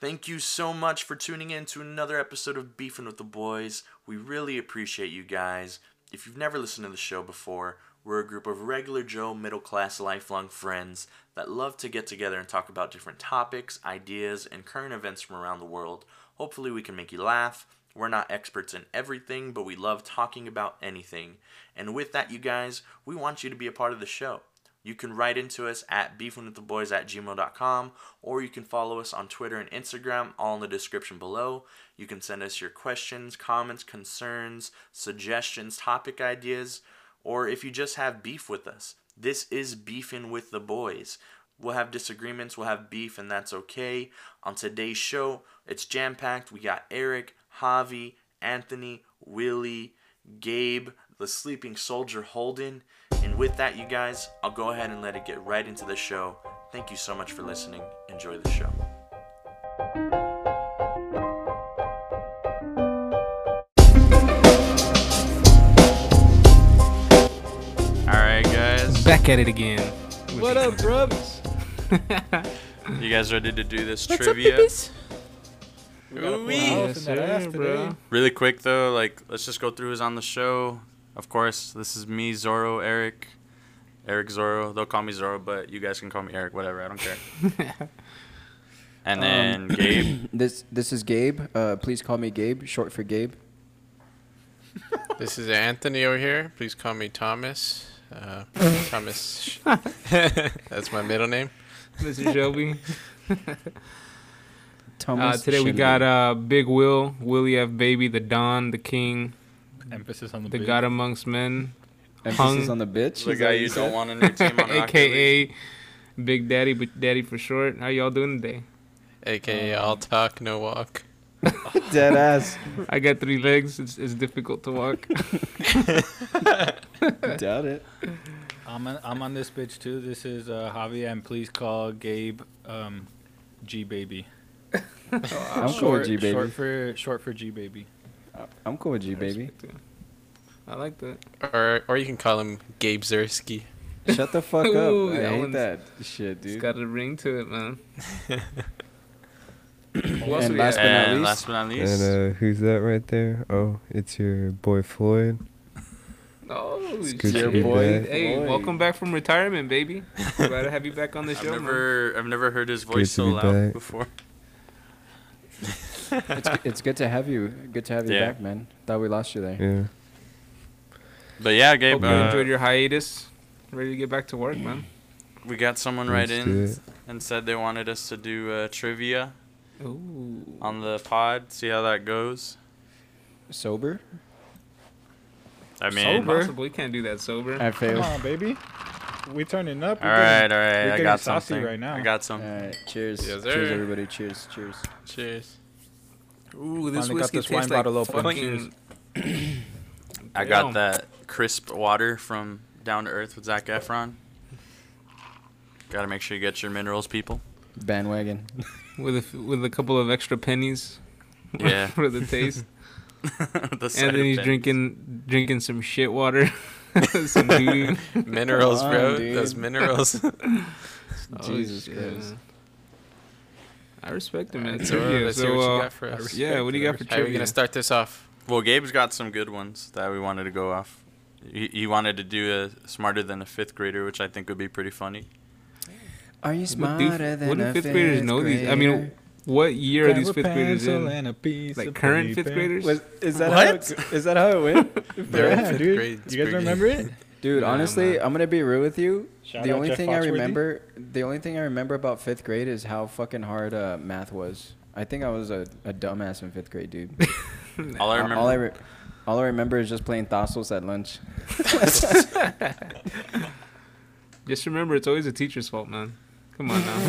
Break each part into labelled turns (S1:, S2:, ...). S1: Thank you so much for tuning in to another episode of Beefing with the Boys. We really appreciate you guys. If you've never listened to the show before, we're a group of regular Joe middle class lifelong friends that love to get together and talk about different topics, ideas, and current events from around the world. Hopefully, we can make you laugh. We're not experts in everything, but we love talking about anything. And with that, you guys, we want you to be a part of the show. You can write into us at beefwiththeboys at gmail.com or you can follow us on Twitter and Instagram, all in the description below. You can send us your questions, comments, concerns, suggestions, topic ideas, or if you just have beef with us. This is Beefing with the Boys. We'll have disagreements, we'll have beef, and that's okay. On today's show, it's jam packed. We got Eric, Javi, Anthony, Willie, Gabe, the sleeping soldier Holden. And with that, you guys, I'll go ahead and let it get right into the show. Thank you so much for listening. Enjoy the show. All right, guys.
S2: Back at it again.
S3: What up, brothers?
S1: You guys ready to do this
S2: What's up,
S1: trivia?
S2: babies?
S1: Ooh-wee.
S3: Yes, sir, bro.
S1: Really quick though, like let's just go through who's on the show. Of course, this is me, Zorro, Eric, Eric Zorro. They'll call me Zorro, but you guys can call me Eric, whatever. I don't care. and then Gabe.
S4: This this is Gabe. Uh, please call me Gabe, short for Gabe.
S3: This is Anthony over here. Please call me Thomas. Uh, Thomas. That's my middle name.
S5: This is Shelby. Uh,
S4: Thomas.
S5: today we got uh, Big Will, Willie F. Baby, the Don, the King,
S6: Emphasis on the,
S5: the
S6: big.
S5: God amongst men,
S4: emphasis
S5: hung-
S4: on the bitch.
S1: The
S4: is that
S1: guy
S4: what
S1: you
S4: said?
S1: don't want on your team on
S5: aka Big Daddy, but Daddy for short. How y'all doing today?
S3: AKA
S5: Uh.
S3: All Talk, No Walk.
S4: Dead ass.
S5: I got three legs. It's, it's difficult to walk.
S4: Doubt it.
S6: I'm on, I'm on this bitch too. This is uh, Javi, and please call Gabe um, G baby.
S4: I'm cool with G
S6: Short
S4: baby.
S6: for short for G baby.
S4: I'm cool with G baby.
S5: I like that.
S3: Or or you can call him Gabe Zersky.
S4: Shut the fuck up.
S5: Ooh,
S4: I
S5: that
S4: hate
S5: one's-
S4: that shit,
S5: It's
S4: dude.
S5: got a ring to it, man.
S4: And
S5: we
S4: last
S5: got?
S4: but not
S1: And
S4: least-
S1: last but not least,
S7: And uh, who's that right there? Oh, it's your boy Floyd.
S5: Oh,
S7: Scooch
S5: shit.
S7: your boy.
S5: Hey,
S4: Floyd.
S5: welcome back from retirement, baby. Glad to have you back on the
S1: I've
S5: show,
S1: never I've never heard his voice
S7: to
S1: so
S7: be
S1: loud
S7: back.
S1: before.
S4: It's, it's good to have you. Good to have you
S1: Yeah.
S4: back, man. Thought we lost you there.
S7: Yeah.
S1: But yeah,
S5: man.
S1: Gabe,
S5: Hope you enjoyed
S1: uh,
S5: your hiatus. Ready to get back to work, man.
S1: we got someone right
S7: Let's
S1: in
S7: do it.
S1: and said they wanted us to do uh, trivia
S5: Ooh.
S1: on the pod. See how that goes.
S4: Sober.
S1: I mean,
S5: sober. Possible. You can't do that sober.
S4: I
S6: Come
S4: failed.
S6: on, baby. We turning up.
S1: all right, all
S6: we're
S1: right. I
S6: getting
S1: got
S6: saucy
S1: something
S6: right now.
S1: I got some.
S4: All right. Cheers.
S3: Yes,
S4: cheers,
S3: sir.
S4: everybody. Cheers. Cheers.
S3: Cheers.
S5: Ooh,
S6: this Finally got whiskey this tastes wine like bottle open. fucking-
S1: I got that crisp water from Down to Earth with Zach Efron. Gotta make sure you get your minerals, people.
S4: Bandwagon.
S5: with a, f- with a couple of extra pennies.
S1: Yeah.
S5: for the taste.
S1: the side
S5: and then he's
S1: effects.
S5: drinking drinking some shit water, some doo.
S3: Minerals,
S4: on,
S3: bro.
S4: dude.
S3: Those minerals.
S4: Jesus Christ.
S5: Oh, I respect him, man.
S3: Alright, so, uh,
S5: Yeah,
S3: let's
S5: so,
S3: hear what you
S5: uh,
S3: got for us.
S5: yeah, what do you got for
S3: How are we
S5: trivia?
S3: gonna start this off?
S1: Well, Gabe's got some good ones that we wanted to go off. He, he wanted to do a smarter than a fifth grader, which I think would be pretty funny.
S4: Are you
S5: What do,
S4: smarter than
S5: what do
S4: a
S5: fifth graders know these? I mean,
S4: grader?
S5: what year are
S6: Grab
S5: these
S6: a
S5: fifth graders
S6: pencil
S5: in?
S6: and a piece
S5: Like
S6: of
S5: current fifth
S6: paper.
S5: graders?
S4: Was, is that
S1: What?
S4: How it, is that how it went?
S3: They're in
S6: Yeah,
S3: fifth
S6: dude.
S3: grade,
S6: You guys
S3: Spooky.
S6: remember it?
S4: Dude,
S3: Nah,
S4: honestly,
S3: man.
S4: I'm gonna be real with you.
S6: Shout
S4: the
S6: out
S4: only
S6: Jeff
S4: thing I
S6: Foxworthy.
S4: remember, the only thing I remember about fifth grade is how fucking hard uh, math was. I think I was a, a dumbass in fifth grade, dude.
S1: All I remember.
S4: All I, re- all I remember is just playing Thassos at lunch.
S5: Just remember, it's always a teacher's fault, man. Come on now.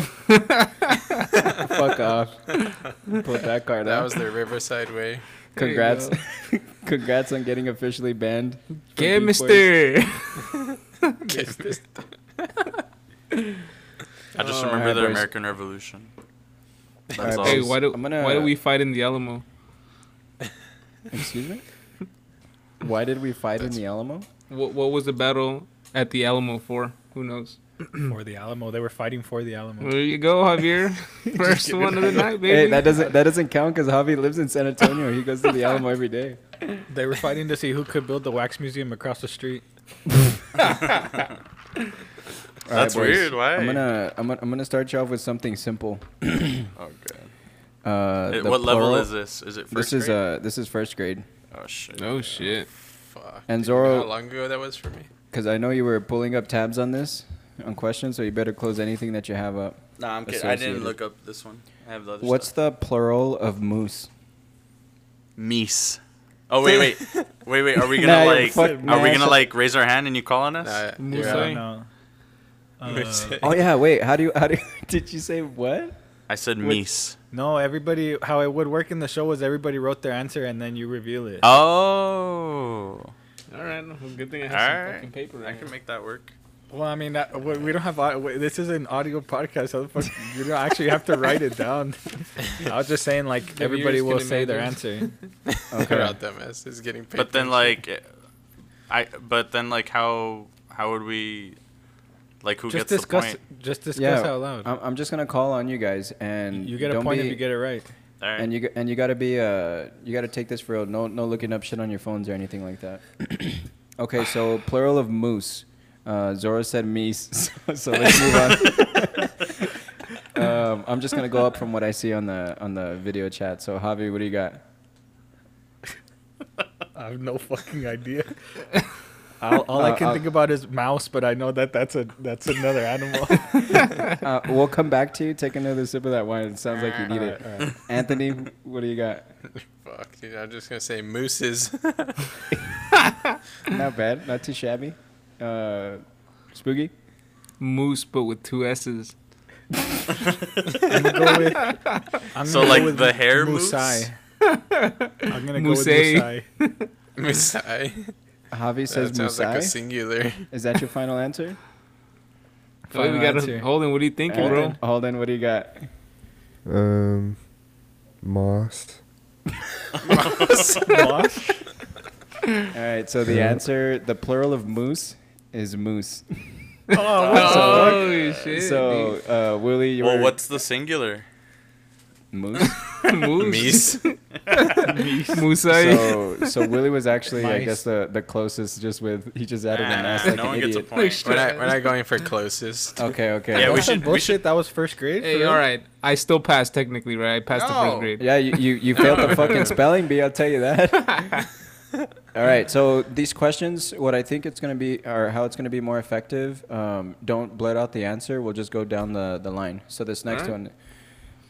S4: Fuck off. Put that card
S3: That
S4: out.
S3: was the Riverside Way.
S5: There you
S4: Congrats.
S5: go.
S4: Congrats on getting officially banned. from
S5: Get
S4: Beat Boys.
S5: Mister.
S1: I just remember
S4: Oh, alright,
S1: the
S4: boys.
S1: American Revolution. That's
S4: Alright,
S1: all.
S5: Hey,
S4: boys.
S5: why do
S4: I'm gonna-
S5: why do we fight in the Alamo?
S4: Excuse me. Why did we fight in the Alamo?
S5: What what was the battle at the Alamo for? Who knows?
S6: for the Alamo. They were fighting for the Alamo.
S5: There you go, Javier. First one of the night, baby.
S4: Hey, that doesn't that doesn't count because Javi lives in San Antonio. He goes to the Alamo every day.
S6: They were fighting to see who could build the wax museum across the street.
S4: All right,
S3: That's
S4: boys.
S3: weird. Why?
S4: I'm gonna I'm gonna I'm gonna start you off with something simple.
S3: Oh god.
S4: Uh,
S1: At
S4: the
S1: what level
S4: plural-
S1: is this? Is it first
S4: this is
S1: grade?
S4: uh this is first grade.
S1: oh shit.
S5: oh shit.
S3: Fuck.
S4: And
S3: Do you know
S4: Zorro-
S3: How long ago that was for me?
S4: Because I know you were pulling up tabs on this on questions, so you better close anything that you have up.
S1: No, I'm kidding. I didn't
S4: associated.
S1: look up this one. I have the other
S4: What's
S1: stuff.
S4: the plural of moose?
S1: Meese. Oh wait, wait, wait, wait. Are we gonna
S4: Nah, you're
S1: like?
S4: fuck-
S1: Are
S4: nah,
S1: we gonna
S4: shut-
S1: like raise our hand and you call on us?
S3: Nah,
S5: Moose
S3: yeah.
S5: Eye.
S6: No. Uh,
S4: Oh yeah, wait. How do you how do you, did you say what?
S1: I said meese.
S6: no, everybody. How it would work in the show was everybody wrote their answer and then you reveal it.
S1: Oh.
S5: All right. Well, good thing I have some
S1: Alright.
S5: fucking paper.
S1: I can make that work.
S6: Well, I mean, that, we we don't have. au- we- This is an audio podcast. How the fuck you don't actually have to write it down? I was just saying, like
S5: The
S6: everybody
S5: viewers
S6: will
S5: can
S6: say their
S5: imagine.
S6: answer.
S3: Cut out that mess. It's getting. Paid
S1: But then like, I. But then like, how how would we? Like who
S6: just
S1: gets the
S6: discuss.
S1: point?
S6: Just discuss
S4: Yeah,
S6: out loud.
S4: I'm, I'm just gonna call on you guys, and
S6: you get a
S4: don't
S6: point
S4: be-
S6: if you get it right.
S1: All right.
S4: And you g- and you gotta be uh you gotta take this for real. No no looking up shit on your phones or anything like that. okay, so plural of moose. Uh, Zora said meese, so, so let's move on. um, I'm just gonna go up from what I see on the on the video chat. So Javi, what do you got?
S6: I have no fucking idea. All, all I
S4: Uh,
S6: can
S4: I'll-
S6: think about is mouse, but I know that that's a that's another animal.
S4: Uh, we'll come back to you. Take another sip of that wine. It sounds like you need it. Anthony, what do you got?
S3: Fuck, dude. I'm just gonna say mooses.
S4: Not bad. Not too shabby. Uh, Spooky.
S5: Moose, but with two S's.
S6: I'm gonna go with. I'm gonna
S1: So,
S6: go
S1: like,
S6: with
S1: the hair
S6: Musai. I'm gonna go with
S5: Musai.
S6: Musai.
S3: Musai.
S4: Javi
S3: That
S4: says
S3: sounds like a
S4: Musai.
S3: singular.
S4: Is that your final
S5: Wait,
S4: answer?
S5: we
S6: Final
S5: got
S6: answer.
S5: to hold What are you thinking, bro?
S4: Holden, Holden, what do you got?
S7: Um, moss.
S6: Moss?
S4: All right, so the answer, the plural of moose is moose.
S6: Oh, what
S5: Oh, shit.
S4: So, uh, Willie, your
S1: well, what's the singular?
S4: moose?
S5: dude. moose.
S3: Meese.
S5: Moose. Eye.
S4: so, so Willie was actually, I
S6: Mice.
S4: guess, the, the closest, just with he just added a
S1: Nah,
S4: mass like
S1: no
S4: an
S1: one
S4: idiot.
S1: gets a point.
S3: We're not, we're not going for closest.
S4: Okay, okay.
S1: Yeah, we
S6: That's some
S1: should- we
S6: bullshit.
S1: should-
S6: That was first grade. for
S5: Hey,
S6: real?
S5: all right. I still passed technically, right? I passed the
S3: No.
S5: first grade.
S4: Yeah, you, you, you failed the fucking spelling bee, I'll tell you that. All right, so these questions, what I think it's going to be, or how it's going to be more effective, um, don't blurt out the answer. We'll just go down the, the line. So this next one,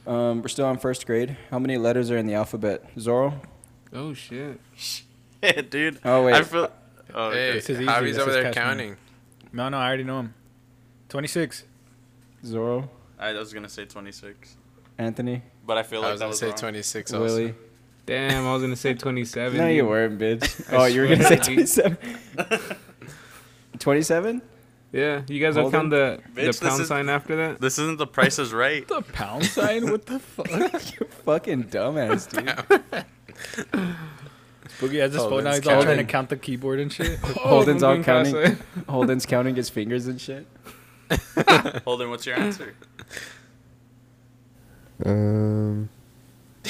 S4: um, we're still on first grade. How many letters are in the alphabet? Zorro?
S5: Oh shit.
S1: Yeah, dude.
S4: Oh, wait.
S1: I feel. Oh,
S3: Hey,
S1: okay.
S6: This is easy.
S3: Javi's
S6: This
S3: over
S6: is
S3: there
S6: Casman.
S3: counting.
S6: No, no, I already know him. Twenty-six.
S4: Zorro?
S1: I was gonna say 26,
S4: Anthony?
S1: but I feel
S3: I
S1: like
S3: was
S1: that
S3: gonna
S1: was
S3: say
S1: wrong.
S3: 26 also.
S4: Willie?
S5: Damn, I was gonna say 27.
S4: No, you
S5: dude.
S4: weren't, bitch.
S5: I
S4: oh, you were going to say
S5: swear to
S4: 27? 27?
S5: Yeah, you guys don't
S4: Hold on.
S5: count the
S1: Bitch, this
S5: the pound
S1: is-
S5: sign after that.
S1: This isn't the Price is Right.
S6: The pound sign? What the fuck?
S4: You're fucking dumbass, dude.
S6: Boogie has his
S3: Oh,
S6: phone now.
S3: that's
S6: He's all trying to
S3: counting.
S6: count the keyboard and shit.
S4: Holden's all
S5: fucking pass
S4: counting.
S5: it.
S4: Holden's counting his fingers and shit.
S1: Holden, what's your answer?
S7: Um,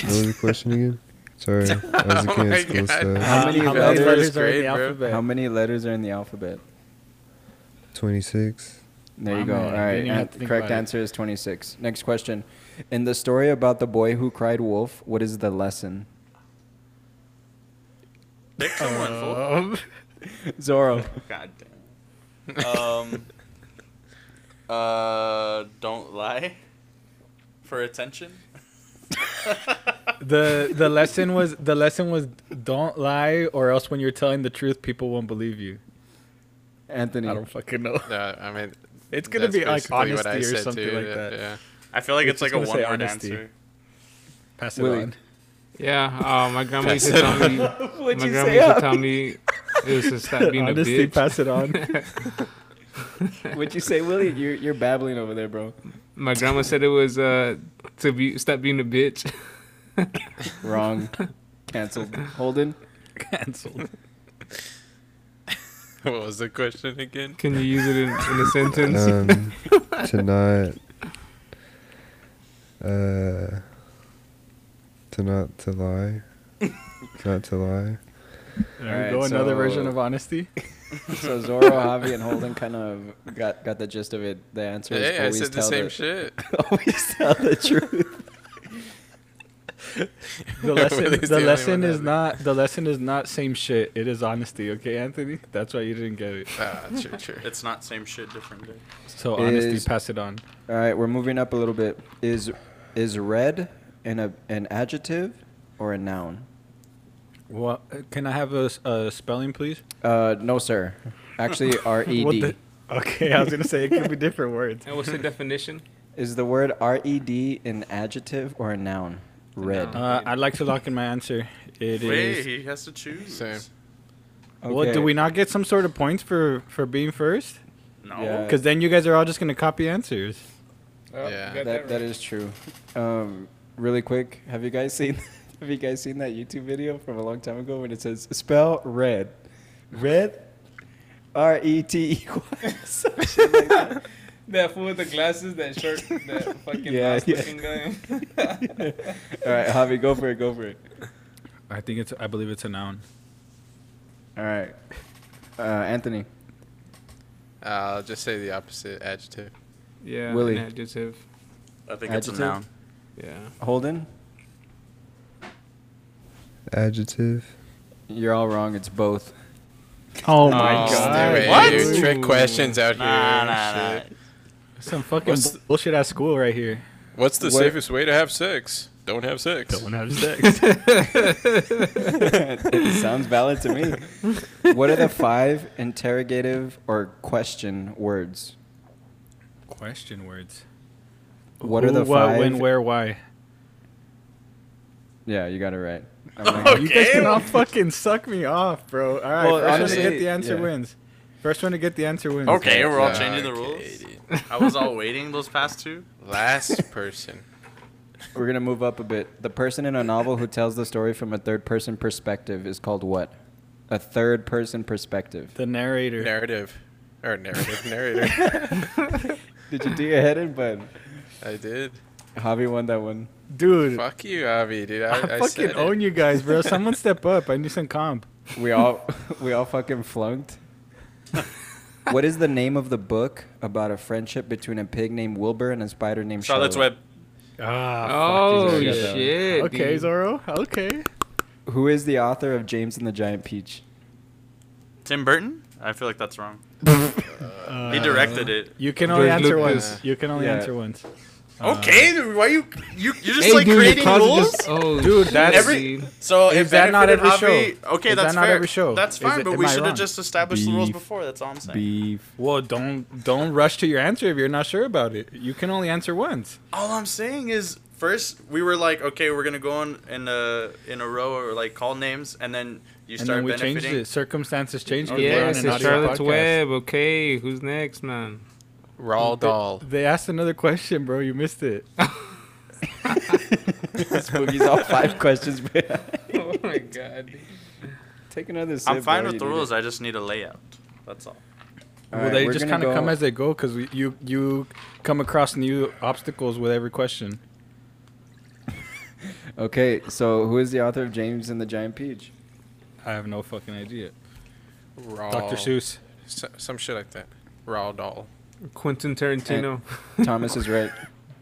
S7: what was the question again? Sorry, I was
S3: Oh
S7: looking
S3: my
S7: at school
S3: God.
S7: stuff.
S4: How many
S6: Um,
S4: letters
S6: are in
S3: grade,
S6: the
S3: bro?
S6: alphabet?
S4: How many letters are in the alphabet?
S7: Twenty-six.
S4: There you
S6: Wow,
S4: go.
S6: man.
S4: All
S6: Didn't
S4: right.
S6: even have
S4: An-
S6: to think
S4: correct
S6: about it.
S4: answer is 26. Next question. In the story about the boy who cried wolf, what is the lesson?
S1: Pick someone. fool.
S6: Oh. Um,
S4: Zorro.
S1: God damn. Um. uh, don't lie for attention.
S6: the the lesson was the lesson was don't lie or else when you're telling the truth people won't believe you.
S4: Anthony.
S6: I don't fucking know.
S3: No, I mean,
S6: It's gonna
S3: that's
S6: be like
S3: basically what I
S6: honesty or
S3: said,
S6: something
S3: too.
S6: like
S3: Yeah,
S6: that.
S3: Yeah.
S1: I feel like
S6: You're
S1: it's like
S6: just
S1: a
S6: gonna say
S1: one-word
S6: honesty.
S1: answer.
S6: Pass it
S4: Willie.
S6: on.
S5: Yeah, uh, my grandma used to tell me. my
S4: What'd you
S5: grandma
S4: say,
S5: used to
S4: Javi?
S5: tell me it was to stop being a
S6: Honesty,
S5: bitch.
S6: pass it on.
S4: What'd you say, Willie? You're, you're babbling over there, bro.
S5: My grandma said it was uh to be stop being a bitch.
S4: Wrong. Cancelled. Holden.
S6: Cancelled.
S3: what was the question again?
S5: Can you use it in, in a sentence?
S7: um, to not uh, to not to lie, not to lie.
S6: There
S4: Alright,
S6: we go, another
S4: so-
S6: version of honesty.
S4: So Zoro, Javi, and Holden kind of got got the gist of it. The answer is
S3: Hey, I
S4: always
S3: said the
S4: tell
S3: same shit.
S4: always tell the truth.
S6: The
S3: At
S6: lesson,
S3: least
S6: the
S3: only
S6: lesson
S3: one
S6: is
S3: has it.
S6: not the lesson is not same shit. It is honesty, okay, Anthony? That's why you didn't get it.
S3: Ah, sure, sure.
S1: It's not same shit, different day.
S6: So honesty,
S4: Is-
S6: pass it on.
S4: All right, we're moving up a little bit. Is is red an a, an adjective or a noun?
S6: What? Can I have a, spelling, please?
S4: Uh, no, sir. Actually, R E D.
S6: Okay, I was gonna say it could be different words.
S5: And what's the definition?
S4: Is the word R E D an adjective or a noun? Red.
S5: noun.
S2: Uh, I'd like to lock in my answer. It is.
S1: Wait, he has to choose.
S3: Same.
S4: Okay.
S2: Well, do we not get some sort of points for for being first?
S1: No.
S4: Yeah.
S2: Because then you guys are all just gonna copy answers.
S5: Oh, you
S3: Yeah.
S5: got
S4: That that
S5: right.
S4: is true. Um, really quick, have you guys seen have you guys seen that YouTube video from a long time ago when it says spell red, red, R E T E Y. some shit like that.
S5: That fool with the glasses, that short, that fucking
S4: Yeah,
S5: mask
S4: yeah.
S5: looking guy.
S4: All right, Javi, go for it. Go for it.
S2: I think it's. I believe it's a noun.
S4: All right, uh, Anthony.
S3: Uh, I'll just say the opposite adjective.
S5: Yeah,
S4: Willy.
S5: an adjective.
S1: I think it's
S4: Adjective?
S1: a noun.
S5: Yeah.
S4: Holden,
S7: Adjective.
S4: you're all wrong. It's both.
S6: Oh
S5: my
S6: my
S5: Oh,
S6: god!
S3: Anyway,
S5: What?
S3: you trick questions out here.
S1: Nah, nah,
S3: Shit.
S2: Some fucking
S3: What's-
S2: bullshit ass school right here.
S3: What's the
S4: What-
S3: safest way to have sex? Don't have sex.
S6: have sex.
S4: it sounds valid to me. What are the five interrogative or question words?
S2: Question words.
S4: What are the
S2: what,
S4: five?
S2: when, where, why?
S4: Yeah, you got it right. I'm like-
S6: you guys can all fucking suck me off, bro. All right,
S4: Well,
S6: first
S4: honestly,
S6: one to get the answer
S4: yeah.
S6: wins. First one to get the answer wins.
S1: Okay, we're all
S3: Okay,
S1: changing the rules.
S3: dude.
S1: I was all waiting those past two.
S3: Last person.
S4: We're gonna move up a bit. The person in a novel who tells the story from a third person perspective is called what? A third person perspective.
S2: The narrator.
S3: Narrative. Or narrative, narrator.
S4: Did you do your head in, bud?
S3: I did.
S4: Javi won that one.
S6: dude.
S3: Fuck you, Avi, dude. I,
S6: I,
S3: I said
S6: fucking
S3: it.
S6: own you guys, bro. Someone step up. I need some comp.
S4: We all we all fucking flunked. what is the name of the book about a friendship between a pig named Wilbur and a spider named
S1: Charlotte's
S4: Charlotte?
S1: Web.
S5: Oh,
S6: Ah,
S4: Ah, fuck, you guys got that one.
S5: shit.
S6: Okay,
S5: dude.
S6: Zoro. Okay.
S4: Who is the author of James and the Giant Peach?
S1: Tim Burton? I feel like that's wrong.
S2: Uh,
S1: he
S6: Uh,
S1: directed it.
S6: You can only
S5: George
S6: answer
S5: Lucas.
S6: once. You can only
S4: Yeah.
S6: answer once.
S2: Uh,
S6: uh,
S1: okay, dude, why you you you're just
S5: Hey,
S1: like
S5: dude, your
S1: creating
S5: cousin
S1: rules?
S5: just- oh,
S6: Dude,
S5: shit,
S6: that's-
S1: Every-
S5: dude.
S1: So
S6: Is
S1: if
S6: that not
S1: benefited
S6: every
S1: Javi-
S6: show?
S1: Okay,
S6: Is
S1: that's
S6: that not
S1: fair.
S6: every show?
S1: That's
S6: Is
S1: fine,
S6: it-
S1: but
S6: am
S1: we
S6: I
S1: should
S6: wrong?
S1: have just established the rules
S4: Beef.
S1: before. That's all I'm saying.
S4: Beef.
S2: Well, don't don't rush to your answer if you're not sure about it. You can only answer once.
S1: All I'm saying is first we were like, okay, we're gonna go on in a in a row or like call names, and then you
S2: And
S1: start
S2: then we changed
S1: benefiting.
S2: it. Circumstances changed. 'cause we're on
S5: Yes,
S2: an
S5: it's
S2: audio
S5: Charlotte's
S2: podcast.
S5: Web. Okay, who's next, man?
S3: Raw doll.
S6: They asked another question, bro. You missed it.
S4: Spooky's all five questions. behind.
S5: oh my god.
S4: Take another sip.
S1: I'm fine
S4: bro,
S1: with
S4: you
S1: the
S4: need it.
S1: rules. I just need a layout. That's all.
S4: All
S2: well,
S4: right,
S2: they
S4: we're
S2: just
S4: gonna
S2: kind of come
S4: go-
S2: as they go because you you come across new obstacles with every question.
S4: Okay, so who is the author of James and the Giant Peach?
S2: I have no fucking idea.
S3: Raw.
S4: Oh.
S2: Dr. Seuss.
S3: S- some shit like that. Raw doll.
S5: Quentin Tarantino.
S4: Thomas is right.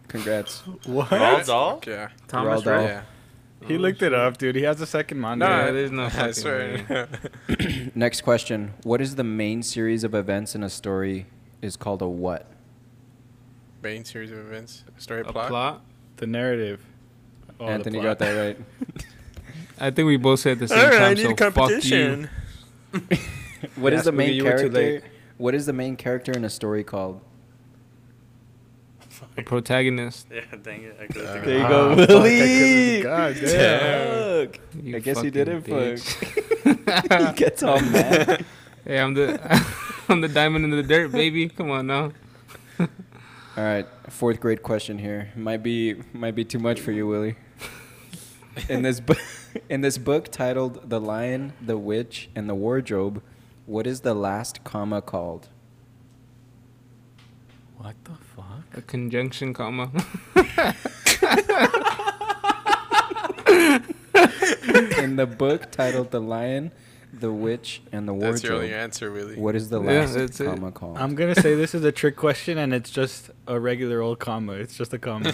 S4: Congrats.
S1: Raw doll?
S3: Yeah.
S5: Thomas
S4: Roald Dahl.
S5: Rhett.
S3: Yeah.
S4: Oh,
S6: He looked it up, dude. He has a second
S3: No,
S6: monitor.
S5: Yeah, there's no
S3: I
S5: fucking
S3: swear.
S4: Next question. What is the main series of events in a story is called a what?
S3: Main series of events. Story
S5: A
S3: plot.
S5: plot?
S2: The narrative. Oh, the
S4: Anthony
S2: plot.
S4: got that right.
S5: I think we both said the same time, so fuck you.
S4: What is
S2: Yeah,
S4: the
S2: Spooky,
S4: main
S2: you were too
S4: character?
S2: late.
S4: What is the main character in a story called?
S5: A protagonist.
S1: Yeah, dang it. I could've
S3: Uh,
S1: figured
S3: There
S1: it
S3: you
S1: out.
S3: go,
S4: Ah,
S6: fuck, I couldn't- God damn.
S4: Look.
S5: You
S4: I guess he did it,
S5: fucking bitch.
S4: fuck. he gets all mad.
S5: Hey, I'm the I'm the diamond in the dirt, baby. Come on now.
S4: All right, fourth grade question here. Might be might be too much for you, Willie. In this book, in this book titled "The Lion, the Witch, and the Wardrobe," What is the last comma called?
S6: What the fuck?
S5: A conjunction comma.
S4: In the book titled "The Lion, the Witch, and the
S3: That's your only
S4: Wardrobe,"
S3: answer, really.
S4: what is the
S5: Yeah,
S4: last
S5: that's it.
S4: comma called?
S6: I'm gonna say this is a trick question, and it's just a regular old comma. It's just a comma.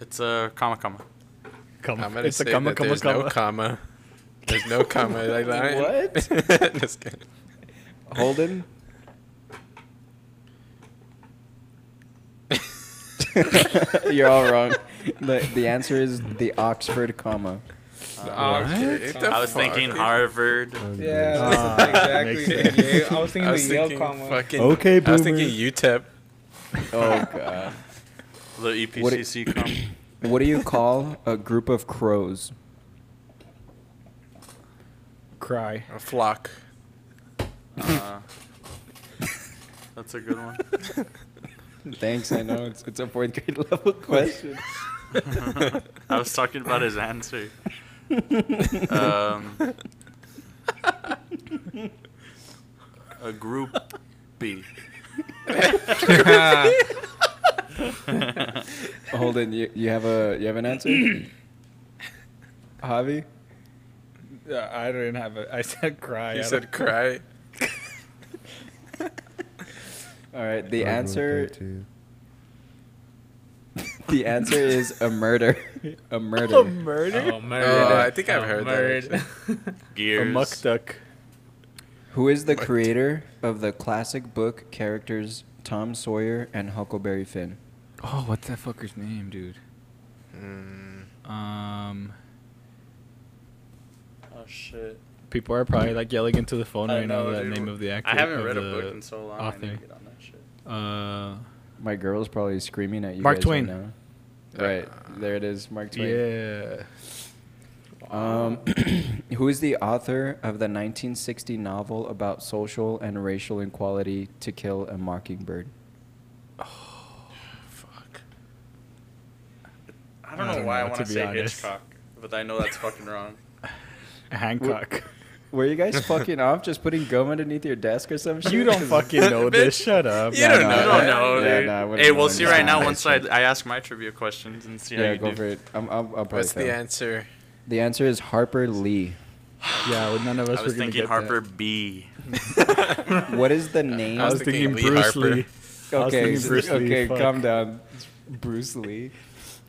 S8: It's a comma comma.
S6: comma.
S3: I'm gonna
S6: it's
S3: say
S6: a comma,
S3: that
S6: comma,
S3: there's
S6: comma.
S3: no comma. There's no comma. Like that.
S4: What?
S3: Just kidding.
S4: Holden. You're all wrong. The, the answer is the Oxford comma.
S8: Uh,
S3: Okay, what the
S8: I was
S3: fuck?
S8: thinking Harvard.
S5: yeah,
S6: Ah,
S5: that's
S6: makes
S5: exactly. Yeah, I was thinking
S3: I was
S5: the Yale
S3: thinking
S5: comma.
S3: fucking.
S6: Okay,
S3: I was
S6: boomer.
S3: thinking E UTEP.
S4: Oh god.
S8: The E
S4: What
S8: EPCC comma.
S4: What do you call a group of crows?
S6: Cry.
S3: A flock.
S8: Uh, that's a good one.
S4: Thanks, I know it's, it's a fourth grade level question.
S8: I was talking about his answer. Um, a group B.
S4: Holden, you, you have a you have an answer? Javi?
S6: Uh, I didn't have it. I said cry.
S3: You
S6: I
S3: said cry.
S4: All right, the
S7: I'd go with
S4: answer
S7: that too.
S4: the answer is a murder. A
S6: don't-
S4: murder.
S6: a murder.
S5: Oh, murder.
S3: Oh, I think I've
S5: Oh,
S3: heard
S5: murder.
S3: that.
S6: a
S8: Gears.
S6: muck duck.
S4: Who is the
S3: What?
S4: creator of the classic book characters Tom Sawyer and Huckleberry Finn?
S6: Oh, what's that fucker's name, dude?
S3: actually. Mm,
S6: Um,
S8: Oh shit.
S6: people are probably like yelling into the phone
S8: I
S6: right now.
S8: know,
S6: That
S8: dude.
S6: name of the actor.
S8: I haven't
S6: of
S8: read a
S6: the-
S8: book in so long. I
S6: author.
S8: need to get on that shit.
S6: Uh,
S4: My girl's probably screaming at you.
S6: Mark
S4: guys right
S6: Twain.
S4: now. Right, there it is, Mark Twain.
S6: yeah.
S4: Um, who is the author of the 1960 novel about social and racial inequality, To Kill a Mockingbird?
S8: Oh,
S3: fuck.
S8: I don't know
S6: don't
S8: why
S6: know,
S8: I want
S6: to
S8: to
S6: be
S8: say
S6: honest.
S8: Hitchcock, but I know that's fucking wrong.
S6: Hancock.
S4: Were you guys fucking off just putting gum underneath your desk or some shit?
S6: you don't fucking know this.
S3: Bitch.
S6: Shut up.
S3: You don't
S4: no,
S8: I don't
S3: know. that.
S8: know,
S4: Yeah,
S8: dude.
S4: nah, I wouldn't
S8: hey,
S4: know
S8: we'll
S4: any
S8: see right now
S4: combination.
S8: once I, I ask my trivia questions and see how
S4: Yeah,
S8: you
S4: go
S8: do.
S4: for it. I'm, I'm, I'll probably
S3: What's the
S4: fail.
S3: answer?
S4: The answer is Harper Lee.
S6: Yeah, well, none of us
S8: I
S6: were
S8: was
S6: gonna
S8: thinking
S6: get
S8: Harper B.
S4: What is the name?
S6: That. I was thinking Bruce
S3: Harper.
S6: Lee. I was
S4: okay,
S6: thinking Bruce Lee,
S4: okay,
S6: fuck.
S4: calm down, Bruce Lee.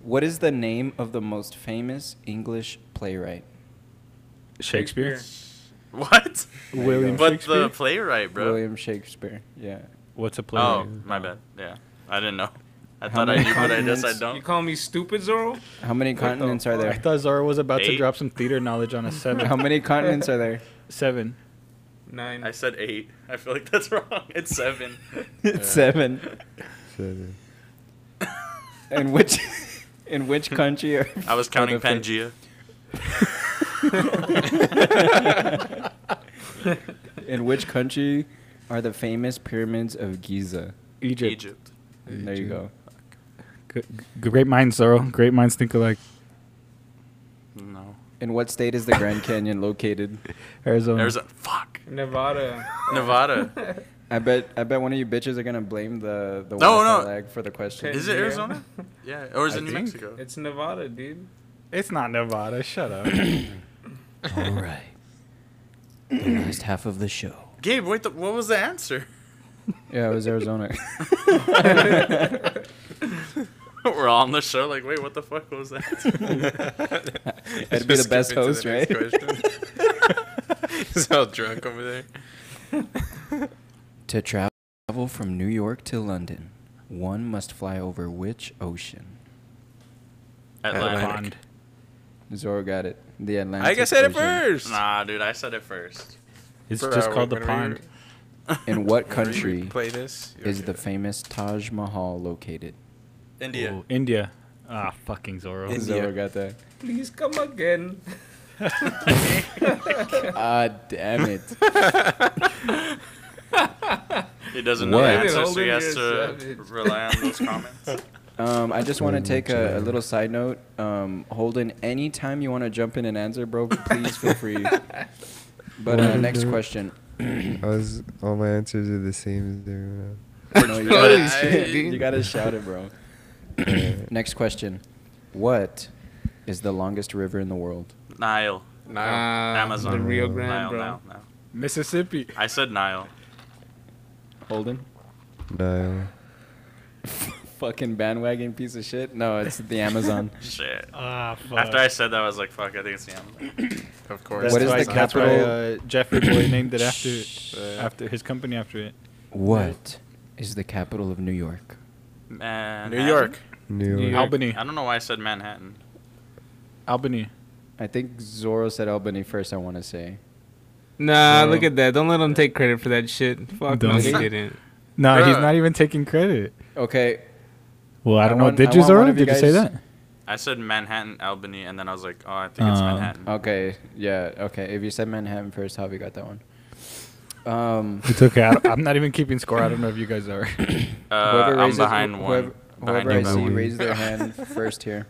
S4: What is the name of the most famous English playwright?
S6: Shakespeare.
S8: What?
S4: you
S6: William
S4: go.
S8: But
S6: Shakespeare.
S8: the playwright, bro.
S4: William Shakespeare. Yeah.
S6: What's a play?
S8: Oh, my bad. Yeah, I didn't know. I
S4: How
S8: thought I
S4: many
S8: knew, but I guess I
S4: continents-
S5: You
S8: don't.
S5: call me stupid, Zoro?
S4: How many continents are
S6: I
S4: there?
S6: thought Zara was about to
S8: Eight?
S6: drop some theater knowledge on a seven.
S4: How many continents are there?
S6: Seven.
S5: Nine.
S8: I said eight. I feel like that's wrong. It's seven.
S4: It's Seven.
S7: Seven.
S4: In which, in which country? Are,
S8: I was counting Pangea.
S4: in which country are the famous pyramids of Giza?
S6: Egypt.
S8: Egypt.
S4: There you go.
S6: G- g- great minds, Zoro. Great minds think alike.
S8: No.
S4: In what state is the Grand Canyon located?
S6: Arizona.
S8: There's a fuck.
S5: Nevada.
S8: Nevada.
S4: I bet I bet one of you bitches are gonna blame the the
S8: No,
S4: Wi-Fi
S8: no.
S4: lag for the question.
S8: Is it Arizona? Yeah, or is it New
S6: think.
S8: Mexico?
S5: It's Nevada, dude.
S6: it's not Nevada. Shut up.
S4: All right. The last half of the show.
S8: Gabe, wait. The, what was the answer?
S4: Yeah, it was Arizona.
S8: We're on the show. Like, wait, what the fuck was that?
S4: That'd be the
S3: Just
S4: best
S3: skip into
S4: host,
S3: the
S4: right?
S3: next question. He's all drunk over there.
S4: To travel from New York to London, one must fly over which ocean?
S8: Atlantic.
S6: Pond.
S4: Zoro got it. The Atlantic.
S3: I guess I said it
S4: Ocean.
S3: first.
S8: Nah, dude, I said it first.
S6: It's
S3: Bro,
S6: just called the
S3: when we-
S6: pond.
S4: In what
S3: when we
S4: country
S3: Play this. you'll
S4: is
S3: get
S4: the
S3: it.
S4: famous Taj Mahal located?
S8: India.
S6: Oh, India. Ah, fucking Zoro.
S3: India.
S4: Zoro got that.
S5: Please come again.
S4: Ah, damn it.
S8: He doesn't know
S4: What?
S8: the
S4: Dude,
S8: answer, so
S5: Holden
S8: he has
S5: is
S8: to
S5: savage.
S8: rely on those comments.
S4: Um, I just want to
S7: Holy
S4: take a, a
S7: cow.
S4: little side note. Um, Holden, anytime you want to jump in and answer, bro, please feel free. But uh, next question.
S7: I was all my answers are the same as everyone
S4: No, you,
S3: But
S4: gotta,
S3: I-
S4: you gotta shout it, bro.
S7: else.
S4: Next question. What is the longest river in the world?
S8: Nile.
S3: Nah,
S8: Amazon.
S5: The Rio
S7: Nile,
S5: Grande,
S8: Nile,
S5: bro.
S8: Nile, Nile.
S9: Mississippi.
S8: I said Nile.
S4: Holden?
S7: Nile.
S4: Fucking bandwagon piece of shit. No, it's the Amazon.
S8: Shit.
S6: Ah, fuck.
S8: After I said that, I was like, fuck, I think it's the Amazon.
S3: of course.
S6: That's
S4: What is
S6: why-
S4: the
S6: that's why,
S4: capital-
S6: uh, Jeffrey Boy named it after uh, after his company after it.
S4: what is the capital of New York?
S8: Manhattan.
S3: New York.
S7: New
S5: New
S7: York.
S5: York.
S6: Albany,
S8: I don't know why I said Manhattan.
S6: Albany.
S4: I think Zorro said Albany first, I want to say.
S5: Nah,
S4: Bro.
S5: look at that. Don't let him take credit for that shit. Fuck no,
S6: Don't.
S5: he didn't.
S9: No, he's
S3: Bruh.
S9: not even taking credit.
S4: Okay.
S6: Well, I
S4: I
S6: don't know.
S4: want-
S6: Did
S4: I
S6: you
S4: want one
S6: Zorro?
S4: of you
S6: Did you say
S4: guys-
S6: that?
S8: I said Manhattan, Albany, and then I was like, oh, I think it's
S6: Oh.
S8: Manhattan.
S4: Okay. Yeah. Okay. If you said Manhattan first, Javi got that one. Um,
S6: It's okay. I am not even keeping score. I don't know if you guys are.
S8: Uh, I'm
S4: raises-
S8: behind
S4: whoever-
S8: one.
S4: Whoever
S8: behind
S4: I
S8: you,
S4: see
S8: Bowie.
S4: raise their hand first here.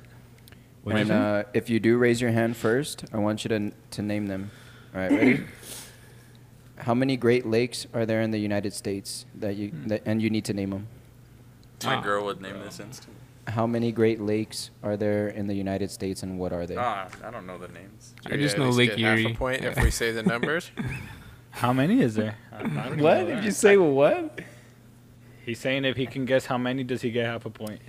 S6: What'd you
S4: and
S6: say?
S4: uh, if you do raise your hand first, I want you to n- to name them. All right, ready? How many Great Lakes are there in the United States that you that, and you need to name them?
S8: My girl would name this instant.
S4: How many Great Lakes are there in the United States and what are they?
S8: Ah, I don't know the names.
S5: I just
S3: Yeah,
S5: know
S3: at least
S5: Lake
S3: get
S5: Erie.
S3: Half a point if we say the numbers.
S6: How many is there?
S4: what? If you say what?
S6: He's saying if he can guess how many, does he get half a point?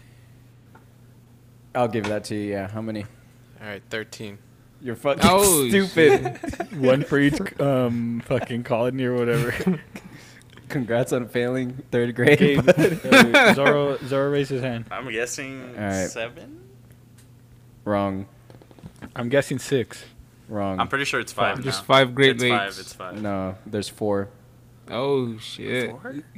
S4: I'll give that to you. Yeah, how many?
S3: All right, thirteen.
S4: You're fucking
S5: Oh,
S4: stupid.
S6: One for each um fucking colony or whatever.
S4: Congrats on failing third grade.
S6: Okay, uh,
S4: bud.
S6: Zorro, Zorro raised his hand.
S8: I'm guessing
S4: Alright.
S8: seven?
S4: wrong,
S6: I'm guessing six.
S4: wrong.
S8: I'm pretty sure it's five.
S5: Just
S8: now.
S5: five Great
S8: it's
S5: Lakes.
S8: five. It's five.
S4: no, there's four.
S5: Oh shit.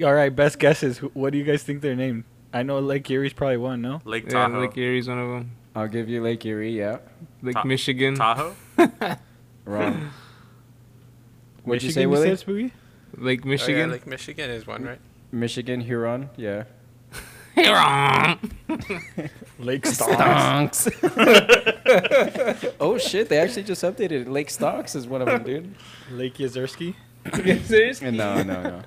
S6: All right, best guesses. Wh- What do you guys think they're named? I know Lake Erie's probably one. No,
S8: Lake
S5: Yeah,
S8: Tahoe.
S5: Lake Erie's one of them.
S4: I'll give you Lake Erie. Yeah,
S5: Lake
S8: Ta-
S5: Michigan.
S8: Tahoe?
S4: wrong. What'd you
S6: Michigan,
S4: say, Willie?
S6: said, Spooky?
S5: Lake
S3: Michigan.
S5: Michigan.
S3: Oh, Lake Michigan is one, right?
S4: Michigan, Huron. Yeah.
S6: Lake
S4: Stonks. oh shit! They actually just updated it. Lake Stonks is one of them, dude.
S6: Lake Yazersky.
S5: Seriously?
S4: no, no, no.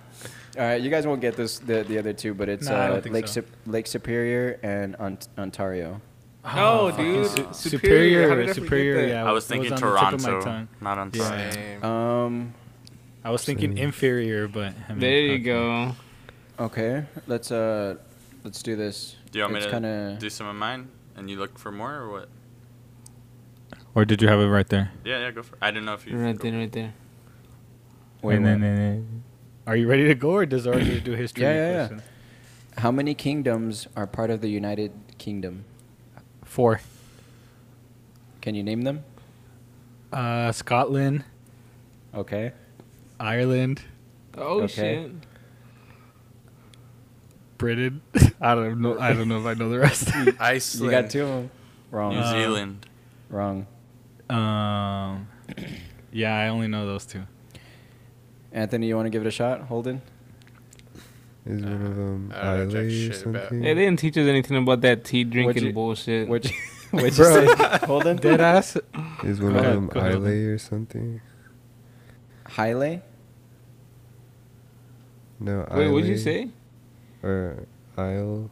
S4: All right, you guys won't get this the, the other two, but it's
S6: Nah, I
S4: uh,
S6: don't think
S4: Lake
S6: so.
S4: Sup- Lake Superior and Ont- Ontario.
S5: No, Oh, dude.
S6: Su-
S5: Superior. How
S6: superior,
S5: did I forget
S6: superior.
S5: that?
S6: Yeah,
S8: I was
S6: it
S8: thinking
S6: on the tip of my
S8: Toronto,
S6: tongue.
S8: not on
S6: Yeah.
S8: Toronto.
S3: Same.
S4: Um.
S6: I was thinking
S7: Same.
S6: inferior, but I mean,
S5: There you
S6: fuck.
S5: go.
S4: Okay. Let's uh. Let's do this.
S8: Do you want me
S4: it's
S8: to
S4: kinda...
S8: do some of mine? And you look for more or what?
S6: Or did you have it right there?
S8: Yeah, yeah, go for it. I don't know if you.
S5: Right there, right there.
S4: Wait,
S6: And
S4: what?
S6: then- and then- are you ready to go, or does Zorro need to do history?
S4: Yeah, yeah, yeah.
S6: question?
S4: How many kingdoms are part of the United Kingdom?
S6: Four.
S4: Can you name them?
S6: Uh, Scotland,
S4: Okay.
S6: Ireland,
S5: Oh
S4: Okay.
S5: shit.
S6: Britain. I don't know. I don't know if I know the rest.
S3: Iceland.
S4: You got two of 'em. Wrong.
S8: New
S6: Uh,
S8: Zealand.
S4: Wrong.
S6: um, yeah, I only know those two.
S4: Anthony, you want to give it a shot? Holden?
S7: Is one of them
S3: I don't know jack
S7: Islay or
S3: shit about-
S7: something?
S5: Hey, they didn't teach us anything about that tea drinking
S4: you-
S5: bullshit.
S4: Which, which
S6: Bro.
S4: Holden?
S6: Dead ass.
S7: Is one
S6: Go
S7: of
S6: ahead,
S7: them
S6: go ahead.
S7: Islay or something?
S4: Hile?
S7: No,
S5: Wait, what'd you
S7: Islay
S5: say?
S7: Or Isle.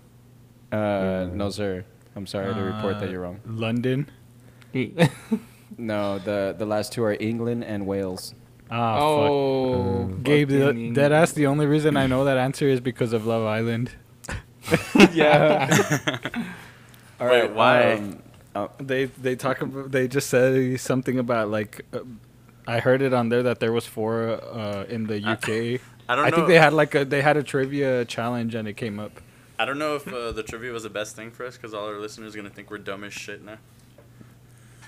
S4: Uh, no, sir. I'm sorry to report
S6: Uh,
S4: that you're wrong.
S6: London.
S4: Ah, No, the, the last two are England and Wales.
S6: Ah, fuck.
S5: oh,
S6: Gabe,
S5: fucking-
S6: the, dead ass. The only reason I know that answer is because of Love Island.
S4: yeah. All
S8: Wait, why?
S4: um,
S6: They they talk about. They just said something about like. Uh, I heard it on there that there was four uh, in the UK.
S8: I don't
S6: I
S8: know.
S6: think they had like a they had a trivia challenge and it came up.
S8: I don't know if uh, the trivia was the best thing for us because all our listeners are gonna think we're dumb as shit now.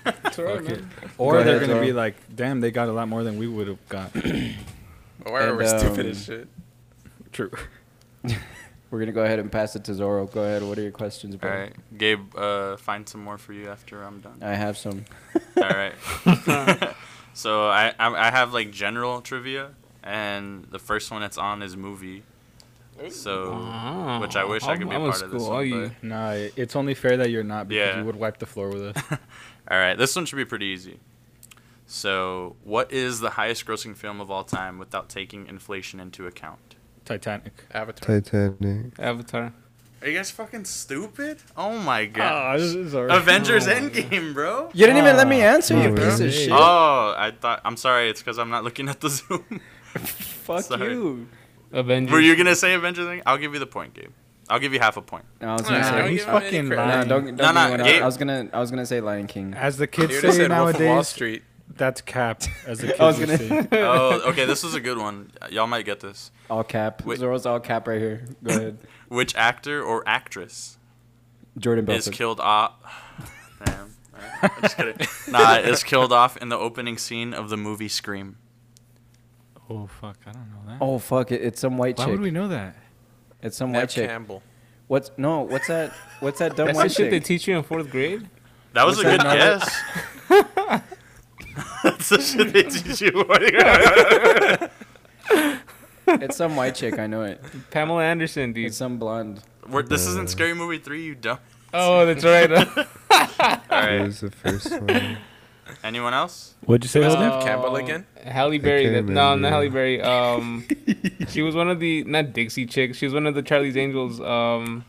S6: Or
S4: Go
S6: they're
S4: ahead,
S6: gonna
S4: Zorro.
S6: be like, damn, they got a lot more than we would have got.
S3: Or are we
S4: And,
S3: stupid
S4: um,
S3: as shit?
S6: True.
S4: we're going to go ahead and pass it to Zorro. Go ahead. What are your questions
S8: All
S4: about?
S8: right, Gabe, uh, find some more for you after I'm done.
S4: I have some.
S8: All right. so I, I I have like general trivia, and the first one that's on is movie. So which I wish i could be a
S5: Uh-huh. I'm- I'm a
S8: part of this
S5: school,
S8: one.
S5: are
S8: but-
S6: Nah, i- it's only fair that you're not because
S8: Yeah.
S6: you would wipe the floor with us.
S8: All right, this one should be pretty easy. So, what is the highest grossing film of all time without taking inflation into account?
S2: Titanic.
S3: Avatar.
S7: Titanic.
S5: Avatar.
S8: Are you guys fucking stupid? Oh my
S2: Ah,
S8: god.
S2: this is alright.
S8: Avengers
S4: Oh.
S8: Endgame, bro.
S4: You didn't even let me answer, you
S7: Oh,
S4: piece
S7: yeah.
S4: of shit.
S8: Oh, I thought. I'm sorry. It's because I'm not looking at the Zoom.
S4: Fuck
S8: sorry.
S4: you.
S5: Avengers.
S8: Were you gonna say Avengers Endgame? I'll give you the point, Gabe. I'll give you half a point.
S4: No, I was gonna
S3: Nah,
S4: say.
S3: don't
S2: he's
S3: give him any
S2: fucking
S3: credit.
S2: lying.
S4: Nah, don't, don't
S8: Nah, nah,
S4: give me one.
S8: Gabe-
S4: I was gonna, I was gonna say Lion King.
S6: As the kids
S3: Dude, I
S6: say
S3: said Wolf of Wall
S6: nowadays,
S3: Street.
S6: that's cap.
S2: As the kids
S4: I was
S2: would
S4: gonna,
S2: say.
S8: oh, okay. This is a good one. Y'all might get this.
S4: all cap.
S8: Wait.
S4: Zorro's all cap right here. Go ahead,
S8: Which actor or actress
S4: Jordan
S8: is
S4: Belfort.
S8: killed off? Damn. I'm just kidding. Nah, is killed off in the opening scene of the movie Scream.
S2: Oh fuck, I don't know that.
S4: oh fuck! It, it's some white
S2: Why
S4: chick.
S2: would we know that?
S4: It's some
S3: Neve
S4: white chick.
S3: Campbell.
S4: What's no? What's that? What's that dumb
S5: That's the
S4: white
S5: shit they
S4: chick?
S5: teach you in fourth grade.
S8: That was
S4: What's
S8: a good
S4: that number?
S8: guess. That's the shit they teach you.
S4: it's some white chick. I know it.
S5: Pamela Anderson, dude.
S4: It's some blonde.
S8: We're, this
S4: Uh.
S8: isn't Scary Movie 3, you dumb.
S5: Oh, that's right.
S8: All
S7: It
S8: right.
S7: was the first one.
S8: Anyone else?
S2: What'd you say?
S3: Is
S2: was
S3: Neve Campbell again?
S5: Oh, Halle Berry.
S7: can't
S5: That, no,
S7: remember.
S5: not Halle Berry. Um, she was one of the not Dixie chicks. She was one of the Charlie's Angels. Um,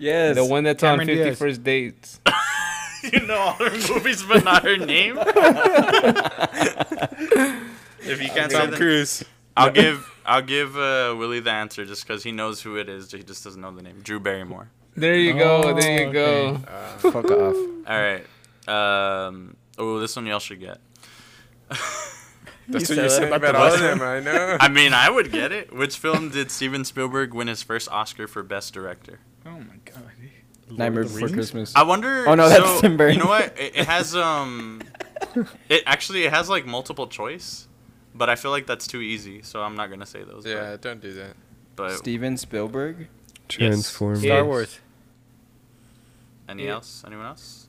S4: Yes.
S5: the one that's on
S6: Cameron
S5: Fifty
S6: Diaz.
S5: First Dates.
S8: You know all her movies, but not her name? if you can't say
S3: Tom
S8: the
S3: Cruise.
S8: I'll give I'll give uh, Willie the answer just because he knows who it is. He just doesn't know the name. Drew Barrymore.
S5: There you go.
S2: Oh,
S5: there you go.
S3: Uh,
S4: Fuck off.
S8: All right. Um. Oh, this one y'all should get.
S3: That's
S6: You
S3: what you
S6: said
S3: said
S6: that
S3: about
S6: about
S3: all
S6: the
S3: of them, I know.
S8: I mean, I would get it. Which film did Steven Spielberg win his first Oscar for Best Director?
S6: Oh my god.
S4: Nightmare Before Christmas.
S8: I wonder.
S4: Oh, no,
S8: so,
S4: that's Tim Burton.
S8: You know what? It, it has um. It actually it has like multiple choice, but I feel like that's too easy, so I'm not gonna say those. but-
S3: Yeah, don't do that.
S8: But,
S4: Steven Spielberg.
S7: Transformers.
S5: Star
S6: Wars.
S8: any
S5: Yeah.
S8: else? Anyone else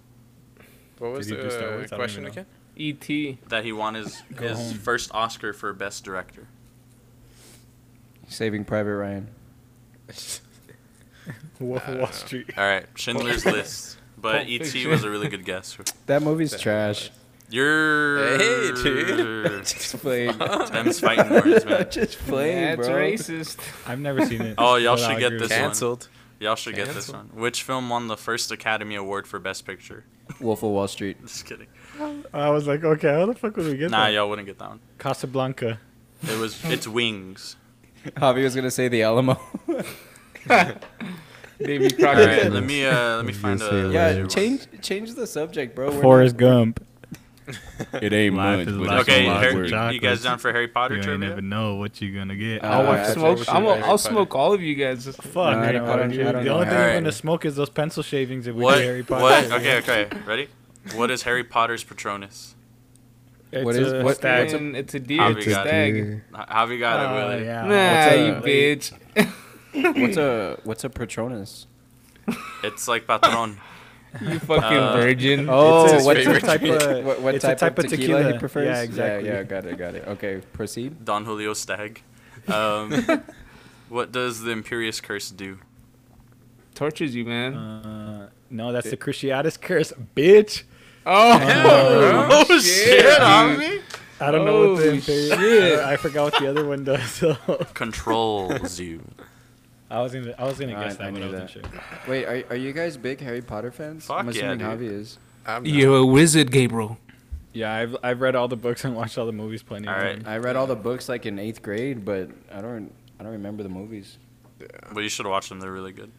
S3: What was
S2: Did he do Star
S3: the uh,
S2: Wars? I don't
S3: question
S2: even know.
S3: again?
S5: E.T.
S8: that he won his
S2: Go
S8: his
S2: home.
S8: first Oscar for Best Director?
S4: Saving Private Ryan.
S6: Wolf
S3: Uh,
S6: of Wall Street.
S8: All right, Schindler's List. But
S5: Pulp
S8: ET
S5: Fiction.
S8: was a really good guess.
S4: That movie's trash.
S8: You're
S3: Hey, dude.
S4: Just playing.
S8: Them's fighting words, man.
S4: Just playing,
S5: That's
S4: bro.
S5: racist.
S2: I've never seen it.
S8: Oh, y'all
S2: but
S8: should
S2: I
S8: get
S2: agree with
S8: this
S2: you.
S3: Cancelled.
S8: Y'all should get this
S3: Cancel.
S8: one. Which film won the first Academy Award for Best Picture?
S4: Wolf of Wall Street.
S8: Just kidding.
S6: I was like, okay, how the fuck would we get
S8: Nah,
S6: that?
S8: y'all wouldn't get that one.
S6: Casablanca.
S8: It was it's Wings.
S4: Javi was gonna say the Alamo.
S5: Davy
S8: All
S5: Crockett.
S8: right, let me uh let me
S7: You
S8: find
S7: say
S8: a
S7: it
S4: yeah,
S7: Where's your-
S4: change change the subject, bro. We're
S2: Forrest Gump.
S10: It ain't
S2: Life
S10: much,
S2: is
S10: but
S2: life.
S10: it's
S8: Okay,
S10: a lot
S8: Harry-
S10: worth.
S8: you guys down for Harry Potter
S2: You ain't
S8: trivia?
S2: never know what you're gonna get.
S4: Uh,
S5: I'll,
S4: Alright,
S5: watch
S4: that's
S5: smoke.
S3: what we
S5: I'm
S3: should
S5: a,
S3: do.
S5: I'll smoke all of you guys.
S6: Fuck,
S4: No, I
S6: Harry
S4: don't- I
S6: Potter.
S4: don't-
S6: dude.
S4: I don't
S6: the
S4: know.
S6: only thing
S8: All
S6: we're
S8: right.
S6: gonna smoke is those pencil shavings if we
S8: What?
S6: do Harry Potter.
S8: What? Okay, okay. Ready? What is Harry Potter's Patronus?
S6: It's
S4: What is-
S6: a
S4: what-
S6: stag.
S5: It's a, it's a deer.
S8: I'll
S5: It's
S8: be
S5: a
S8: got it.
S5: stag.
S8: H- Have you got it,
S6: Oh,
S8: Willie?
S6: yeah.
S5: Nah, you
S4: What's
S5: bitch.
S4: what's a what's a Patronus?
S8: It's like Patron.
S5: You fucking
S8: Uh,
S5: virgin.
S4: Oh,
S3: his
S4: what's
S3: favorite
S4: the type
S6: drink.
S4: of what, what
S6: It's a
S4: type,
S6: type
S4: of
S6: of
S4: tequila, he
S6: tequila.
S4: prefers?
S6: Yeah, exactly.
S4: Yeah, got it, got it. Okay, proceed.
S8: Don Julio Stag. Um, what does the Imperious Curse do?
S5: Tortures you, man.
S6: Uh, no, that's the Cruciatus curse, bitch.
S5: oh,
S8: Oh, shit, homie.
S6: I don't
S8: Oh,
S6: know what the
S5: Holy
S6: imperial.
S5: shit.
S6: I forgot what the other one does. So
S8: Controls you.
S6: I was gonna, I was gonna
S4: I-
S6: guess
S4: I
S6: that, but
S4: knew
S6: I wasn't
S4: that.
S6: sure.
S4: Wait, are, are you guys big Harry Potter fans?
S8: Fuck
S4: I'm
S8: yeah,
S4: assuming
S8: dude.
S4: Javi is.
S3: I'm not.
S5: You're a wizard, Gabriel.
S6: Yeah, I've, I've read all the books and watched all the movies plenty.
S8: All
S6: of
S8: right.
S6: times.
S4: I read all the books like in eighth grade, but I don't I don't remember the movies.
S8: Well, you should watch them. They're really good.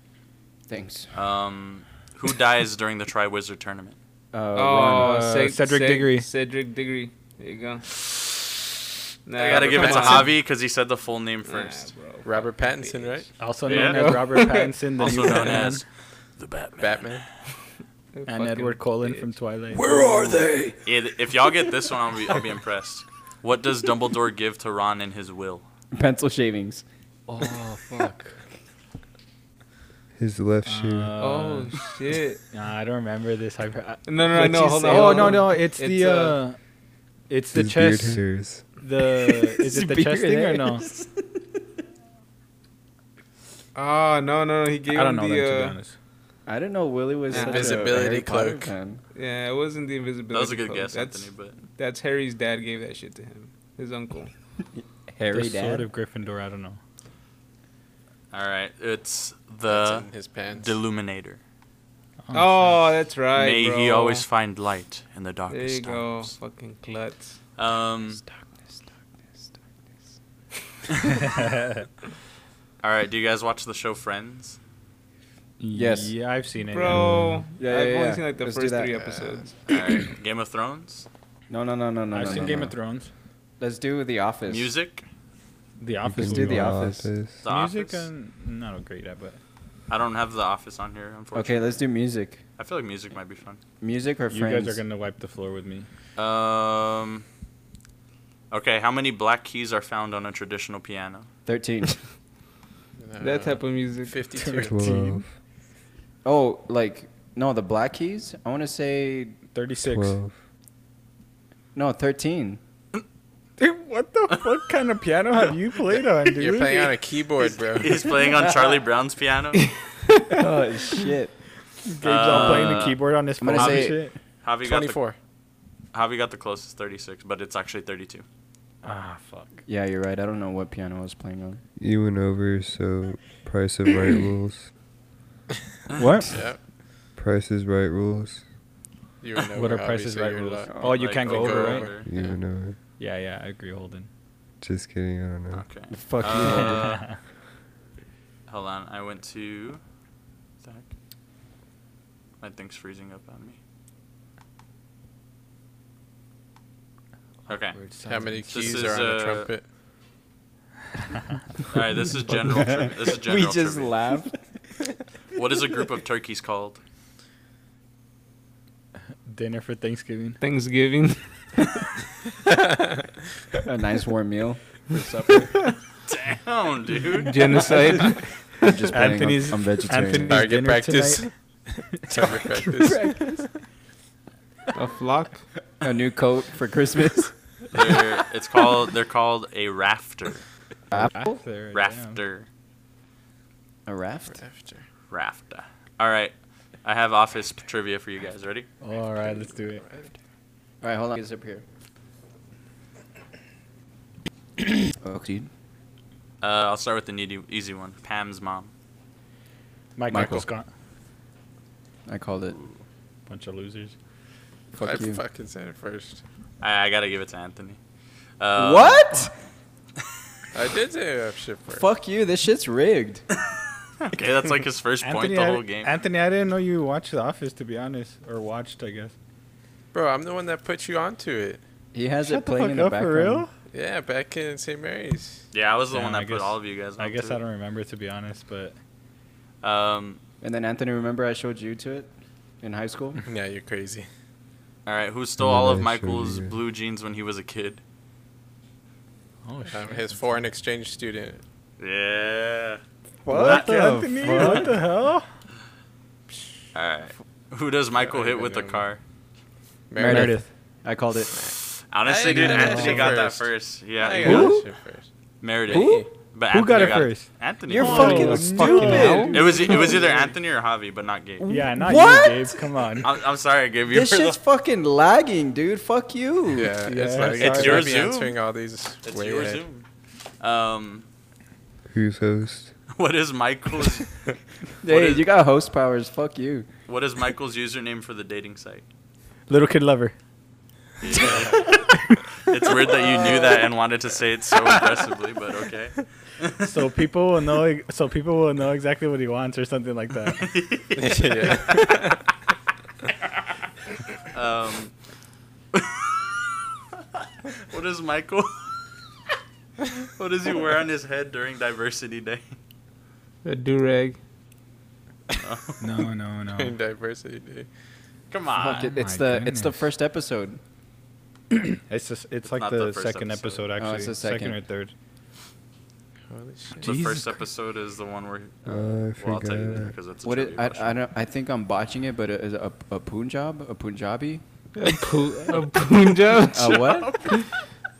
S4: Thanks.
S8: Um, who dies during the Triwizard Tournament?
S4: Uh,
S5: Oh,
S4: Ron.
S5: Ced-
S6: Cedric
S5: Ced-
S6: Diggory.
S5: Cedric Diggory. There you go. Nah,
S8: I gotta give it
S5: come
S8: to
S5: on.
S8: Javi because he said the full name
S5: Nah,
S8: first.
S5: bro.
S3: Robert Pattinson, right?
S6: Also
S8: Yeah.
S6: known as Robert Pattinson, the
S8: Also
S6: new
S8: known
S6: Batman,
S8: as the Batman.
S3: Batman.
S5: You
S6: and
S5: fucking
S6: Edward Cullen
S5: bitch.
S6: from Twilight.
S8: It- if y'all get this one, I'll be, I'll be impressed. What does Dumbledore give to Ron in his will?
S4: pencil shavings.
S5: Oh fuck.
S7: His left
S6: Uh,
S7: shoe.
S5: oh shit.
S6: Nah, I don't remember this. I've, I,
S5: No, no,
S6: What'd
S5: no.
S6: you
S5: Hold
S6: say?
S5: on.
S6: Oh
S5: hold
S6: no,
S5: on.
S6: no, it's, the
S5: uh,
S6: uh, it's the
S7: his beard
S6: chest.
S7: hairs.
S6: The Uh, is it the
S4: His
S6: chest
S4: beard
S6: thing or no?
S5: Oh no, no, no. He gave
S6: I don't
S5: him the.
S6: know that to be
S5: uh,
S6: honest.
S4: I didn't know Willie was such a
S3: Invisibility
S4: Harry Potter
S3: cloak.
S4: fan.
S5: Yeah, it wasn't the invisibility.
S8: That was a good
S5: cloak.
S8: guess,
S5: That's,
S8: Anthony,
S5: that's Harry's dad gave that shit to him. His uncle.
S4: Harry
S2: the sword
S4: Dad.
S2: of Gryffindor. I don't know.
S8: but. Alright, it's
S3: That's
S8: Uh, the
S3: in his pants.
S8: Deluminator.
S5: Oh, that's right.
S8: May he
S5: bro.
S8: always find light in the
S5: There
S8: darkest
S5: you go,
S8: times.
S5: fucking klutz.
S8: Um,
S5: Darkness, darkness, darkness.
S6: Um,
S8: Alright, do you guys watch the show Friends?
S4: Yes.
S2: Yeah, I've seen it.
S5: Bro,
S4: Yeah,
S5: I've
S4: yeah,
S5: only
S4: yeah.
S5: seen like the
S4: Let's do
S5: first
S4: that.
S5: three episodes.
S8: Uh, Alright, Game of Thrones?
S4: No, no, no, no, no.
S2: I've
S4: no,
S2: seen
S4: no,
S2: Game
S4: no.
S2: of Thrones.
S4: Let's do The Office.
S8: Music?
S2: The Office.
S4: Let's do
S2: would be
S4: The
S2: one.
S4: Office.
S8: The
S2: Music,
S8: Office?
S2: I'm not great at, but
S8: I don't have The Office on here, unfortunately.
S4: Okay, let's do music.
S8: I feel like music might be fun.
S4: Music or
S2: you
S4: friends?
S2: guys are gonna wipe the floor with me.
S8: Um. Okay, how many black keys are found on a traditional piano?
S4: Thirteen.
S3: Uh,
S8: uh,
S5: that type of music.
S3: 52.
S7: 12,
S4: oh, like no, the Black Keys. I want to say
S2: Thirty-six.
S7: 12.
S4: no, thirteen.
S6: Dude, what the fuck kind of piano have you played on, dude?
S3: You're playing on a keyboard, bro.
S8: He's playing on Charlie Brown's piano.
S4: oh shit!
S6: Gabe's all playing the
S8: Uh,
S6: keyboard on his
S4: I'm
S6: phone.
S4: gonna
S6: and
S4: say-
S6: shit.
S8: Javi got, the,
S3: 24.
S8: Javi got the closest 36, but it's actually 32.
S6: Ah, fuck.
S4: Yeah, you're right. I don't know what piano I was playing on.
S7: You went over, so price of right rules.
S4: What?
S3: Yep.
S7: Price is right rules.
S3: You would know
S2: What are
S3: how
S2: prices
S3: obviously
S2: right
S3: you're
S2: rules?
S3: luck-
S2: Oh, you
S8: Like,
S2: can't go
S3: like,
S2: over,
S3: go
S2: right?
S3: over.
S7: You
S3: Yeah.
S7: went over.
S2: Yeah, yeah, I agree, Holden.
S7: Just kidding, I don't know.
S8: Okay.
S4: Fuck you.
S8: Uh, hold on, I went to. What the heck? My thing's freezing up on me. Okay.
S3: How many
S8: This
S3: keys
S8: is,
S3: are on
S8: uh,
S3: a trumpet?
S8: All right. This is general. tri- this is general.
S4: we just
S8: trivia.
S4: laughed.
S8: What is a group of turkeys called?
S2: Dinner for Thanksgiving.
S5: Thanksgiving.
S4: a nice warm meal.
S8: Damn, dude.
S5: Genocide.
S4: I'm just playing.
S6: Anthony's-
S4: I'm, I'm vegetarian.
S6: Anthony-
S3: Target
S6: dinner
S3: practice.
S6: tonight.
S3: Target practice.
S5: a flock.
S4: A new coat for Christmas.
S8: They're, it's called. They're called a rafter.
S4: Apple.
S2: There, damn.
S8: Rafter.
S4: A raft.
S3: After.
S8: Rafter. All right. I have office trivia for you guys. Ready?
S2: All right, let's do it.
S4: All right, hold on. It's up here. oh, dude.
S8: Uh, I'll start with the needy, easy one. Pam's mom.
S2: Mike
S4: Michael.
S2: Michael's gone.
S4: I called it.
S2: Bunch of losers.
S4: Fuck
S3: I
S4: you.
S3: fucking said it first.
S8: I, I gotta give it to Anthony. Uh,
S4: what?
S3: I did say that shit first.
S4: Fuck you. This shit's rigged.
S8: Okay, that's like his first point the
S6: I,
S8: whole game.
S6: Anthony, I didn't know you watched The Office, to be honest, or watched, I guess.
S3: Bro, I'm the one that put you onto it.
S4: He has
S6: Shut
S4: it playing
S6: fuck
S4: in the
S6: up,
S4: background.
S6: for real?
S3: Yeah, back in St. Mary's.
S8: Yeah, I was the
S2: Yeah,
S8: one
S2: I
S8: that put
S2: guess-
S8: all of you guys.
S2: I guess I
S8: onto
S2: don't remember to be honest, but
S8: it. Um,
S4: And then Anthony, remember I showed you to it in high school?
S3: Yeah, you're crazy.
S8: all right, who stole
S7: And then
S8: all
S7: I
S8: of
S7: showed
S8: Michael's
S7: you.
S8: blue jeans when he was a kid?
S2: oh
S3: I'm Um, his foreign exchange student.
S8: Yeah.
S6: What,
S8: the
S6: Anthony? What the hell?
S8: All right. Who does Michael hit with the car?
S3: Meredith.
S4: I called it.
S8: Honestly, dude,
S3: got that
S8: Anthony
S3: shit
S8: got that
S3: first.
S8: first. Yeah,
S3: I
S8: he
S3: got
S8: got
S3: that shit first.
S8: Meredith.
S4: Who?
S8: But
S6: Who got
S8: Anthony
S6: it first?
S8: Anthony.
S4: You're
S8: got it.
S4: fucking stupid.
S8: It was it was either Anthony or Javi, but not Gabe.
S2: Yeah, not
S4: What?
S2: you, Gabe. Come on.
S8: I'm, I'm sorry, Gabe. You
S4: This
S8: were the-
S4: shit's fucking lagging, dude. Fuck you.
S3: Yeah, it's
S6: Yeah,
S3: like
S6: it's
S3: it's
S8: your
S3: your be
S8: Zoom.
S3: answering all these.
S8: it's
S3: way
S8: your
S3: ahead.
S8: Zoom. Um,
S7: Who's host?
S8: what is Michael's What
S4: Hey,
S8: is-
S4: you got host powers. Fuck you.
S8: what is Michael's username for the dating site?
S6: Little Kid Lover.
S8: It's weird that you knew that and wanted to say it so aggressively, but okay.
S6: So people will know. e-, So people will know exactly what he wants, or something like that.
S3: yeah.
S8: Um, what is Michael? what does he wear on his head during Diversity Day?
S5: A do rag.
S2: No, no, no.
S3: Diversity day.
S8: Come on.
S4: Fuck it. It's
S2: my
S4: the it's the
S2: goodness.
S4: first episode.
S6: It's just. It's like
S8: not
S6: the,
S8: the first
S6: second
S8: episode.
S6: episode, actually.
S4: Oh, it's the second.
S6: or third.
S3: Holy shit.
S8: The
S2: Jesus
S8: first
S2: Christ.
S8: episode is the one where.
S7: Uh, I
S8: well, I'll tell you later
S7: forgot.
S8: because it's a
S4: What it,
S8: trivia
S4: I,
S8: question.
S4: I don't I think I'm botching it, but it is a, a Punjab, a Punjabi,
S5: A, poo, a punjab.
S4: a what?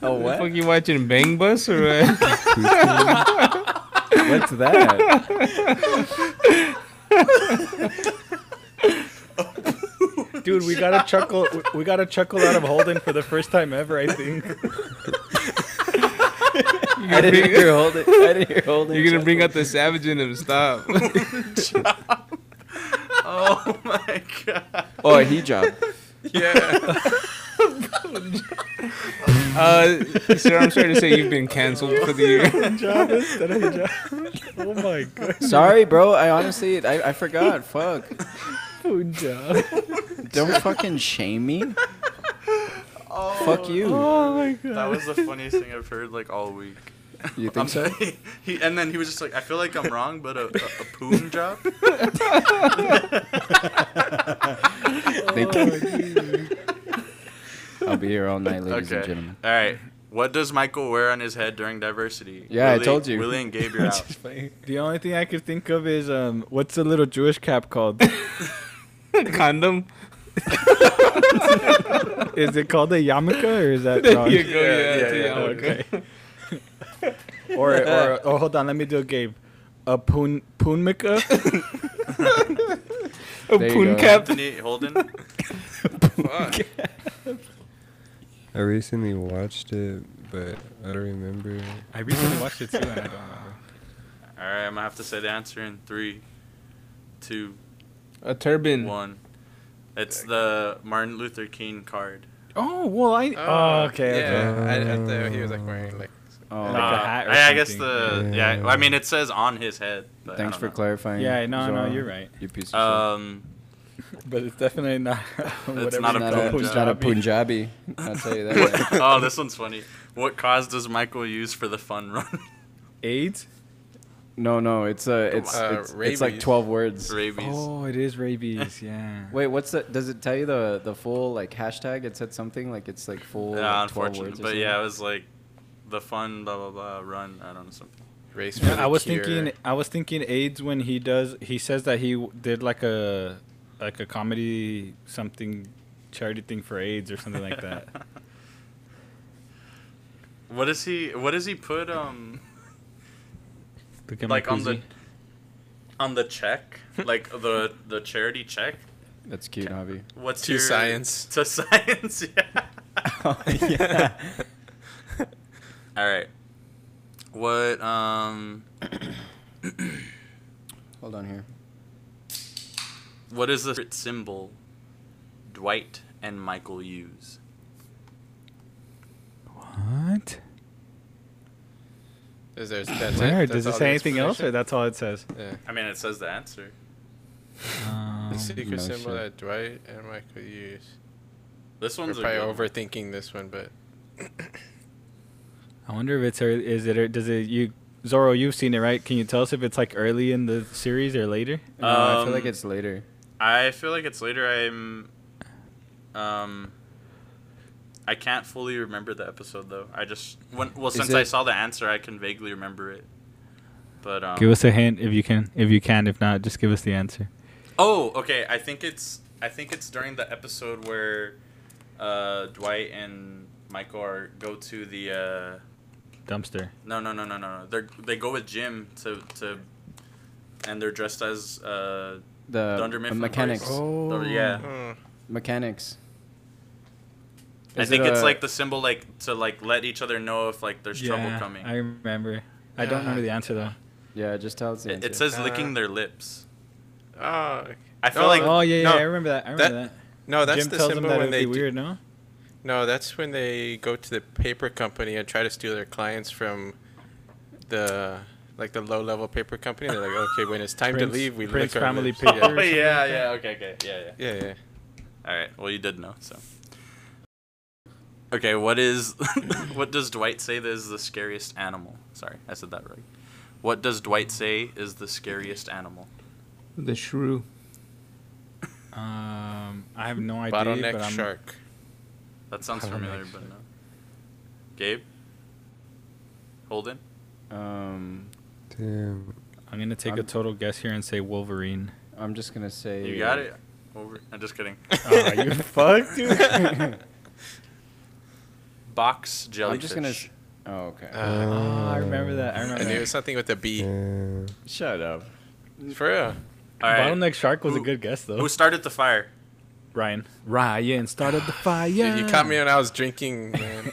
S4: a what?
S5: Fuck you watching Bang Bus or what?
S4: What's that?
S6: Dude, we got a chuckle. we- We got a chuckle out of Holden for the first time ever. I think.
S4: I didn't hear hold it. I didn't hear hold it.
S5: You're gonna bring out the savage in him. Stop.
S8: Oh my god.
S4: Oh, a he job.
S6: Oh,
S5: Uh, sir, I'm sorry to say you've been canceled for the year.
S6: Hijab instead of hijab. Oh my god,
S4: Sorry, bro. I honestly, I, I forgot. Fuck.
S6: hijab.
S4: Don't fucking shame me. Fuck you.
S6: Oh my god.
S8: That was the funniest thing I've heard like all week.
S4: You
S8: I'm
S4: think so?
S8: sorry. He, and then he was just like, I feel like I'm wrong, but a, a, a poon job?
S4: Thank you.
S8: Oh,
S4: I'll be here all night, ladies and gentlemen.
S8: All right. What does Michael wear on his head during diversity?
S4: Yeah, I told you.
S8: Willie and Gabe, you're out.
S6: The only thing I could think of is um, what's the little Jewish cap called?
S5: Condom.
S6: is it called a yarmulke or is that
S5: There
S6: wrong?
S5: you go. Yeah,
S6: yeah,
S5: yeah,
S6: yeah, or, or or hold on, let me do a Gabe. A poon poonmika.
S5: A
S4: There you
S5: poon
S4: go.
S5: cap.
S8: Anthony Holden.
S7: I recently watched it, but I don't remember.
S6: I recently watched it too, and I don't remember.
S8: All right, I'm gonna have to say the answer in three, two,
S5: A turban.
S8: one. It's the Martin Luther King card.
S6: Oh well, I.
S3: Oh,
S6: Oh, okay. Uh, okay.
S3: Yeah, I, I thought he was like wearing like.
S4: Oh,
S6: Like a hat or
S8: Uh, I, I guess
S6: something.
S8: the yeah. I mean, it says on his head. But I
S4: thanks
S8: don't
S4: for
S8: know.
S4: clarifying.
S6: Yeah, no, no,
S4: Zara,
S6: you're right.
S4: You piece of
S8: Um,
S6: But it's definitely not. whatever
S8: not
S4: shit.
S8: a Punjabi.
S4: It's not, a, it's not a Punjabi. I'll tell you that.
S8: oh, this one's funny. What cause does Michael use for the fun run?
S6: AIDS.
S4: No, no, it's uh, it's
S3: Uh,
S4: it's, it's like
S3: rabies.
S4: twelve words.
S8: Rabies.
S6: Oh, it is rabies. Yeah.
S4: Wait, what's the? Does it tell you the the full like hashtag? It said something like it's like full.
S8: yeah,
S4: like, 12
S8: unfortunate.
S4: words or
S8: But yeah, it
S4: something?
S8: was like the fun blah blah blah run. I don't know something.
S3: Race for
S6: Yeah,
S3: the
S6: I was
S3: cure.
S6: thinking. I was thinking AIDS when he does. He says that he w- did like a, like a comedy something, charity thing for AIDS or something like that.
S8: What does he? What does he put? Um,
S6: Look at my
S8: like on the
S6: koozie.
S8: on the check, like the the charity check.
S4: That's cute, Javi.
S8: What's
S3: To
S8: your
S3: science.
S8: To science. Yeah.
S4: yeah.
S8: All right. What um
S4: Hold on here.
S8: what is the secret symbol Dwight and Michael use?
S6: What?
S3: Is there, that's
S6: Where
S3: it? That's
S6: does it say
S3: all the
S6: anything else, or
S3: explanation?
S6: that's all it says?
S3: Yeah.
S8: I mean, it says the answer.
S6: Um, Oh,
S3: The secret
S4: no
S3: symbol
S4: shit.
S3: that Dwight and Michael use.
S8: This
S3: We're
S8: one's a
S3: probably
S8: good one.
S3: overthinking this one, but
S6: I wonder if it's or is it or does it you Zorro? You've seen it, right? Can you tell us if it's like early in the series or later?
S4: No, I
S8: Um,
S4: feel like it's later.
S8: I feel like it's later. I'm um I can't fully remember the episode though. I just when well since I
S4: it-
S8: saw the answer, I can vaguely remember it. But um
S6: Give us a hint if you can. If you can, if not, just give us the answer.
S8: Oh, okay. I think it's I think it's during the episode where uh, Dwight and Michael are go to the uh,
S6: Dumpster.
S8: no no no no no no they they go with Jim to to and they're dressed as uh,
S4: The,
S8: Dunder
S4: the
S8: Mifflin
S4: mechanics.
S8: boys. Oh, yeah.
S3: Mm.
S4: Mechanics.
S8: I
S4: Is
S8: think
S4: it
S8: it's
S4: a-
S8: like the symbol like to like let each other know if like there's trouble coming.
S6: I remember. I don't remember the answer though.
S4: Yeah, just tell us the
S8: it,
S4: answer.
S8: it says
S3: Uh,
S8: licking their lips.
S3: oh, okay.
S8: I feel
S3: Oh,
S8: like
S6: Oh yeah, yeah,
S3: No,
S6: I remember that. I remember that.
S3: that- no, that's
S6: Jim
S3: the
S6: tells
S3: symbol
S6: them that
S3: when
S6: it
S3: they
S6: would
S3: do-
S6: be weird, no?
S3: no, that's when they go to the paper company and try to steal their clients from the like the low level paper company. They're like, okay, when it's time
S6: Prince-
S3: to leave, we
S6: Prince
S3: lick our
S6: family
S3: lips.
S6: paper.
S3: Yeah.
S8: oh yeah yeah okay okay yeah yeah.
S3: yeah, yeah.
S8: All right. Well, you did know, so. Okay, what is what does Dwight say that is the scariest animal? Sorry, I said that right. What does Dwight say is the scariest animal?
S5: The shrew.
S6: Um, I have no idea. but
S3: Bottleneck
S6: I'm-
S3: shark.
S8: That sounds familiar, but no. Gabe? Holden?
S4: Um,
S7: Damn.
S5: E.
S6: I'm gonna take
S4: I'm-
S6: a total guess here and say Wolverine.
S4: I'm just gonna say.
S8: You got it? Over I'm just kidding.
S6: oh, you fucked, dude.
S8: Box jellyfish.
S4: I'm just gonna. s- Oh, okay.
S3: Uh,
S6: Oh, I remember that. I
S3: I
S6: remember.
S3: knew it
S6: That.
S3: was something with a B.
S7: Damn.
S4: Shut up.
S3: For real.
S8: All right.
S6: Bottleneck shark was a
S8: Who-
S6: good guess though.
S8: Who started the fire?
S6: Ryan. Ryan started the fire.
S3: Dude, you caught me when I was drinking, man.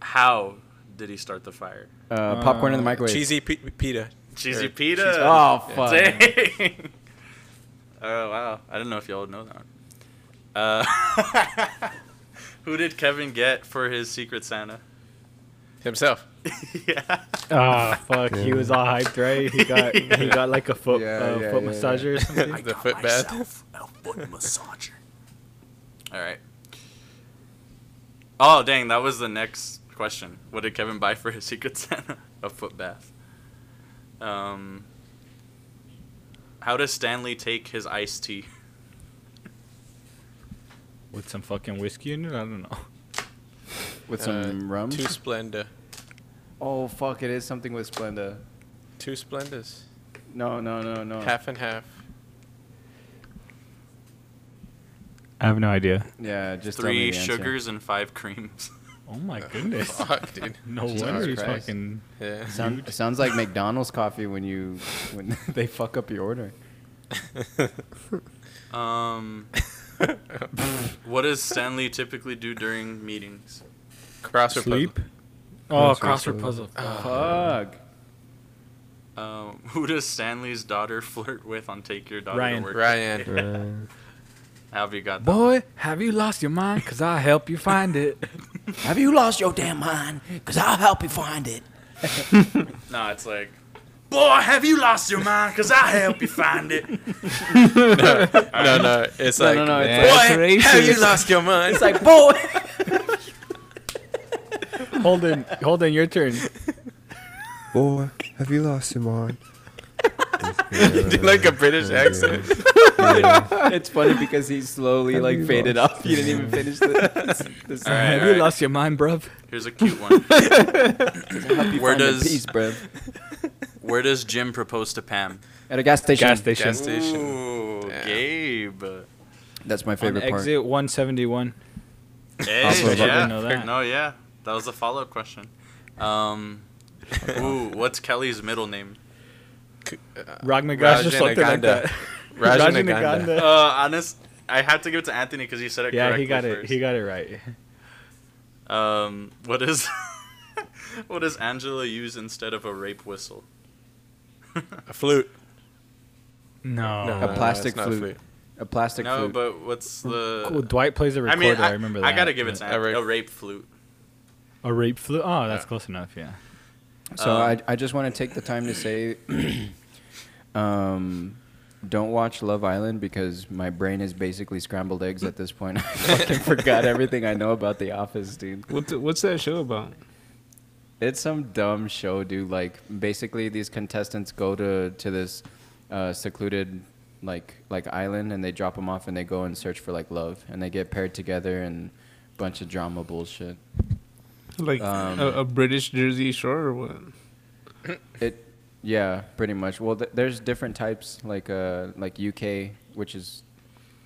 S8: How did he start the fire?
S4: Uh, popcorn in the microwave.
S3: Cheesy p- pita.
S8: Cheesy
S3: Or
S8: pita.
S3: cheese-
S4: Oh, fuck.
S8: Dang. oh wow! I didn't know if y'all would know that. Uh, who did Kevin get for his Secret Santa?
S3: Himself.
S8: yeah.
S6: Ah, fuck. He was all hyped, right? He got he got like a foot
S7: Yeah,
S6: uh,
S7: yeah,
S6: foot
S7: yeah,
S6: massager or something.
S3: the foot bath.
S1: massager.
S8: All right. Oh dang! That was the next question. What did Kevin buy for his Secret Santa? A foot bath. Um. How does Stanley take his iced tea?
S6: With some fucking whiskey in it? I don't know.
S4: with some rum.
S3: Uh, Two Splenda.
S4: Oh fuck! It is something with Splenda.
S3: Two Splendas.
S4: No, no, no, no.
S3: Half and half.
S6: I have no idea.
S4: Yeah, just tell me
S8: Three
S4: the answer.
S8: sugars and five creams.
S6: Oh my goodness.
S3: Fuck, dude.
S6: No
S4: Jesus
S6: wonder he's
S4: Christ.
S6: fucking.
S3: Yeah.
S4: Sound, sounds like McDonald's coffee when you when they fuck up your order.
S8: Um, what does Stanley typically do during meetings?
S3: Cross
S6: Sleep?
S7: Oh,
S2: Oh,
S7: crossword
S2: crossword puzzle.
S4: Fuck.
S8: Um, who does Stanley's daughter flirt with on Take Your Daughter
S6: Ryan.
S8: to Work?
S3: Ryan.
S7: Right.
S8: Have you got that?
S2: Boy, have you lost your mind? Cause I'll help you find it.
S11: Have you lost your damn mind? Because I'll help you find it.
S8: No, it's like,
S1: Boy, have you lost your mind? Cause I help you find it.
S3: No, no. It's like.
S4: no, no, it's
S5: That's
S3: Boy, have you
S5: racist.
S3: lost your mind? It's like,
S6: Holden, Holden, your turn.
S7: Boy, have you lost your mind?
S3: like a British accent.
S4: It's funny because he slowly like
S7: you
S4: faded off. You didn't even finish the. the
S8: all right,
S2: have
S8: all
S2: you
S8: right.
S2: lost your mind, bruv?
S8: Here's a cute one. Where does-
S4: piece, bro?
S8: Where does Jim propose to Pam?
S4: At a gas station.
S6: Gas station.
S3: Gas station.
S8: Ooh,
S3: Damn.
S8: Gabe.
S4: That's my
S6: On
S4: favorite part.
S6: exit 171.
S8: Hey,
S6: Also, I didn't
S8: yeah.
S6: know that.
S8: No, yeah. That was a follow-up question. Um, ooh, what's Kelly's middle name?
S6: Ragnagas or
S3: Rajan
S6: something like
S3: Aganda.
S6: that.
S3: Rajanaganda.
S8: Uh,
S6: Oh,
S8: honest, I have to give it to Anthony because he said it
S6: Yeah,
S8: correctly
S6: he got it.
S8: first.
S6: He got it right.
S8: Um, what is what does Angela use instead of a rape whistle?
S3: A flute.
S6: No.
S3: No, no, no,
S4: plastic
S3: it's not
S4: flute. A plastic
S8: no,
S4: flute.
S8: but what's the?
S6: Cool, Dwight plays a
S8: I
S6: recorder. I,
S8: mean, I,
S6: remember that.
S8: I gotta give it to
S3: A
S8: Ant- a rape,
S3: rape-
S8: flute.
S6: A rape flute? Oh, that's close enough, yeah.
S4: So
S8: Um,
S4: I, I just want to take the time to say, um, don't watch Love Island because my brain is basically scrambled eggs at this point. I fucking forgot everything I know about The Office, dude.
S5: What's what's that show about?
S4: It's some dumb show, dude. Like basically, these contestants go to to this uh, secluded like like island, and they drop them off, and they go and search for like love, and they get paired together and bunch of drama bullshit.
S5: Like
S4: Um,
S5: a, a British Jersey Shore or what?
S4: It, yeah, pretty much. Well, th- there's different types, like uh, like UK, which is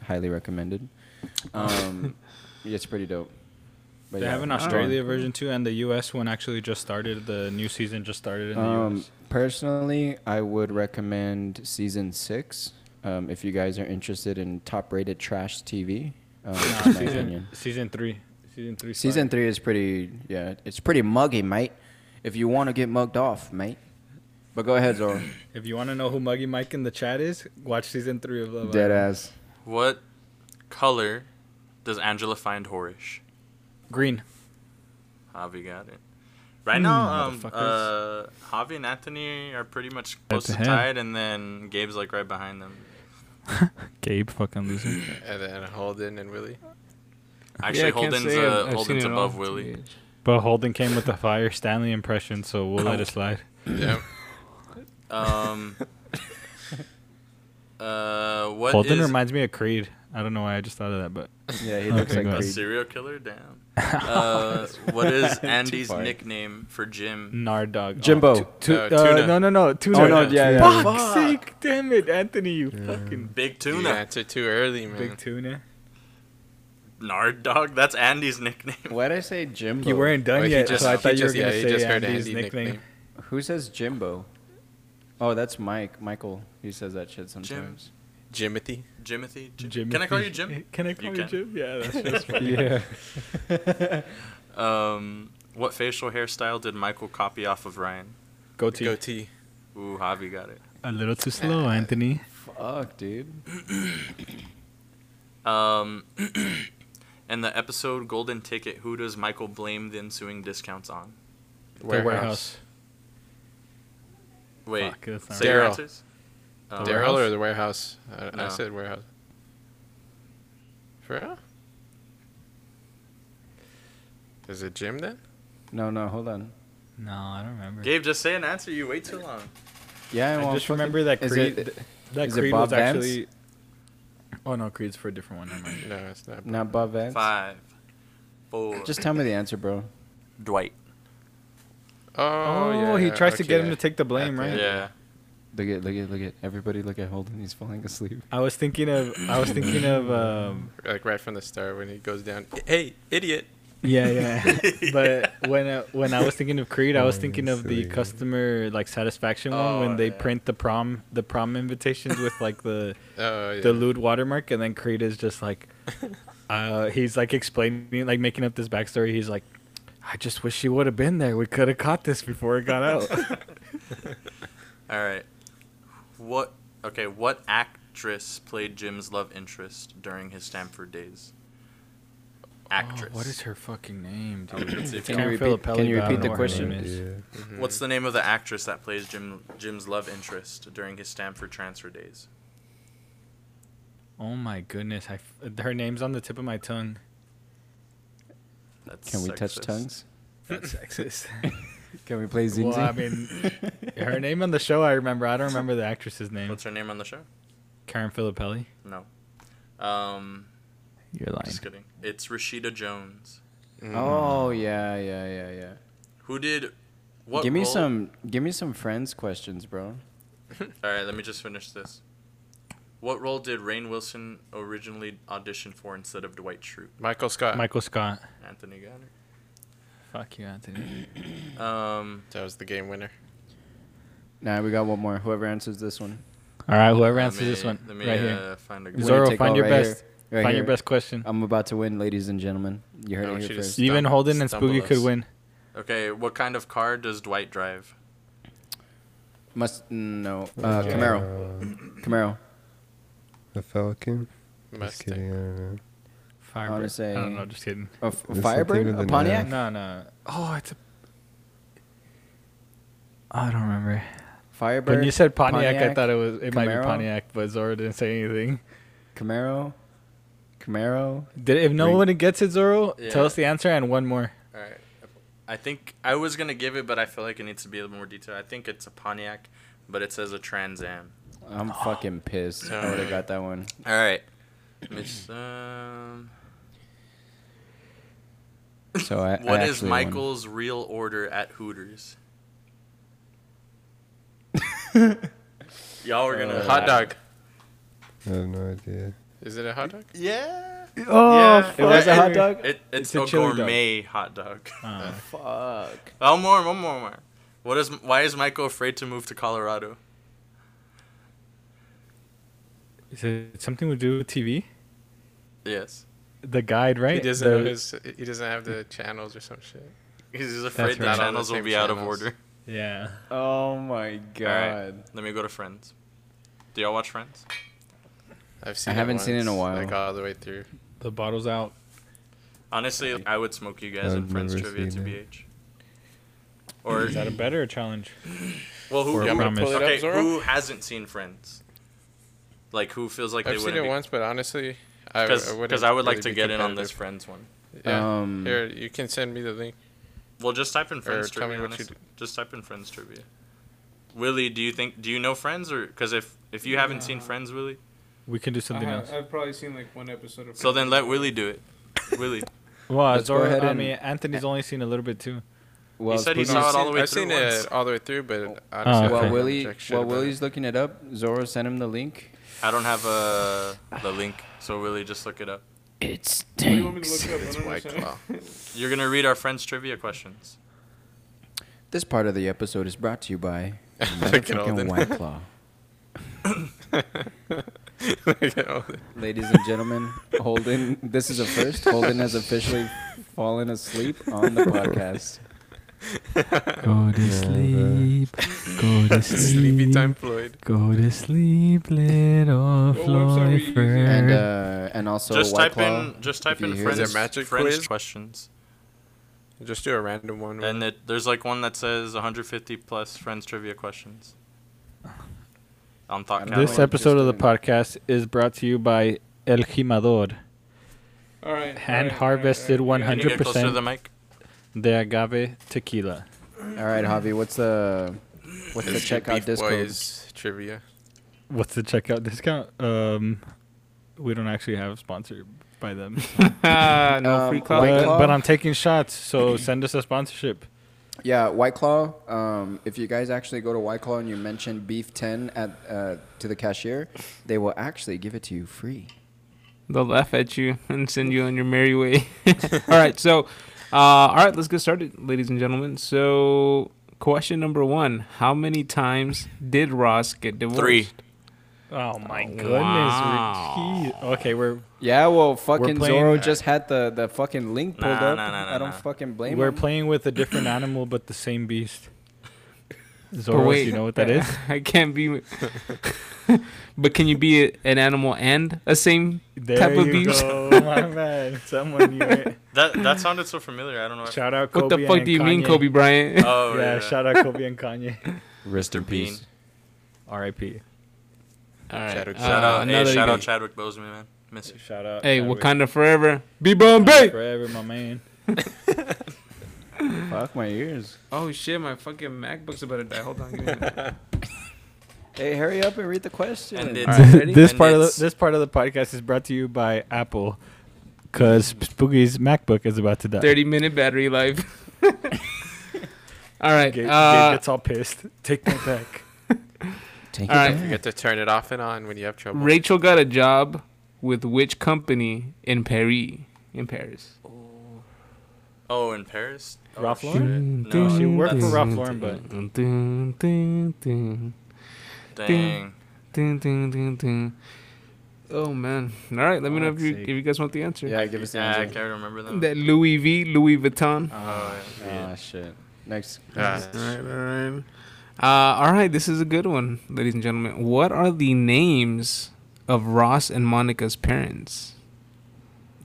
S4: highly recommended. Um, yeah, it's pretty dope. But
S6: They
S4: yeah,
S6: have an
S4: it's
S6: Australia
S4: dope.
S6: version too, and the US one actually just started. The new season just started in the
S4: Um,
S6: US.
S4: personally, I would recommend season six. Um, if you guys are interested in top-rated trash TV, um, that's my opinion.
S6: Season, season three. Season three.
S4: Season three is pretty. Yeah, it's pretty muggy, mate. If you want to get mugged off, mate. But go ahead, Zoro.
S6: started. If you want to know who Muggy Mike in the chat is, watch season three of Love
S4: Dead
S6: Island.
S4: ass.
S8: What color does Angela find whorish?
S6: Green.
S8: Javi got it. Right
S6: Hmm,
S8: now, um, uh,
S6: motherfuckers.
S8: Javi and Anthony are pretty much close
S6: to
S8: to
S6: him.
S8: tied, and then Gabe's like right behind them.
S6: Gabe, fucking loser.
S3: And then Holden and Willie.
S8: Actually,
S5: I can't
S8: Holden's,
S5: say I've-
S8: uh,
S5: I've seen
S8: Holden's
S5: it all.
S8: above Willie.
S6: But Holden came with the fire Stanley impression, so we'll
S8: Oh.
S6: let it slide.
S3: Yeah.
S8: Um, uh, what
S6: Holden
S8: is-
S6: reminds me of Creed. I don't know why I just thought of that, but
S4: Yeah, he
S6: Okay,
S4: looks
S6: go
S4: like
S8: A
S6: ahead.
S4: Creed.
S8: serial killer? Damn. Uh, what is
S4: Too
S8: Andy's
S4: far.
S8: nickname for Jim?
S6: Nard Dog.
S4: Jimbo.
S6: Oh, tu- tu-
S3: Uh,
S6: uh,
S3: tuna.
S6: no, no, no. Tuna.
S4: Oh, no, yeah, yeah.
S6: Fuck's sake. Damn it, Anthony, you
S5: Hmm.
S6: fucking
S8: Big
S3: You
S8: Tuna.
S3: answered too early, man.
S6: big tuna.
S8: Nard Dog? That's Andy's nickname.
S4: Why did I say Jimbo?
S6: You weren't done
S3: Well, he
S6: yet,
S3: just-
S6: so I
S3: he
S6: thought you were
S3: just-
S6: gonna
S3: yeah, he
S6: say
S3: just heard
S6: Andy's
S3: Andy
S6: nickname.
S3: nickname.
S4: Who says Jimbo? Oh, that's Mike. Michael. He says that shit sometimes.
S3: Jimothy.
S8: Jimothy. Jim- Can I call you Jim?
S6: Can I call you,
S8: can.
S6: Jim? Yeah, that's just funny.
S8: Um, what facial hairstyle did Michael copy off of Ryan?
S6: Goatee.
S3: Goatee.
S8: Ooh, Javi got it.
S6: A little too slow, Anthony.
S4: Fuck, dude.
S8: Um, and the episode Golden Ticket, who does Michael blame the ensuing discounts on?
S6: The warehouse.
S8: Wait,
S6: Fuck, that's not
S8: say your
S3: Daryl.
S8: answers? Oh.
S3: Uh, Daryl or the warehouse? I, I
S8: No.
S3: said warehouse. For real? Is it Jim then?
S4: No, no, hold on.
S6: No, I don't remember.
S8: Gabe, just say an answer. You wait too long.
S4: Yeah,
S6: I
S4: well,
S6: just
S4: fucking-
S6: remember that
S4: is
S6: Creed.
S4: it-
S6: that
S4: is it
S6: Creed
S4: Bob
S6: was
S4: Vance?
S6: actually. Oh no, Creed's for a different one. Never mind.
S3: No, it's not.
S4: not Bob Vance.
S8: Five, four.
S4: Just tell me the answer, bro.
S12: Dwight.
S3: Oh,
S6: Oh,
S3: yeah,
S6: he
S3: yeah,
S6: tries to
S3: okay,
S6: get
S3: yeah.
S6: him to take the blame,
S3: I
S6: right?
S3: think-
S8: yeah.
S4: Look at, look at, look at. Everybody, look at Holden. He's falling asleep.
S6: I was thinking of. I was thinking of. Um,
S3: Like right from the start when he goes down. Hey, idiot!
S6: Yeah, yeah. but when uh, when I was thinking of Creed, I was thinking of the
S7: Honestly.
S6: customer like satisfaction one
S8: Oh,
S6: when they
S8: yeah.
S6: print the prom the prom invitations with like the
S3: Oh yeah.
S6: the lewd watermark, and then Creed is just like, uh, he's like explaining like making up this backstory. He's like, I just wish she would have been there. We could have caught this before it got out. Oh,
S8: All right. What? Okay. What actress played Jim's love interest during his Stanford days? Actress.
S6: her fucking name,
S8: Let's see if
S4: Can
S8: y'all-
S4: you repeat- can you repeat the question?
S7: Yeah.
S3: Mm-hmm,
S8: What's the name of the actress that plays Jim Jim's love interest during his Stanford transfer days?
S6: Oh my goodness, I f- her name's on the tip of my tongue.
S8: That's
S4: Can we touch
S8: sexist.
S4: tongues?
S6: That's sexist.
S4: Can we play Zing
S6: well,
S4: Zing?
S6: I mean, her name on the show I remember. I don't remember the actress's name.
S8: What's her name on the show?
S6: Karen Filippelli.
S8: No. Um,
S5: You're lying.
S8: just kidding. It's Rashida Jones.
S3: mm-hmm.
S4: oh yeah, yeah, yeah, yeah.
S8: Who did? What
S4: give me
S8: role-
S4: some, give me some friends questions, bro.
S8: All right, let me just finish this. What role did Rain Wilson originally audition for instead of Dwight Schrute?
S3: Michael Scott.
S6: Michael Scott.
S8: Anthony got
S6: Fuck you, Anthony.
S8: it. Um,
S3: That was the game winner.
S4: Nah, we got one more. Whoever answers this one,
S6: All right, whoever
S8: let
S6: answers
S8: me-
S6: this one
S8: Let me
S6: right
S8: uh,
S6: here.
S8: find a good
S4: Winner
S6: Zorro,
S4: take
S6: find
S4: all
S6: your
S4: right
S6: best-
S4: here. Right
S6: Find your
S4: here.
S6: best question.
S4: I'm about to win, ladies and gentlemen. You heard
S3: I want
S4: it
S3: you
S4: here
S3: to
S4: first.
S3: s-
S6: Even
S3: Stumble-
S6: Holden and
S3: stumble
S6: Spooky could
S3: us.
S6: win.
S8: Okay, what kind of car does Dwight drive?
S4: Must no. Uh, Camaro,
S7: Uh,
S4: Camaro.
S7: a falcon? Just
S3: Mustang.
S7: kidding, I don't know.
S6: Firebird.
S4: wanna say-
S6: I don't know. Just kidding.
S4: A, f- a
S7: What's the
S4: Firebird,
S7: thing with
S4: a
S7: the
S4: Pontiac.
S7: knife?
S6: No, no. Oh, it's a. I don't remember.
S4: Firebird.
S6: when you said Pontiac, I thought it was it might
S4: Camaro?
S6: be Pontiac, but Zorro didn't say anything.
S4: Camaro, Camaro.
S6: Did if no
S4: Green.
S6: one gets it, Zorro,
S8: Yeah.
S6: tell us the answer and one more.
S8: All right. I think I was gonna give it, but I feel like it needs to be a little more detailed. I think it's a Pontiac, but it says a Trans Am.
S4: I'm fucking pissed. I would have got that one.
S8: All right. Miss, um,
S4: So I. I
S8: what is
S4: actually won.
S8: Michael's real order at Hooters? Y'all were gonna
S6: Uh,
S3: hot dog.
S7: I have no idea.
S3: Is it a hot dog?
S8: Yeah.
S4: Oh,
S8: Yeah,
S4: it was a hot
S6: fuck.
S4: dog.
S8: It, it's,
S6: It's a
S8: a,
S6: chili dog. Uh.
S8: gourmet hot dog.
S4: Fuck.
S8: One more, one more, one more. What is? Why is Michael afraid to move to Colorado?
S6: Is it something to do with TV?
S8: Yes,
S6: The guide, right?
S3: He doesn't
S6: The- Mm.
S3: know his, he doesn't have the channels or some shit.
S8: he's afraid the
S6: right.
S8: channels
S3: Not all the
S8: will be
S3: same
S8: out of
S3: channels.
S8: order.
S6: Yeah.
S4: Oh my
S8: All right,
S4: god.
S8: let me go to Friends. Do y'all watch Friends?
S3: I've seen.
S4: haven't seen it in a
S3: once,
S4: while.
S3: Like all the way through.
S6: The bottle's out.
S8: Honestly, I would smoke you guys in
S7: I've
S8: Friends
S7: never
S8: trivia to
S7: seen
S8: BH. Or
S6: Is that a better challenge?
S8: well, who,
S6: or a
S8: who-
S6: promise? Pull
S3: it up,
S8: okay,
S3: Zorro?
S8: who hasn't seen Friends? Like who feels like
S3: I've
S8: they
S3: seen it
S8: wouldn't?
S3: once, but honestly, I
S8: Because
S3: wouldn't
S8: I, would like
S3: really
S8: to
S3: be
S8: get in on this
S3: competitive.
S8: Friends one.
S3: Yeah.
S4: Um,
S3: Here, you can send me the link.
S8: Well, just type in Friends
S3: tell me
S8: trivia.
S3: what you
S8: honestly. Just type in Friends trivia. Willie, do you think? Do you know Friends or? Because if if you haven't seen
S5: Nah.
S8: Friends, Willie,
S6: We can do
S5: I
S6: something
S5: have-
S6: else.
S5: I've probably seen like one episode of.
S8: so
S5: it.
S8: then let Willie do it. Willie,
S6: Well,
S4: Let's go
S6: Zorro,
S4: ahead
S6: I
S4: and-
S6: mean, Anthony's only seen a little bit too.
S4: well,
S8: said he
S4: Spooky-
S8: saw it
S3: I've
S8: all the
S3: seen-
S8: way
S3: I've seen
S8: through once.
S3: it all the way through, but honestly, I
S6: Ah, okay.
S4: While
S3: don't give a
S4: Willie,
S3: jack shit
S4: while
S3: about it.
S4: Willie's looking it up, Zorro sent him the link.
S8: I don't have uh, the link, so Willie, just look it up.
S13: It
S5: What do you want me to
S13: stinks.
S5: look up? I
S3: It's
S5: don't
S3: White
S5: understand.
S3: Claw.
S8: You're gonna read our Friends trivia questions.
S4: This part of the episode is brought to you by
S3: Look at all
S4: motherfucking
S3: the-
S4: White Claw. Ladies and gentlemen, Holden, this is a first. Holden has officially fallen asleep on the podcast.
S6: Go to sleep. Go to sleep.
S3: Sleepy time, Floyd.
S6: Go to sleep,
S5: Oh,
S6: little Floyd.
S4: And uh, and also
S8: just type
S4: White Claw,
S8: in just type
S4: if you
S8: in
S4: hear
S8: friends,
S4: this.
S3: magic
S8: friends
S3: quiz?
S8: questions.
S3: Just do a random one.
S8: And it, there's like one that says 150 plus friends trivia questions. On
S4: I
S8: thought
S4: don't
S6: This
S4: know.
S8: Catalog.
S6: episode of the podcast is brought to you by El Jimador,
S5: All right.
S6: hand harvested
S8: Can you get closer to the
S6: 100%
S8: mic?
S6: de agave tequila.
S4: All right, Javi, what's the what's the checkout Discord?
S3: Boys trivia.
S6: What's the checkout discount? Um, we don't actually have a sponsor by them,
S5: Ah, no
S4: Um,
S5: free
S4: White
S5: clout.
S4: Claw?
S6: but, but I'm taking shots, so send us a sponsorship.
S4: Yeah, White Claw. Um, if you guys actually go to White Claw and you mention Beef Ten at uh, to the cashier, they will actually give it to you free.
S5: They'll laugh at you and send you on your merry way. all right. So, uh, all right, let's get started, ladies and gentlemen. So, question number one: How many times did Ross get divorced?
S8: Three.
S6: Oh my
S5: goodness, we're Wow.
S6: Okay, we're
S4: Yeah, well, fucking
S6: playing-
S4: Zoro just had the, the fucking link pulled
S8: Nah,
S4: up.
S8: nah, nah, nah,
S4: I don't
S8: nah.
S4: fucking blame
S6: we're
S4: him.
S6: playing with a different animal but the same beast.
S5: But
S6: Zoros, you know what that is?
S5: I can't be. but can you be a- an animal and a same?
S6: There
S5: Type of
S6: you
S5: beast.
S6: go. My man, someone knew it.
S8: That that sounded so familiar. I don't know.
S6: Shout out Kobe
S5: What the fuck
S6: and
S5: do you mean,
S6: Kanye.
S5: Kobe Bryant?
S8: Oh
S6: yeah, shout out Kobe and Kanye.
S4: Rest
S8: Mr. Bean.
S6: R.I.P.
S5: All right.
S3: Shout out-
S5: uh,
S8: Shout out, hey,
S5: another
S8: shout
S5: guy.
S8: out Chadwick Boseman, man. Miss you.
S6: Shout out.
S5: Hey,
S6: Chadwick.
S5: Wakanda forever. Be Bombay.
S6: Forever, my man.
S4: Fuck my ears.
S5: Oh shit, my fucking MacBook's about to die. Hold on. Give me a minute.
S4: Hey, hurry up and read the question.
S8: And it's-
S4: Alright.
S6: this
S8: And
S6: part of the,
S8: it's-
S6: this part of the podcast is brought to you by Apple, because Spooky's MacBook is about to die.
S5: 30 minute battery life. All right.
S6: Gabe, Gabe
S5: Uh,
S6: gets all pissed. Take that back.
S4: Take
S5: all right.
S3: You get to turn it off and on when you have trouble.
S5: Rachel got a job with which company in Paris? In Paris.
S8: Oh, in Paris. Oh,
S6: Ralph
S8: shit.
S6: Lauren?
S8: No,
S6: She worked for
S8: that's-
S6: Ralph Lauren, but
S8: Dang.
S5: Oh man. All right. Let me know if you if you guys want the answer.
S4: Yeah, give us the
S5: Ah,
S8: Yeah, I
S4: answer.
S8: can't remember that.
S5: That Louis V, Louis Vuitton.
S8: Oh, yeah.
S6: Uh,
S4: Ah, shit. Next.
S3: Ah,
S5: Uh, all right, this is a good one, ladies and gentlemen. What are the names of Ross and Monica's parents?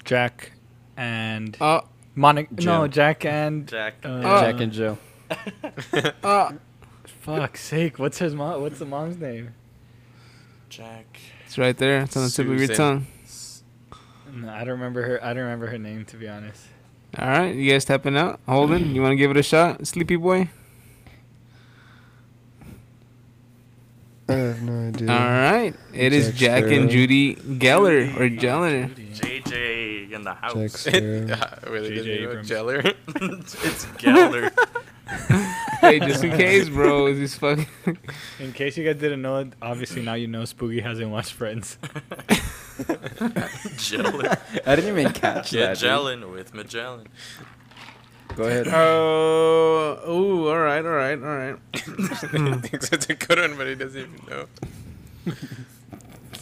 S6: Jack and
S5: Uh,
S6: Monica.
S4: Jim.
S6: No, Jack and
S8: Jack.
S6: uh,
S4: Jack and Jill.
S5: uh,
S6: Fuck's sake! What's his mom? What's the mom's name?
S8: Jack.
S5: it's right there. It's on the tip of your
S3: Susan.
S5: tongue.
S6: No, I don't remember her. I don't remember her name to be honest.
S5: All right, you guys tapping out? Holden, you want to give it a shot? Sleepy boy?
S7: I have no idea.
S5: All right. It is Jack
S7: Jack
S5: and
S7: Sparrow.
S5: Judy Geller or Geller.
S8: JJ in the
S7: Jack
S8: house.
S7: Sparrow.
S3: Yeah, really
S6: J.J.
S3: didn't know
S6: Abrams.
S3: Jeller.
S8: it's Geller.
S5: hey, just in case, bro. Is this fucking.
S6: In case you guys didn't know, it, obviously now you know Spooky hasn't watched Friends.
S8: Geller.
S4: I didn't even catch
S8: Yeah,
S4: that. dude.
S8: Jellin with Magellan.
S4: Go ahead.
S5: Uh, Oh, ooh, all right, all right, all right.
S3: Thinks it's a good one, but he doesn't even know.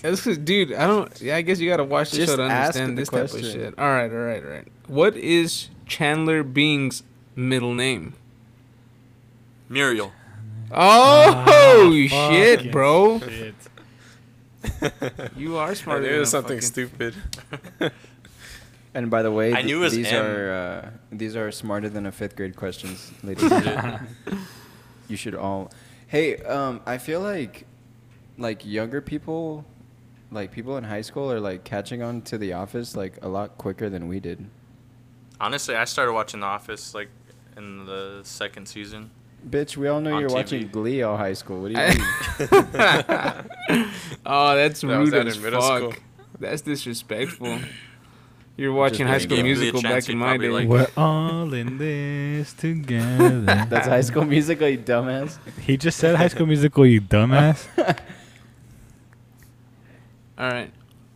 S5: This is, dude, I don't. Yeah, I guess you got to watch the
S4: Just
S5: show to
S4: ask
S5: understand
S4: the
S5: this type of
S4: question.
S5: shit. All right, all right, all right. What is Chandler Bing's middle name?
S8: Muriel.
S5: Oh,
S6: Ah,
S5: shit,
S6: fucking
S5: bro.
S6: Shit.
S5: You are
S3: I
S5: smart.
S3: knew it was something stupid.
S4: And by the way,
S8: I
S4: th-
S8: knew it was
S4: these
S8: M.
S4: are uh, these are smarter than a fifth grade questions, ladies. and gentlemen. you should all. Hey, um, I feel like like younger people, like people in high school, are like catching on to The Office like a lot quicker than we did.
S8: Honestly, I started watching The Office like in the second season.
S4: Bitch, we all know
S8: On
S4: you're
S8: TV.
S4: watching Glee all high school. What do you
S5: I-
S4: mean?
S5: oh, that's
S3: That was
S5: rude
S3: out
S5: as
S3: in middle
S5: fuck.
S3: school.
S5: That's disrespectful. You're watching
S4: gonna
S5: High
S4: give
S5: School
S8: Lee a
S5: Musical
S8: chance,
S5: back
S8: he
S5: in my
S8: probably
S5: day.
S8: liked
S6: We're all in this together.
S4: That's High School Musical, you dumbass.
S6: he just said High School Musical, you dumbass.
S5: All right,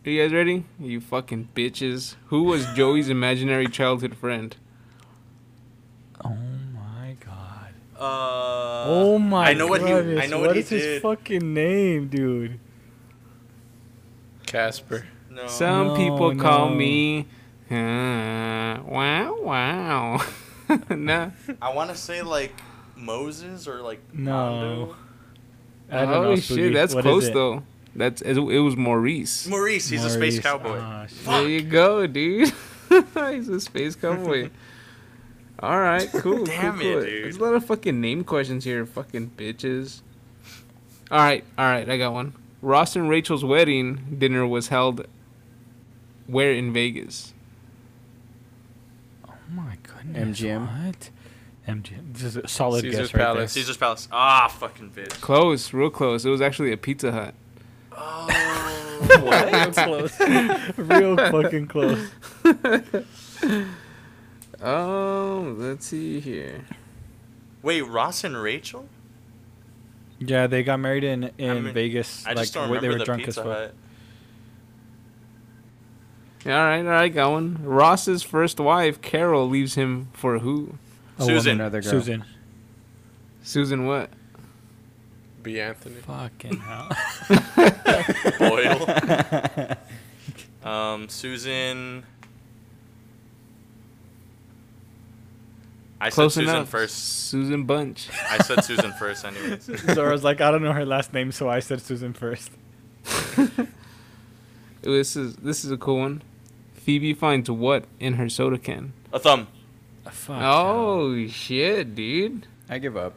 S5: are you guys ready? You fucking bitches. Who was Joey's imaginary childhood friend?
S6: oh my god.
S8: Uh,
S6: oh my.
S8: I know what he. I
S6: goodness,
S8: know what, he
S6: is his
S8: did.
S6: fucking name, dude?
S3: Casper.
S6: Oh,
S5: Some
S3: No,
S5: people call
S3: no.
S5: me. uh, wow, wow. no.
S8: I want to say like Moses or like
S5: No.
S6: I don't know,
S5: Holy
S6: Spooky.
S5: shit, that's
S6: What is
S5: close
S6: it?
S5: though. That's it was Maurice.
S8: Maurice, he's a space Maurice. cowboy.
S6: Uh-huh.
S8: Ah,
S5: there you go, dude. he's a space cowboy. All right, cool.
S8: Damn
S5: cool,
S8: it,
S5: cool.
S8: dude.
S5: There's a lot of fucking name questions here, fucking bitches. All right, all right, I got one. Ross and Rachel's wedding dinner was held where in Vegas?
S6: Oh my goodness.
S4: MGM.
S6: What? MGM. Just a solid guess right there.
S1: Caesar's Palace. Ah, fucking bitch.
S5: Close, real close. It was actually a Pizza Hut.
S6: Real close. Real fucking close.
S5: Oh, let's see here.
S8: Wait, Ross and Rachel?
S6: Yeah, they got married in in
S8: I mean,
S6: Vegas.
S8: I
S6: like
S8: just don't remember
S6: where they were
S8: the
S6: drunk
S8: Pizza
S6: as fuck.
S8: Hut.
S5: All right, all right, got one. Ross's first wife, Carol, leaves him for who?
S4: A woman, Susan. another girl.
S6: Susan.
S5: Susan what?
S3: B. Anthony.
S6: Fucking hell.
S8: Boyle. um, Susan. I
S5: Close
S8: said Susan
S5: enough.
S8: first.
S5: Susan Bunch.
S8: I said Susan first, anyways.
S6: Zora's like, I don't know her last name, so I said Susan first.
S5: Ooh, this is this is a cool one. Phoebe finds what in her soda can?
S8: A thumb.
S6: Fuck.
S5: oh shit, dude.
S4: I give up.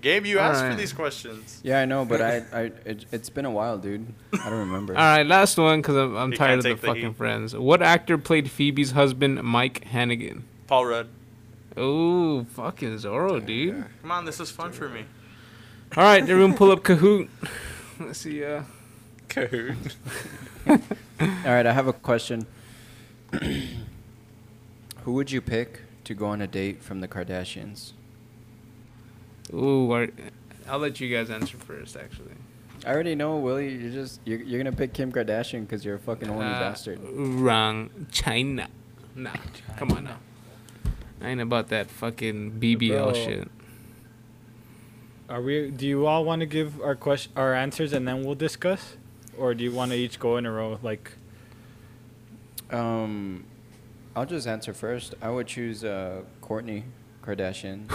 S8: Gabe, you
S5: All
S8: asked for
S5: right.
S8: these questions.
S4: Yeah, I know, but I, I it, it's been a while, dude. I don't remember.
S5: All right, last one because I'm, I'm
S8: You
S5: tired
S8: can't
S5: of the
S8: take the
S5: fucking
S8: heat.
S5: friends. What actor played Phoebe's husband, Mike Hannigan?
S8: Paul Rudd.
S5: Oh, fucking Zorro, dude.
S8: Come on, this is fun for me.
S5: All right, everyone, pull up Kahoot. Let's see. Uh,
S3: Cahoot.
S4: All right, I have a question. Who would you pick to go on a date from the Kardashians?
S5: ooh, all right, I'll let you guys answer first, actually.
S4: I already know, Willie. You're just you're, you're gonna pick Kim Kardashian because you're a fucking horny
S5: Uh,
S4: bastard.
S5: Wrong. China. Nah. Come on now. I ain't about that fucking BBL
S6: Bro.
S5: shit.
S4: Um,
S6: Are we? Do you all want to give our question, our answers, and then we'll discuss, or do you want to each go in a row? Like,
S4: Um, I'll just answer first. I would choose uh, Courtney Kardashian.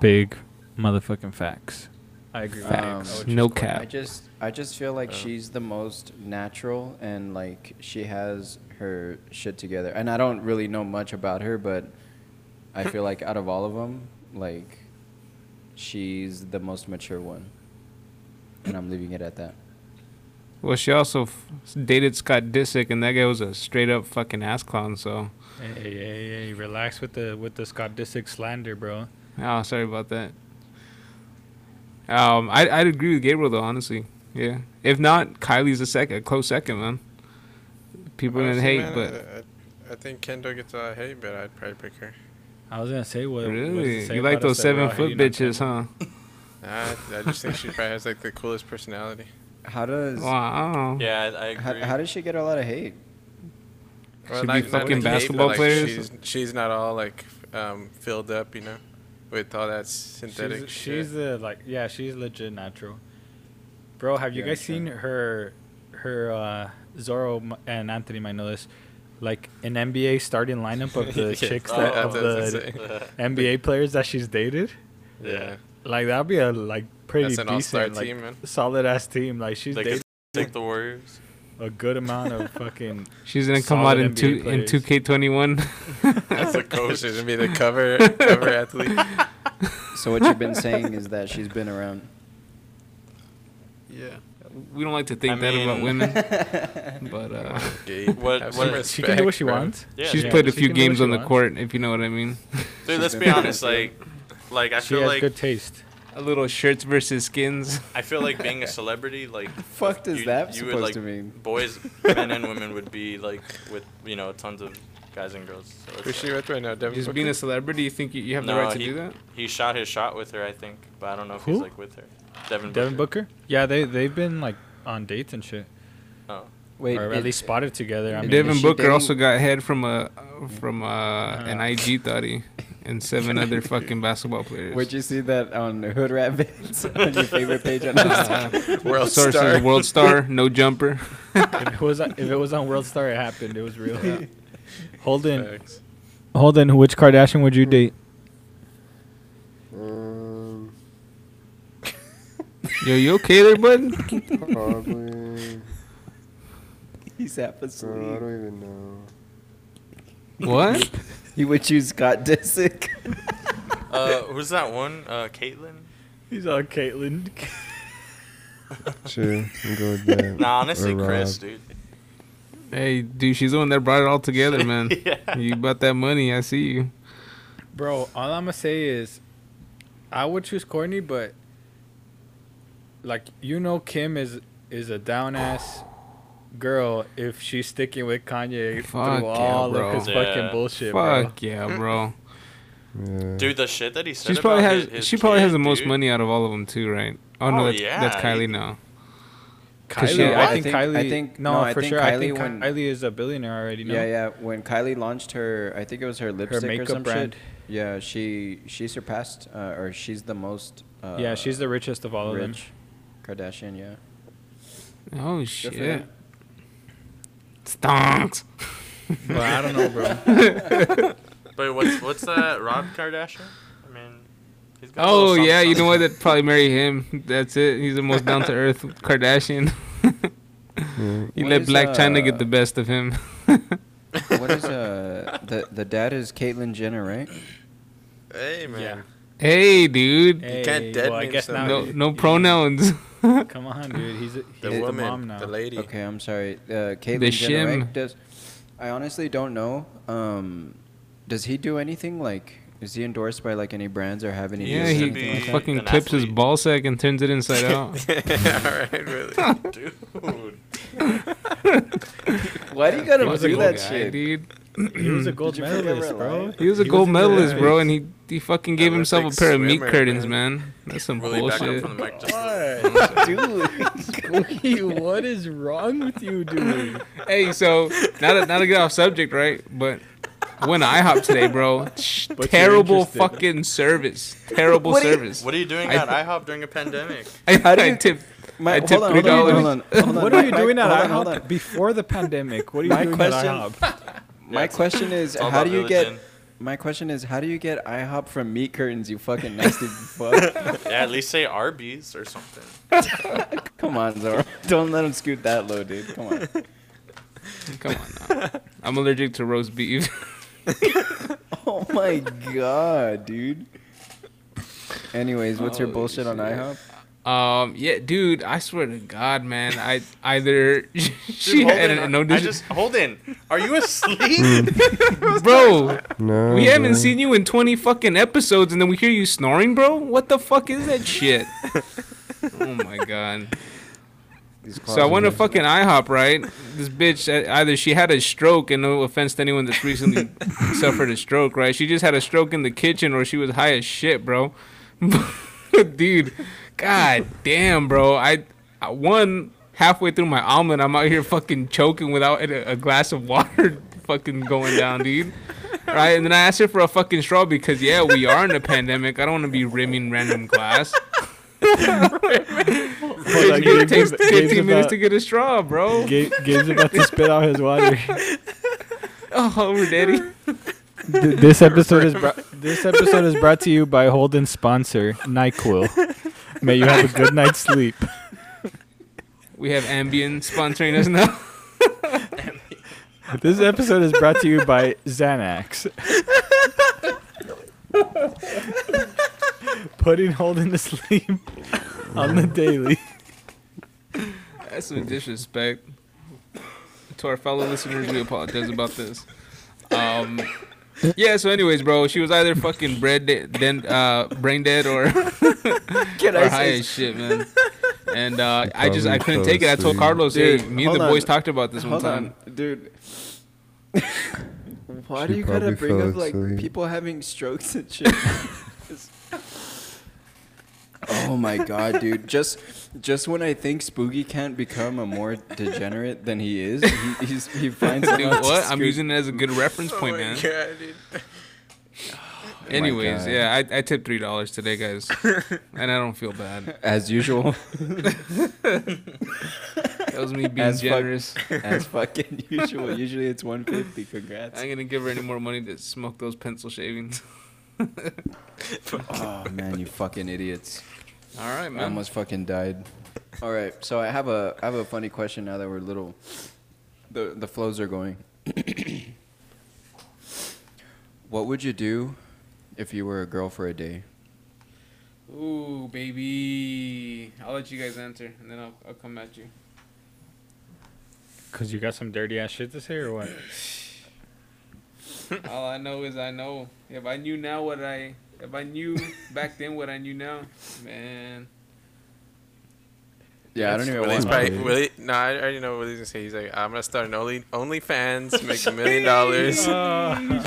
S6: big motherfucking facts. I agree.
S4: with you. I would Facts.
S5: No cap.
S4: I just I just feel
S8: Uh.
S4: like she's the most natural and like she has her shit together. And I don't really know much about her, but I feel like out of all of them, like she's the most mature one. And I'm leaving it at that.
S5: Well, she also f- dated Scott Disick, and that guy was a straight up fucking ass clown. So,
S6: Hey, hey, hey! Relax with the with the Scott Disick slander, bro.
S5: oh, sorry about that. Um, I I'd agree with Gabriel though, honestly. Yeah. If not, Kylie's a second, a close second, man. People are gonna
S3: Honestly,
S5: hate,
S3: man,
S6: uh,
S5: but
S3: I, I, I think Kendall gets a lot of hate, but I'd probably pick her.
S6: I was gonna say what. what does it
S5: really,
S6: say
S5: you like
S6: about us
S5: those
S6: that we're all
S5: seven foot
S6: hating on
S5: bitches, huh?
S3: Nah, I, I just think she probably has like the coolest personality.
S4: How does
S5: Wow.
S8: Yeah, I, I
S4: how,
S8: agree.
S4: how does she get a lot of hate?
S5: Should be fucking basketball
S3: like,
S5: players.
S3: She's, she's not all like f- um, filled up, you know, with all that synthetic
S6: She's,
S3: shit.
S6: she's the like yeah, she's legit natural. Bro, have you
S4: Yeah,
S6: guys
S4: sure.
S6: seen her her uh Zorro m- and Anthony might know this. Like an NBA starting lineup of the
S3: Yes.
S6: chicks
S3: Oh,
S6: that,
S3: yeah,
S6: of
S3: that's
S6: the
S3: insane.
S6: NBA players that she's dated.
S3: yeah.
S6: Like that'd be a like pretty
S3: That's an all-star
S6: decent, like,
S3: team, man.
S6: solid ass team. Like she's
S8: They could
S6: dated
S8: take the Warriors.
S6: a good amount of fucking.
S5: She's gonna come out
S6: Solid
S5: in
S6: NBA
S5: two in
S6: players.
S5: two K twenty one.
S3: That's a coach. She's gonna be the cover cover athlete.
S4: So what you've been saying is that she's been around.
S5: Yeah. We don't like to think
S8: I
S5: that about
S8: mean-
S5: women. but uh,
S3: Gabe,
S8: What-
S3: have
S8: what-
S3: some
S6: She can do what she
S3: bro.
S6: wants.
S8: Yeah,
S5: she's
S8: dude.
S5: played a
S6: she
S5: few
S6: can do what
S5: games
S6: she
S5: on the
S6: wants.
S5: court, if you know what I mean.
S8: Dude, let's
S4: She's
S8: be
S4: been-
S8: honest. Like, like I
S6: She
S8: feel
S6: has
S8: like
S6: good taste.
S5: A little shirts versus skins.
S8: I feel like being a celebrity, like
S4: Fuck does that
S8: would,
S4: supposed
S8: like,
S4: to mean?
S8: Boys, men, and women would be like with you know tons of guys and girls. So it's
S3: Who's she
S8: like-
S3: with right now? Devin
S5: Just
S3: Booker?
S5: being a celebrity, you think you, you have the
S8: No,
S5: right to
S8: he-
S5: do that?
S8: He shot his shot with her, I think, but I don't know if
S6: Who?
S8: he's like with her. Devin.
S6: Devin
S8: Booker.
S6: Booker? Yeah, they they've been like on dates and shit.
S8: Oh.
S4: Wait,
S6: or
S4: it-
S6: at least spotted together. I mean,
S5: Devin
S4: she
S5: Booker
S4: dating-
S5: also got head from a from uh, an IG thoughty. and seven other fucking basketball players.
S4: Would you see that on Hood Rat Vids on your favorite page on Instagram?
S5: World Sources, Star. World Star, no jumper.
S6: if it was on- if it was on World Star, it happened. It was real. Holden, Holden, which Kardashian would you date?
S7: Um,
S5: Yo, you okay there, bud?
S7: probably.
S4: He's half
S7: Oh, I
S4: asleep.
S7: don't even know.
S5: What?
S4: He would choose Scott Disick.
S8: Uh, who's that one? Uh, Caitlyn.
S6: He's on Caitlyn.
S7: Sure, we'll go with that.
S8: Nah, honestly,
S7: Or
S8: Chris,
S7: Rob.
S8: dude.
S5: Hey, dude, she's the one that brought it all together, man.
S8: Yeah.
S5: You about that money? I see you.
S6: Bro, all I'm gonna say is, I would choose Courtney, but like you know, Kim is is a down ass girl if she's sticking with Kanye
S5: Fuck
S6: through
S5: yeah,
S6: all
S5: bro.
S6: of his
S8: Yeah.
S6: fucking bullshit, bro.
S5: Fuck yeah, bro.
S7: Yeah.
S8: Dude, the shit that he Mm. said.
S5: She's probably
S8: about
S5: has
S8: his- his
S5: she probably has
S8: kid,
S5: the most
S8: dude.
S5: money out of all of them too, right? Oh no,
S8: Oh,
S5: that's, that's
S8: yeah.
S5: Kylie now. 'Cause
S6: Kylie,
S5: she-
S6: I,
S5: I
S6: think,
S4: think-
S6: Kylie.
S4: I think-
S6: no,
S4: no, I
S6: for
S4: think
S6: sure. I think
S4: Kylie when-
S6: Kylie is a billionaire already. No?
S4: Yeah, yeah. When Kylie launched her, I think it was her lipstick or
S6: makeup
S4: some
S6: brand.
S4: shit. Yeah, she she surpassed, uh, or she's the most. Uh,
S6: yeah. She's the richest of all of them.
S4: rich Kardashian. Yeah.
S5: Oh
S4: for
S5: shit. Stonks.
S6: But I don't know, bro.
S8: But what's what's that? Rob Kardashian. I mean, he's got a
S5: Oh
S8: little
S5: yeah, you know what?
S8: something.
S5: That probably marry him. That's it. He's the most down to earth Kardashian. he
S4: What
S5: let
S4: is,
S5: Black China get
S4: uh,
S5: the best of him.
S4: What is uh the the dad is Caitlyn Jenner, right?
S3: Hey
S6: man.
S5: hey, dude.
S6: Hey,
S3: can't dead
S6: well, I
S3: name
S6: guess now.
S5: no, no pronouns.
S6: Come on, dude. He's a, he's
S3: The
S6: the
S3: woman,
S6: mom now.
S3: the lady.
S4: Okay, I'm sorry. Uh, Caitlyn
S5: The
S4: Jenner. right?
S5: shim.
S4: Does, I honestly don't know. Um, does he do anything like? Is he endorsed by like any brands or have any?
S5: yeah,
S4: deals or
S5: he
S8: to
S4: anything like
S8: be
S4: that?
S5: fucking
S8: an
S5: clips his
S8: athlete.
S5: ball sack and turns it inside out.
S3: All right, really.
S8: dude.
S4: Why do you gotta
S5: He was a
S4: do
S5: gold
S4: that
S5: guy,
S4: shit?
S5: dude.
S6: he was a gold
S4: Did you forget
S6: medalist,
S4: we're alive?
S6: bro.
S5: He was a
S6: He
S5: gold
S6: was a good
S5: medalist,
S6: guy.
S5: bro, and he, he fucking gave himself a
S3: Olympic
S5: pair of meat
S3: swimmer,
S5: curtains,
S3: man.
S5: man. That's some
S8: Really back up
S5: bullshit.
S8: from the mic just.
S6: Dude, what is wrong with you, dude?
S5: Hey, so not to, not to get off subject, right? But I went to IHOP today, bro. Sh-
S6: you're
S5: Terrible
S6: interested.
S5: fucking service. Terrible
S4: What do you-
S5: service.
S8: What are you doing
S5: I-
S8: at IHOP during a pandemic?
S5: I,
S4: How do
S5: I
S4: you-
S5: tipped.
S4: My,
S5: I
S4: hold
S5: tipped
S4: on,
S5: three
S4: hold on,
S5: dollars.
S4: hold on, hold on.
S6: What are you doing
S4: My-
S6: at
S4: hold on, hold
S6: IHOP
S4: on.
S6: before the pandemic? What are you
S4: My
S6: doing
S4: question-
S6: at IHOP?
S4: My question is,
S8: all
S4: how
S8: about
S4: do you
S8: religion.
S4: get? My question is, how do you get IHOP from meat curtains? You fucking nasty fuck!
S8: Yeah, at least say Arby's or something.
S4: Come on, Zoro. Don't let him scoot that low, dude. Come on.
S5: Come on, now. I'm allergic to roast beef.
S4: Oh my god, dude. Anyways, what's your
S5: Holy
S4: bullshit on IHOP?
S5: Um, yeah, dude. I swear to God, man. I either she
S8: Dude,
S5: had
S8: Holden,
S5: no.
S8: I
S5: Dis-
S8: just hold in. Are you asleep?
S5: bro,
S7: No.
S6: Oh,
S5: we haven't
S7: bro.
S5: seen you in 20 fucking episodes, and then we hear you snoring, bro. What the fuck is that shit? oh my god.
S4: These
S5: So I went to
S4: closets.
S5: fucking IHOP, right? This bitch, uh, either she had a stroke, and no offense to anyone that's recently suffered a stroke, right? She just had a stroke in the kitchen, or she was high as shit, bro. Dude, god damn, bro. I, I one halfway through my omelet, I'm out here fucking choking without a, a glass of water, fucking going down, dude. Right, and then I asked her for a fucking straw because yeah, we are in a pandemic. I don't want to be rimming random glass.
S6: Hold on,
S5: It
S6: Gabe's
S5: takes
S6: about- Gabe's
S5: 15 minutes
S6: about-
S5: to get a straw, bro.
S6: uh, Gabe, Gabe's about to spit out his water.
S5: Oh, we're daddy.
S6: Th- this episode is bro- this episode is brought to you by Holden sponsor Nyquil. May you have a good night's sleep.
S5: We have Ambien sponsoring us now.
S6: This episode is brought to you by Xanax. Putting Holden to sleep on the daily.
S5: That's some disrespect. To our fellow listeners, we apologize about this. Um, yeah. So, anyways, bro, she was either fucking bread de- den- uh, brain dead or
S4: Can
S5: or high
S4: I say
S5: as shit, man. And uh, I just I
S7: Probably
S5: couldn't take it. I told
S7: close to-
S5: Carlos, hey,
S4: Dude,
S5: me and the
S4: hold on.
S5: boys talked about this one
S4: Hold
S5: time.
S4: on, dude. Why
S7: She
S4: do you gotta
S7: probably
S4: bring
S7: fell
S4: up like
S7: asleep.
S4: people having strokes and shit? oh my god, dude! Just, just when I think Spooky can't become a more degenerate than he is, he, he's, he finds
S5: Dude,
S4: out to
S5: what? I'm
S4: scoot- Oh
S5: using it as a good reference point, man.
S3: Yeah, dude.
S4: Oh my
S5: Anyways,
S4: God.
S5: yeah, I, I tipped three dollars today, guys, and I don't feel bad.
S4: As usual.
S5: That was me being
S4: As fuck-
S5: generous.
S4: as fucking usual. Usually it's 150. Congrats.
S5: I ain't gonna give her any more money to smoke those pencil shavings.
S4: Oh man, you fucking idiots.
S5: All right,
S4: I
S5: man.
S4: almost fucking died. All right, so I have a I have a funny question now that we're little. The the flows are going. what would you do if you were a girl for a day?
S5: Ooh, baby. I'll let you guys answer, and then I'll, I'll come at you.
S6: Cause you got some dirty ass shit to say or what?
S5: All I know is I know. If I knew now what I, if I knew back then what I knew now, man.
S4: Yeah, I don't even
S3: Willie's
S4: want
S3: probably,
S4: to.
S3: Willie, no, I already know what he's gonna say. He's like, I'm gonna start an only OnlyFans, make a million dollars.
S6: Uh,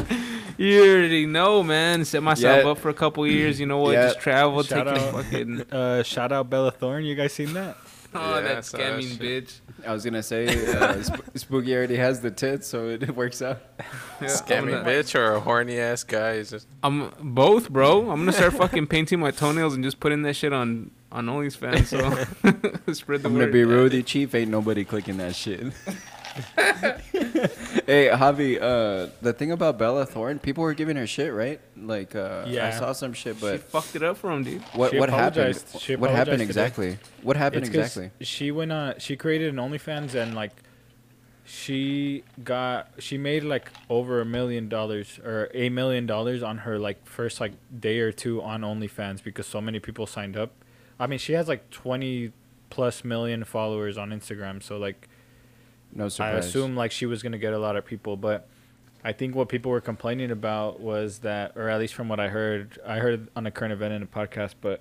S5: You already know, man. Set myself
S4: Yeah.
S5: up for a couple years. You know what?
S4: Yeah.
S5: Just travel,
S6: Shout
S5: take
S6: out.
S5: a fucking.
S6: Uh, shout out Bella Thorne. You guys seen that?
S5: Oh,
S3: Yeah,
S5: that
S3: I saw that
S5: scamming
S3: shit.
S5: bitch.
S4: I was gonna say uh, Sp- Spooky already has the tits, so it works out.
S5: Yeah, I'm,
S3: Scamming
S5: gonna-
S3: bitch or a horny ass guy. He's just,
S5: I'm both, bro. I'm gonna start fucking painting my toenails and just putting that shit on on OnlyFans. So spread the
S4: I'm
S5: word.
S4: gonna be real with you, Chief. Ain't nobody clicking that shit. hey, Javi, uh, the thing about Bella Thorne, people were giving her shit, right? Like, uh, I
S6: Yeah.
S4: saw some shit,
S5: She
S4: but
S5: fucked it up for him, dude.
S4: what
S6: She
S4: what happened?
S6: apologized. She
S4: what happened
S6: apologized today.
S4: exactly? What happened
S6: It's 'cause
S4: exactly?
S6: She went on. She created an OnlyFans and like, she got she made like over a million dollars or a million dollars on her like first like day or two on OnlyFans because so many people signed up. I mean, she has like twenty plus million followers on Instagram, so like
S4: No surprise.
S6: I assume like she was gonna get a lot of people, but I think what people were complaining about was that, or at least from what I heard, I heard on a current event in a podcast, but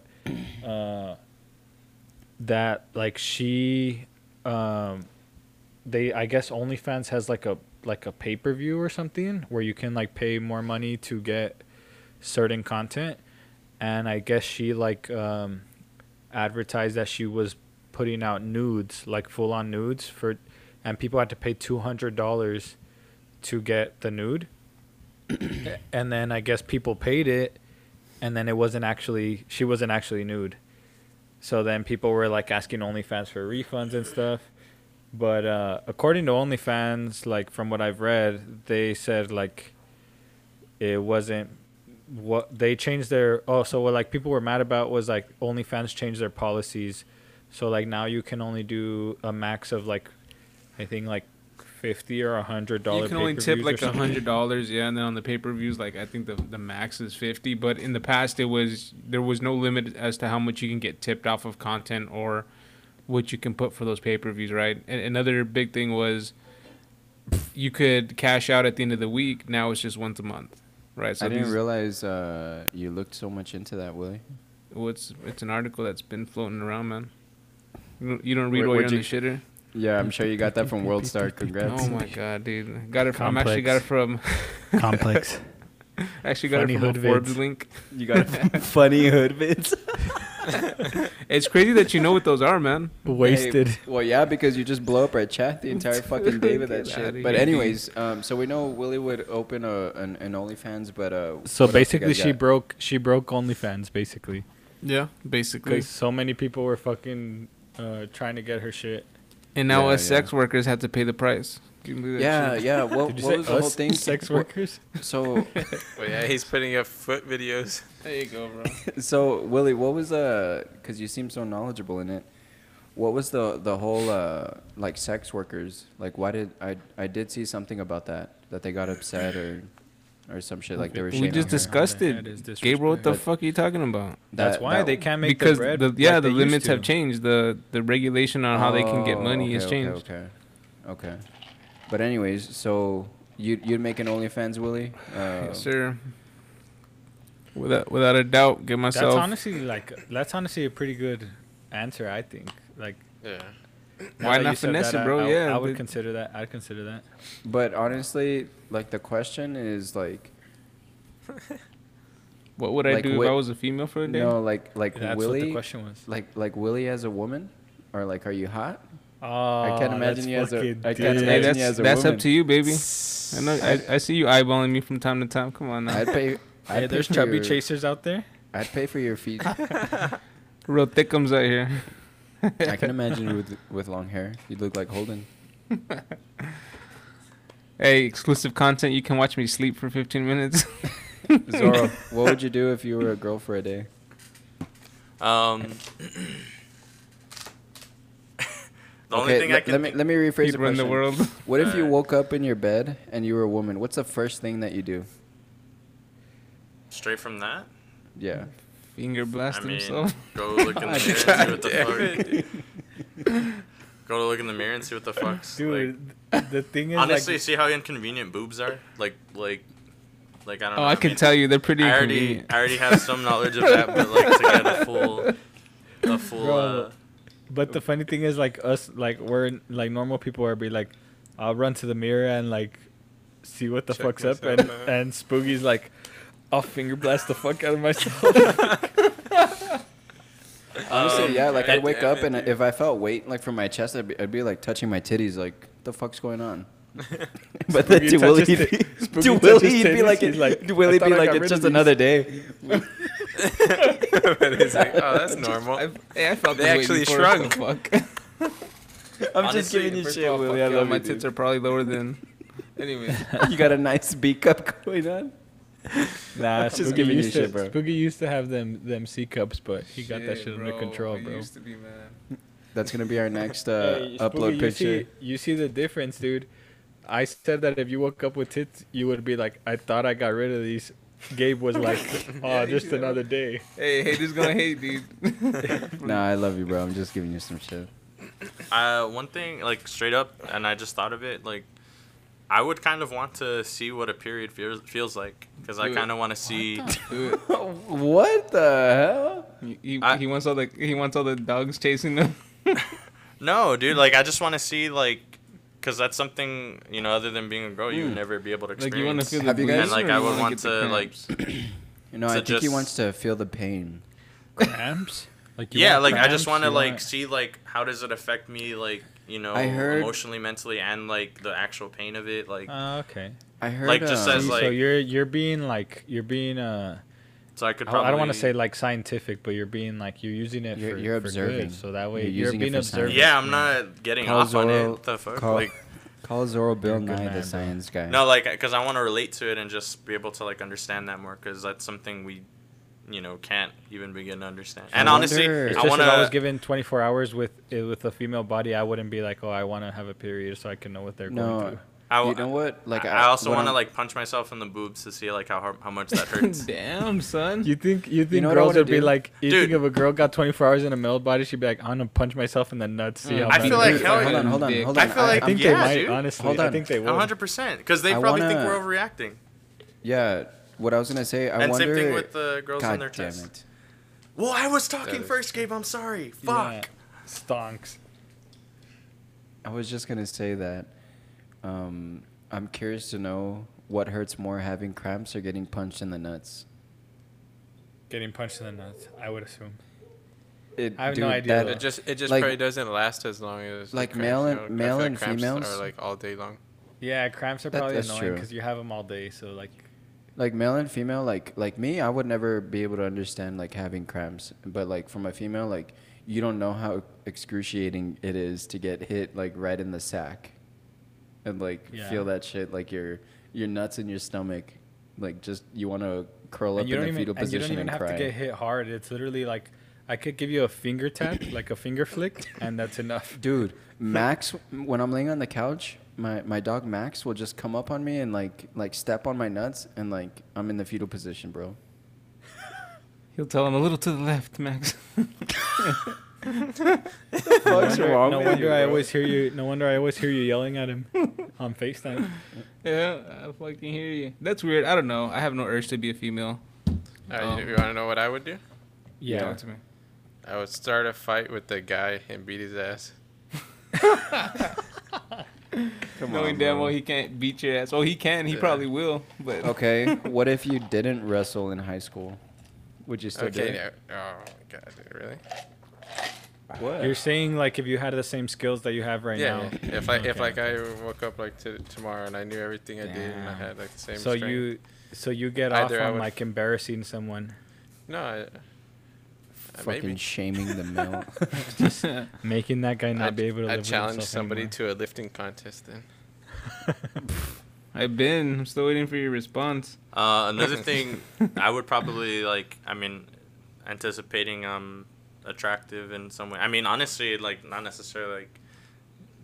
S6: uh, that like she, um, they I guess OnlyFans has like a like a pay per view or something where you can like pay more money to get certain content, and I guess she like um, advertised that she was putting out nudes like full on nudes for and people had to pay two hundred dollars to get the nude. and then I guess people paid it, and then it wasn't actually she wasn't actually nude. So then people were like asking OnlyFans for refunds and stuff. But uh, according to OnlyFans, like from what I've read, they said like it wasn't what they changed their oh so what like people were mad about was like OnlyFans changed their policies. So like now you can only do a max of like I think like fifty or a hundred dollar.
S5: You can only tip like a hundred dollars, yeah, and then on the pay per views, like I think the the max is fifty. But in the past, it was there was no limit as to how much you can get tipped off of content or what you can put for those pay per views, right? And another big thing was you could cash out at the end of the week. Now it's just once a month, right?
S4: I didn't
S5: these-
S4: realize uh, you looked so much into that, Willie.
S5: well, it's it's an article that's been floating around, man. You don't- You don't read
S4: Where-
S5: while you're
S4: where'd
S5: on the shitter.
S4: Yeah, I'm sure you got that from World Star. Congrats.
S5: eh? Oh my god, dude! Got it from. I'm actually got it
S6: Complex.
S5: from.
S6: complex.
S5: Actually got
S6: Funny
S5: it from
S6: hood
S5: a Forbes
S6: vids.
S5: link.
S4: You got funny hood vids.
S5: It's crazy that you know what those are, man.
S6: Wasted.
S4: Hey, well, yeah, because you just blow up our chat the entire fucking day with that
S5: Get
S4: shit.
S5: outta
S4: But
S5: here.
S4: anyways, um, so we know Willie would open a, an, an OnlyFans, but uh,
S6: So
S4: what else you
S6: basically,
S4: guys
S6: she
S4: got?
S6: broke she broke OnlyFans basically
S5: Yeah, basically.
S6: because so many people were fucking uh, trying to get her shit.
S5: And now
S4: Yeah,
S5: us sex workers have to pay the price. Can you believe that
S4: Yeah,
S5: shit?
S4: yeah. What,
S6: Did you
S4: what
S6: say
S4: was the whole
S6: us
S4: thing?
S6: Sex
S4: Wha-
S6: workers.
S4: So,
S3: well, yeah, he's putting up foot videos.
S5: There you go, bro.
S4: so Willie, what was uh? Because you seem so knowledgeable in it. What was the the whole uh like sex workers? Like, why did I I did see something about that that they got upset or or some shit like they were.
S5: we
S4: shitting on
S5: just
S4: her.
S5: discussed
S6: That is
S5: it. Gabriel, what the
S4: disrespect.
S5: fuck are you talking about?
S6: That's
S4: That-
S6: why
S4: that-
S6: they can't make
S5: because
S6: the bread.
S5: the yeah,
S6: like
S5: the
S6: they used
S5: limits have
S6: to.
S5: changed. The the regulation on how they can get
S4: Oh,
S5: money
S4: okay,
S5: has
S4: okay,
S5: changed.
S4: Okay, okay, But anyways, so you you'd make an OnlyFans, Willie? Uh,
S5: Yes, sir. Without without a doubt, get
S6: That's
S5: myself.
S6: honestly like that's honestly a pretty good answer. I think like
S3: Yeah.
S6: now
S5: Why
S6: that
S5: not
S6: you said
S5: finesse
S6: that,
S5: it,
S6: I-
S5: bro?
S6: I,
S5: Yeah,
S6: I would
S5: but-
S6: consider that. I'd consider that.
S4: But honestly, like the question is like
S5: what would I
S4: like,
S5: do
S4: what-
S5: if I was a female for a day?
S4: no, like like
S6: That's what the
S4: Willie,
S6: question was.
S4: like like Willie as a woman, or like are you hot?
S6: Oh,
S4: I can't imagine you as a. I can't
S5: Hey,
S4: imagine
S5: that's
S4: you as a
S5: that's
S4: woman.
S5: up to you, baby. I know. I, I see you eyeballing me from time to time. Come on now.
S4: I'd pay. I'd
S6: Hey,
S4: pay
S6: there's
S4: for
S6: chubby
S4: your-
S6: chasers out there.
S4: I'd pay for your feet.
S5: Real thickums out here.
S4: I can imagine you with with long hair. You'd look like Holden.
S5: Hey, exclusive content. You can watch me sleep for 15 minutes.
S4: Zoro, what would you do if you were a girl for a day?
S8: Um, the only thing
S4: le-
S8: I can
S4: let me
S8: think-
S4: let me rephrase
S5: You'd
S4: the
S5: run
S4: question.
S5: the world.
S4: What if you
S8: Alright.
S4: woke up in your bed and you were a woman? What's the first thing that you do?
S8: straight from that.
S4: Yeah.
S5: Finger blast
S8: I mean,
S5: himself.
S8: go look in the mirror and see what the fuck. go to look in the mirror and see what the fuck's like.
S6: Dude, th- the thing is,
S8: Honestly,
S6: like,
S8: see how inconvenient boobs are. Like, like, like I don't know.
S5: Oh, I can
S8: mean,
S5: tell you, they're pretty
S8: I already,
S5: convenient.
S8: I already have some knowledge of that, but like to get a full, a full.
S6: Bro.
S8: uh,
S6: but the funny thing is, like us, like we're like normal people are be like, I'll run to the mirror and like see what the
S3: Check
S6: fuck's up,
S3: myself
S6: and
S3: out.
S6: and Spooky's like, I'll finger blast the fuck out of myself.
S4: Honestly,
S8: Um,
S4: yeah. Like I'd
S8: God
S4: wake
S8: damn
S4: up
S8: it,
S4: and
S8: dude.
S4: if I felt weight like from my chest, I'd be, I'd be like touching my titties. Like the fuck's going on? but then
S6: Spooky
S4: to Willie, he'd
S6: touches
S4: be,
S6: ti- Spooky
S4: to Willie,
S6: touches
S4: he'd be
S6: titties,
S4: like,
S6: he's like,
S4: to
S6: "I
S4: Willie,
S6: thought
S4: be
S6: I
S4: like,
S6: got
S4: it's
S6: rid
S4: just
S6: of these."
S4: another day.
S3: But it's like, oh, that's normal.
S5: Hey, I felt
S3: They
S5: this way
S3: actually
S5: before, so
S3: shrunk.
S5: Fuck.
S4: I'm just
S8: Honestly,
S4: giving you
S5: First
S4: shit,
S6: Oh,
S5: of all, fuck
S4: Willie. I
S5: y'all,
S4: love
S5: my
S4: you.
S5: tits
S4: dude.
S5: are probably lower than. Anyway,
S4: You got a nice beak up going on. Nah, I'm just
S6: Spooky
S4: giving you
S6: used to-
S4: shit, bro.
S6: Spooky used to have them them C cups, but he got that shit under control, bro.
S4: That's gonna be our next uh,
S6: Hey, Spooky,
S4: upload
S6: you
S4: picture.
S6: See, you see the difference, dude. I said that if you woke up with tits, you would be like, I thought I got rid of these. Gabe was like, oh,
S5: Yeah, you
S6: just
S5: do that.
S6: another day.
S5: Hey, haters gonna hate, dude.
S4: Nah, I love you, bro. I'm just giving you some shit.
S8: Uh, one thing, like straight up, and I just thought of it, like, I would kind of want to see what a period feels feels like, because I
S5: Dude,
S8: kind of want to see.
S5: Do it.
S4: What the
S5: He, he,
S8: I-
S5: he wants all the he wants all the dogs chasing him.
S8: No, dude, like I just want to see like, because that's something you know, other than being a girl, you would never be able to
S5: Hmm. Like
S8: experience.
S5: you want to feel the
S4: Have you guys-
S5: bleeds
S8: And, like,
S5: or
S8: I
S5: you
S8: would
S5: wanna
S8: want
S5: get the
S8: to, like,
S5: cramps?
S4: hell? No,
S8: So
S4: I think he
S8: just-
S4: wants to feel the pain.
S6: Cramps? Like
S8: yeah, like I just want to like see like how does it affect me like you know
S4: I heard-
S8: emotionally, mentally, and like the actual pain of it. Like
S6: Ah, okay.
S4: I heard
S8: Like, just
S4: um,
S8: as, like-
S6: Uh, so you're you're being like you're being uh
S8: so I could
S6: I-
S8: probably.
S6: I don't want to say like scientific, but you're being like you're using it
S4: You're-
S6: for
S4: you're
S6: for good,
S4: observing.
S6: so that way
S4: You're
S6: you're,
S4: using it
S6: being
S4: for
S6: observant.
S8: Yeah, I'm not getting
S4: Call
S8: off on
S4: Zoro-
S8: it. The fuck,
S4: call-
S8: like
S4: Call Zoro Bill
S6: good
S4: Nye
S6: man, bro.
S4: the science guy.
S8: no, like because I want to relate to it and just be able to like understand that more because that's something we, you know, can't even begin to understand. And
S4: I
S8: honestly,
S4: wonder- It's
S8: I
S6: I
S8: want
S6: if I was
S8: to.
S6: given 24 hours with eh, with a female body, I wouldn't be like, oh, I want to have a period so I can know what they're going
S4: no.
S6: through.
S8: I,
S4: you know what? Like
S8: Like I, also
S4: what
S8: want to
S4: I'm-
S8: like punch myself in the boobs to see like how har- how much that hurts.
S5: Damn, son.
S6: You think you think
S4: know what I
S6: girls
S4: wanna
S6: would be
S4: do?
S6: like? You
S8: Dude.
S6: think if a girl got 24 hours in a male body, she'd be like, I'm gonna punch myself in the nuts. See
S5: Mm.
S6: how
S8: I
S6: bad
S8: feel
S6: it
S8: like
S6: is."
S4: Dude,
S8: hell
S4: Hold on, hold on,
S5: dick.
S4: hold
S8: I
S4: on.
S8: feel like-
S6: I
S4: I'm
S6: think
S8: yeah,
S6: they might.
S8: dude.
S6: Honestly,
S4: Hold
S6: I
S4: on.
S6: think they
S8: A
S6: will.
S8: hundred percent, because they
S4: I
S8: probably think
S4: wanna-
S8: we're overreacting.
S4: Yeah, what I was gonna say, I
S8: and same
S4: wonder.
S8: thing with the girls
S4: God
S8: on their
S4: damn
S8: chest.
S4: it!
S8: Well, I was talking first, Gabe. I'm sorry. Fuck.
S6: Yeah. Stonks.
S4: I was just gonna say that. Um, I'm curious to know what hurts more, having cramps or getting punched in the nuts.
S6: Getting punched in the nuts. I would assume.
S4: It,
S6: I have no idea, though.
S3: It just it just
S4: Like-
S3: probably doesn't last as long as the
S4: like
S3: cramps,
S4: male
S3: you
S4: and-
S3: know? I feel
S4: male
S3: like
S4: and
S3: cramps
S4: females?
S3: are like all day long.
S6: Yeah, cramps are
S4: That-
S6: probably
S4: that's
S6: annoying
S4: true.
S6: because you have them all day. So like,
S4: like male and female like like me i would never be able to understand like having cramps but like from a female like you don't know how excruciating it is to get hit like right in the sack and like
S6: Yeah.
S4: feel that shit like your your nuts in your stomach like just you want to curl up
S6: and you
S4: in
S6: don't
S4: the
S6: even
S4: fetal
S6: and you don't
S4: position
S6: even
S4: and,
S6: have
S4: cry
S6: to get hit hard. It's literally like I could give you a finger tap, like a finger flick, and that's enough.
S4: dude max when i'm laying on the couch my my dog max will just come up on me and like like step on my nuts and like i'm in the fetal position bro
S5: He'll tell him a little to the left, Max.
S4: what's
S6: No wonder- no wonder I always hear you. No wonder I always hear you yelling at him on Facetime.
S5: yeah, I fucking hear you. That's weird. I don't know. I have no urge to be a female.
S3: Uh, you-
S6: Oh.
S5: Um,
S3: you want to know what I would do?
S5: Talk
S6: Yeah,
S5: to me.
S3: I would start a fight with the guy and beat his ass.
S4: Come
S5: Knowing
S4: on,
S5: damn
S4: bro.
S5: well he can't beat your ass. Oh, he can. He
S3: Yeah.
S5: probably will. But
S4: Okay, what if you didn't wrestle in high school? Would you still do
S3: okay.
S4: it?
S3: no- Oh god, dude, really?
S4: What?
S6: you're saying like if you had the same skills that you have right
S3: yeah.
S6: now.
S3: yeah. If I if
S6: Okay,
S3: like I woke up like to tomorrow and I knew everything I did and I
S4: Damn.
S3: had like the same.
S6: So
S3: strength.
S6: you So you get
S3: Either I
S6: off on
S3: would-
S6: like embarrassing someone,
S3: No, I, Uh,
S4: Fucking
S3: maybe.
S4: shaming the milk.
S6: making that guy not
S3: I'd,
S6: be able to.
S3: I'd
S6: live with
S3: challenge
S6: himself
S3: somebody
S6: anymore.
S3: to a lifting contest then.
S5: I've been. I'm still waiting for your response.
S1: Uh, another thing I would probably like. I mean, anticipating um attractive in some way. I mean, honestly, like not necessarily like,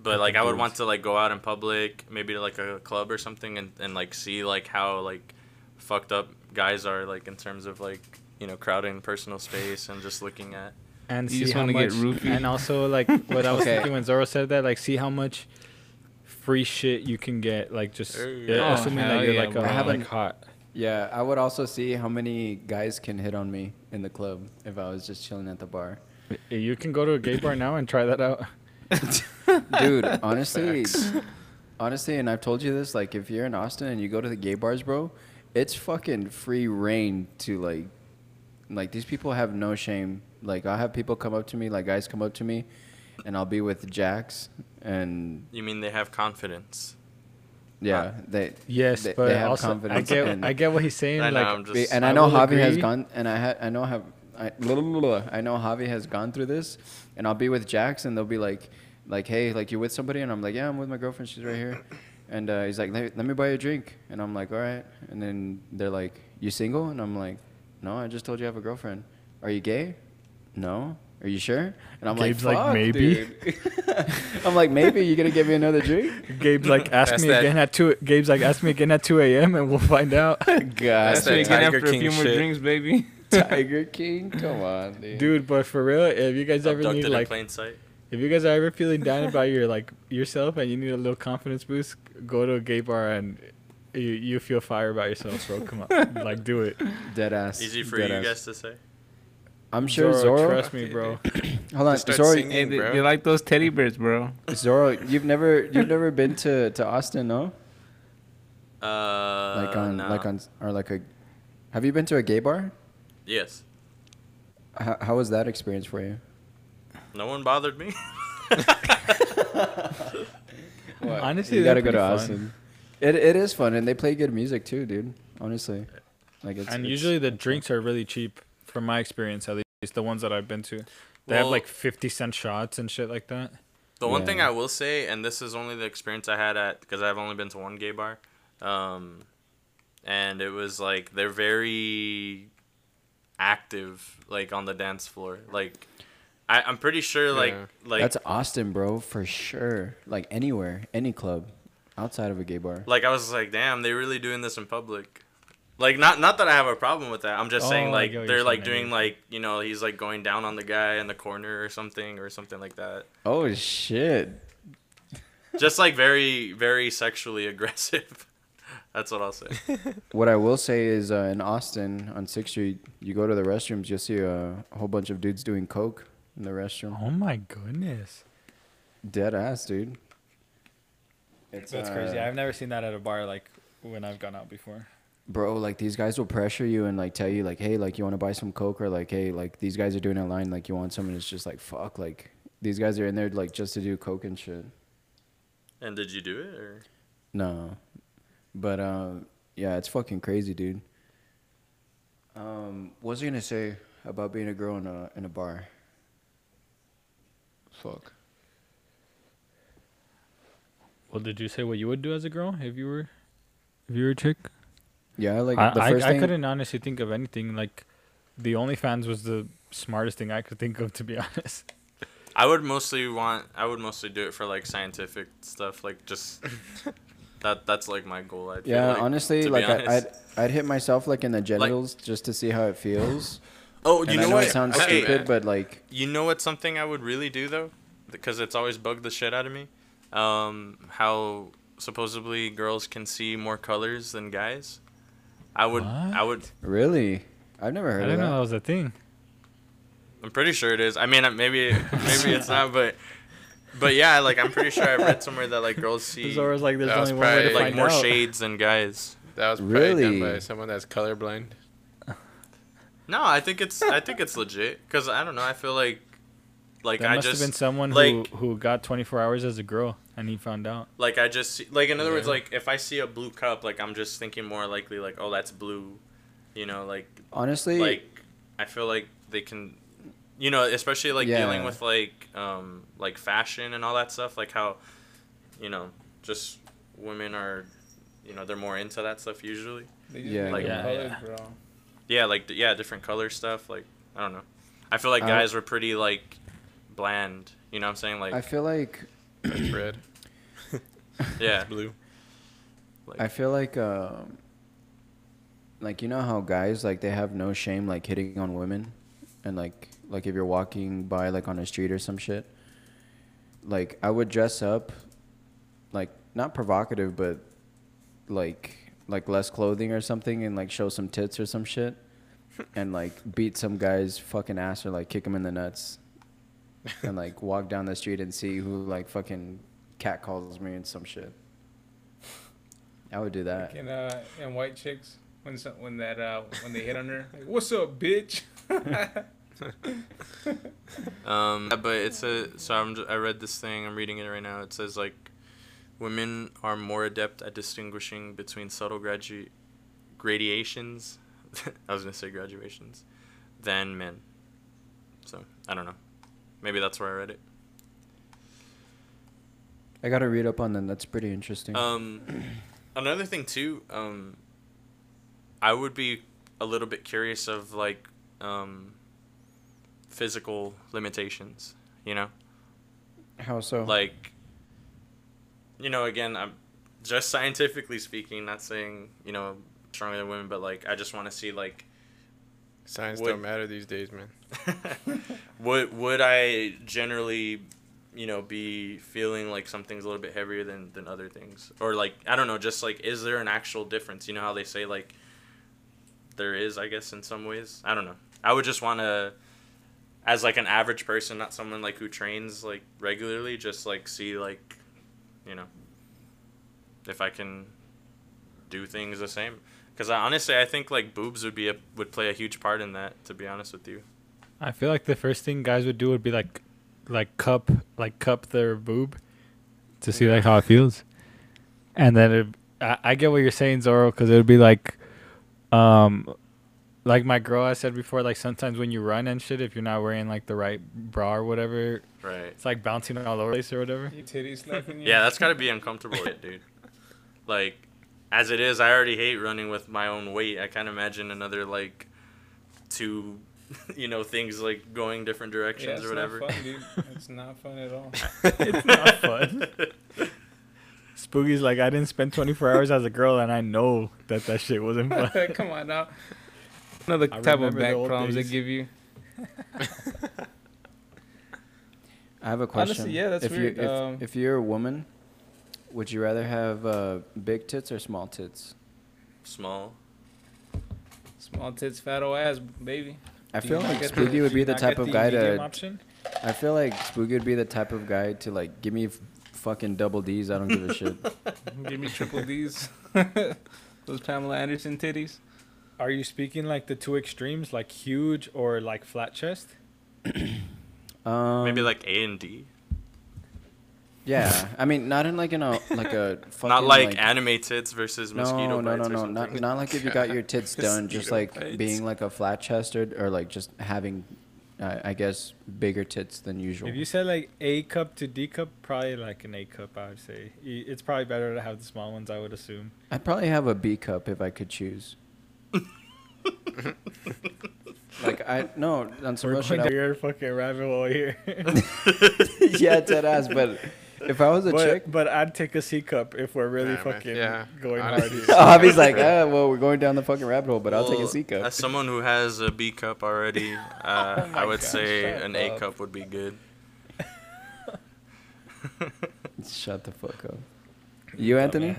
S1: but like I would want to like go out in public, maybe to like a club or something, and and like see like how like fucked up guys are like in terms of like you know crowding personal space and just looking at.
S6: and
S5: You
S6: see
S5: just
S6: how
S5: wanna get
S6: much.
S5: roofied.
S6: And also like what I was
S4: Okay.
S6: thinking when Zoro said that, like see how much free shit you can get, like just
S3: Oh,
S6: yeah, assuming
S5: hell
S6: that you're
S5: yeah,
S6: like,
S5: bro.
S6: uh,
S5: I
S6: like
S4: haven't-
S6: hot.
S4: yeah, I would also see how many guys can hit on me in the club if I was just chilling at the bar.
S6: You can go to a gay bar now and try that out.
S4: Dude, honestly, honestly, and I've told you this. Like, if you're in Austin and you go to the gay bars, bro, it's fucking free reign to like, like these people have no shame. Like, I'll have people come up to me, like guys come up to me, and I'll be with Jax, and
S1: You mean they have confidence?
S4: yeah, they
S6: Uh, Yes,
S4: they,
S6: but
S4: they have
S6: also I
S4: confidence.
S6: get
S4: and,
S6: I get what he's saying.
S1: I know.
S6: like
S1: I'm just.
S4: Be- and
S6: I
S4: I know
S6: will
S4: Javi has
S6: agree.
S4: gone, and I ha- I know have I, I know Javi has gone through this, and I'll be with Jax, and they'll be like, like, hey, like you with somebody, and I'm like, yeah, I'm with my girlfriend, she's right here, and uh, he's like, let, let me buy you a drink, and I'm like, all right, and then they're like, you single, and I'm like, no, I just told you I have a girlfriend. Are you gay? No. Are you sure? And I'm
S6: Gabe's
S4: like,
S6: like,
S4: Fuck,
S6: "Maybe."
S4: dude." I'm like, maybe you're gonna give me another drink.
S6: Gabe's like, ask
S3: That's
S6: me
S3: that-
S6: again at two. Gabe's like, ask me again at two a.m. and we'll find out.
S4: God,
S3: That's
S5: That's what you
S3: that
S5: get
S3: Tiger
S5: after a
S3: King
S5: few more
S3: shit.
S5: drinks, baby.
S4: Tiger King, come on, dude.
S6: Dude, but for real, if you guys ever
S1: Abducted
S6: need
S1: in
S6: like,
S1: plain sight.
S6: if you guys are ever feeling down about your like yourself and you need a little confidence boost, go to a gay bar and you, you feel fire about yourself, bro. Come on, like do it.
S4: dead ass.
S1: Easy for you
S4: dead ass.
S1: guys to say.
S4: I'm sure Zoro.
S6: trust me, bro.
S4: Hold on,
S3: Just start
S4: Zoro,
S3: singing,
S5: Hey, they,
S3: bro.
S5: they like those teddy bears, bro.
S4: Zoro, you've never you've never been to, to Austin, no?
S1: Uh,
S8: Uh,
S4: Like on
S1: no.
S4: like on or like a Have you been to a gay bar?
S1: Yes.
S4: How, how was that experience for you?
S1: No one bothered me.
S6: Honestly,
S4: you
S6: they're
S4: gotta go to
S6: pretty fun.
S4: Austin. It it is fun and they play good music too, dude. Honestly. Like it's
S6: And
S4: it's-
S6: usually the drinks are really cheap, from my experience at least. The ones that I've been to, they have
S1: Well-
S6: like fifty cent shots and shit like that.
S1: The one thing
S4: Yeah.
S1: I will say, and this is only the experience I had at, because I've only been to one gay bar, um, and it was like they're very active, like on the dance floor. Like, I, I'm pretty sure, like,
S3: Yeah.
S1: like,
S4: That's Austin, bro, for sure. Like anywhere, any club outside of a gay bar.
S1: like I was like, damn, they really doing this in public. Like, not not that I have a problem with that. I'm just
S6: Oh, I
S1: saying, like,
S6: get what
S1: they're
S6: you're
S1: like
S6: saying, I
S1: doing like, you know, he's like going down on the guy in the corner or something or something like that.
S4: Oh shit.
S1: just like very, very sexually aggressive. That's what I'll say.
S4: What I will say is, uh, in Austin on Sixth Street, you go to the restrooms, you'll see a whole bunch of dudes doing coke in the restroom.
S6: Oh my goodness.
S4: Dead ass, dude. It's,
S6: That's
S4: uh,
S6: crazy. I've never seen that at a bar like when I've gone out before.
S4: bro. Like these guys will pressure you and like tell you like, hey, like you want to buy some coke or like, hey, like these guys are doing it line, like you want some, and it's just like, fuck, like these guys are in there like just to do coke and shit.
S1: And did you do it or?
S4: No, but uh, yeah, it's fucking crazy, dude. Um, what was I gonna say about being a girl in a in a bar? Fuck.
S6: Well, did you say what you would do as a girl if you were, if you were a chick?
S4: Yeah, like
S6: I,
S4: the
S6: I,
S4: first
S6: I
S4: thing.
S6: couldn't honestly think of anything. Like, the OnlyFans was the smartest thing I could think of, to be honest.
S1: I would mostly want. I would mostly do it for like scientific stuff, like just that. That's like my goal. I feel
S4: yeah,
S1: like,
S4: honestly,
S1: to be
S4: like I, I'd
S1: honest.
S4: I'd hit myself like in the genitals just to see how it feels.
S1: oh,
S4: And
S1: you
S4: I
S1: know,
S4: know
S1: what?
S4: it sounds
S1: okay,
S4: stupid, but like
S1: you know what? Something I would really do though, because it's always bugged the shit out of me. Um, how supposedly girls can see more colors than guys. I would. I would.
S4: really, I've never
S6: I
S4: heard of
S6: didn't
S4: that.
S6: know that was a thing.
S1: I'm pretty sure it is. I mean, maybe maybe it's not, but but yeah, like I'm pretty sure I read somewhere that like girls see
S6: Zora's like, there's
S3: That was
S6: only one way to
S3: probably,
S1: like
S6: find
S1: more
S6: out.
S1: shades than guys.
S3: That was probably
S4: Really?
S3: done by someone that's colorblind.
S1: No, I think it's I think it's legit because I don't know. I feel like
S8: Like
S6: That
S8: I
S6: must
S8: just
S6: have been someone
S8: like-
S6: who, who got 24 hours as a girl and he found out.
S8: Like I just see- like in other words, like if I see a blue cup, like I'm just thinking more likely like oh that's blue, you know like
S4: Honestly,
S8: like I feel like they can, you know, especially like dealing
S4: Yeah.
S8: with like um like fashion and all that stuff, like how, you know, just women are, you know, they're more into that stuff usually.
S3: They
S4: just Yeah, make
S8: like,
S3: the
S8: yeah.
S3: colors,
S8: yeah.
S3: bro.
S8: Yeah, like yeah, different color stuff. Like I don't know. I feel like
S4: I-
S8: guys were pretty like bland. You know what I'm saying? Like
S4: I feel like
S3: It's red.
S8: yeah,
S3: It's blue.
S4: I feel like um like you know how guys like they have no shame like hitting on women and like like if you're walking by like on a street or some shit. Like I would dress up like not provocative but like like less clothing or something and like show some tits or some shit and like beat some guy's fucking ass or like kick him in the nuts and like walk down the street and see who like fucking cat calls me and some shit. I would do that.
S3: And uh, and white chicks when some, when that uh, when they hit on her, like, what's up, bitch?
S8: Um, yeah, but it's a so I'm ju- I read this thing. I'm reading it right now. It says like, women are more adept at distinguishing between subtle gradu- gradations. I was gonna say graduations, than men. So I don't know. Maybe that's where I read it.
S4: I gotta read up on them. That's pretty interesting.
S8: Um, another thing too. Um, I would be a little bit curious of like, um, physical limitations. You know.
S4: How so?
S8: like you know again i'm just scientifically speaking not saying you know stronger than women but like i just want to see like
S3: Signs
S8: Would-
S3: don't matter these days, man.
S8: would would i generally you know be feeling like something's a little bit heavier than than other things or like i don't know just like is there an actual difference you know how they say like there is i guess in some ways i don't know i would just want to as like an average person not someone like who trains like regularly just like see like you know if i can do things the same because honestly i think like boobs would be a would play a huge part in that to be honest with you
S6: I feel like the first thing guys would do would be like, like cup, like cup their boob, to see like how it feels, and then it, I, I get what you're saying, Zoro, because it would be like, um, like my girl I said before, like sometimes when you run and shit, if you're not wearing like the right bra or whatever,
S8: right
S6: it's like bouncing all over the place or whatever.
S3: Your titties slapping you.
S8: Yeah, that's gotta be uncomfortable, shit, dude. Like, as it is, I already hate running with my own weight. I can't imagine another like two, you know, things like going different
S3: Yeah,
S8: directions
S3: it's
S8: or whatever.
S3: Not fun, dude. It's not fun at all.
S6: it's not fun. Spooky's like, I didn't spend 24 hours as a girl, and I know that that shit wasn't fun.
S3: Come on now.
S5: Another
S6: I
S5: type of
S6: remember the
S5: back
S6: old
S5: problems
S6: days.
S5: they give you.
S4: I have a question.
S3: yeah, that's
S4: if
S3: weird.
S4: You, if,
S3: Um,
S4: if you're a woman, would you rather have uh, big tits or small tits?
S8: Small.
S3: Small tits, fat old ass, baby.
S4: I
S3: Do
S4: feel
S3: you not
S4: like
S3: get
S4: Spooky
S3: the-
S4: would
S3: do
S4: be
S3: you
S4: the
S3: not
S4: type
S3: get
S4: of guy
S3: medium
S4: to.
S3: Option?
S4: I feel like Spooky would be the type of guy to like give me f- fucking double D's. I don't give a shit.
S5: Give me triple D's. Those Pamela Anderson titties.
S6: Are you speaking like the two extremes, like huge or like flat chest?
S4: Um,
S8: Maybe like A and D.
S4: Yeah, I mean, not in like in a like a fucking
S8: Not like, anime tits versus mosquito
S4: no, no,
S8: bites
S4: no, no,
S8: or
S4: not
S8: something.
S4: not like if you got your tits done, just
S3: Mosquito
S4: like
S3: bites.
S4: being like a flat chested or like just having, uh, I guess, bigger tits than usual.
S6: If you said like A cup to D cup, probably like an A cup, I would say. I- It's probably better to have the small ones, I would assume.
S4: I'd probably have a B cup if I could choose. like I no, on some
S6: We're
S4: real shit.
S6: going to
S4: I-
S6: your fucking rabbit hole here.
S4: yeah, dead ass. But if I was a chick,
S6: but, but I'd take a C cup if we're really
S3: Yeah, man.
S6: fucking
S3: Yeah.
S6: going hard
S3: Honestly.
S6: here.
S4: Javi's like, ah, well, we're going down the fucking rabbit hole, but I'll take a
S8: Well,
S4: C cup.
S8: As someone who has a B cup already, uh, I would say
S6: Oh shut
S8: an A
S6: up.
S8: cup would be good.
S4: Shut the fuck up. You, Anthony?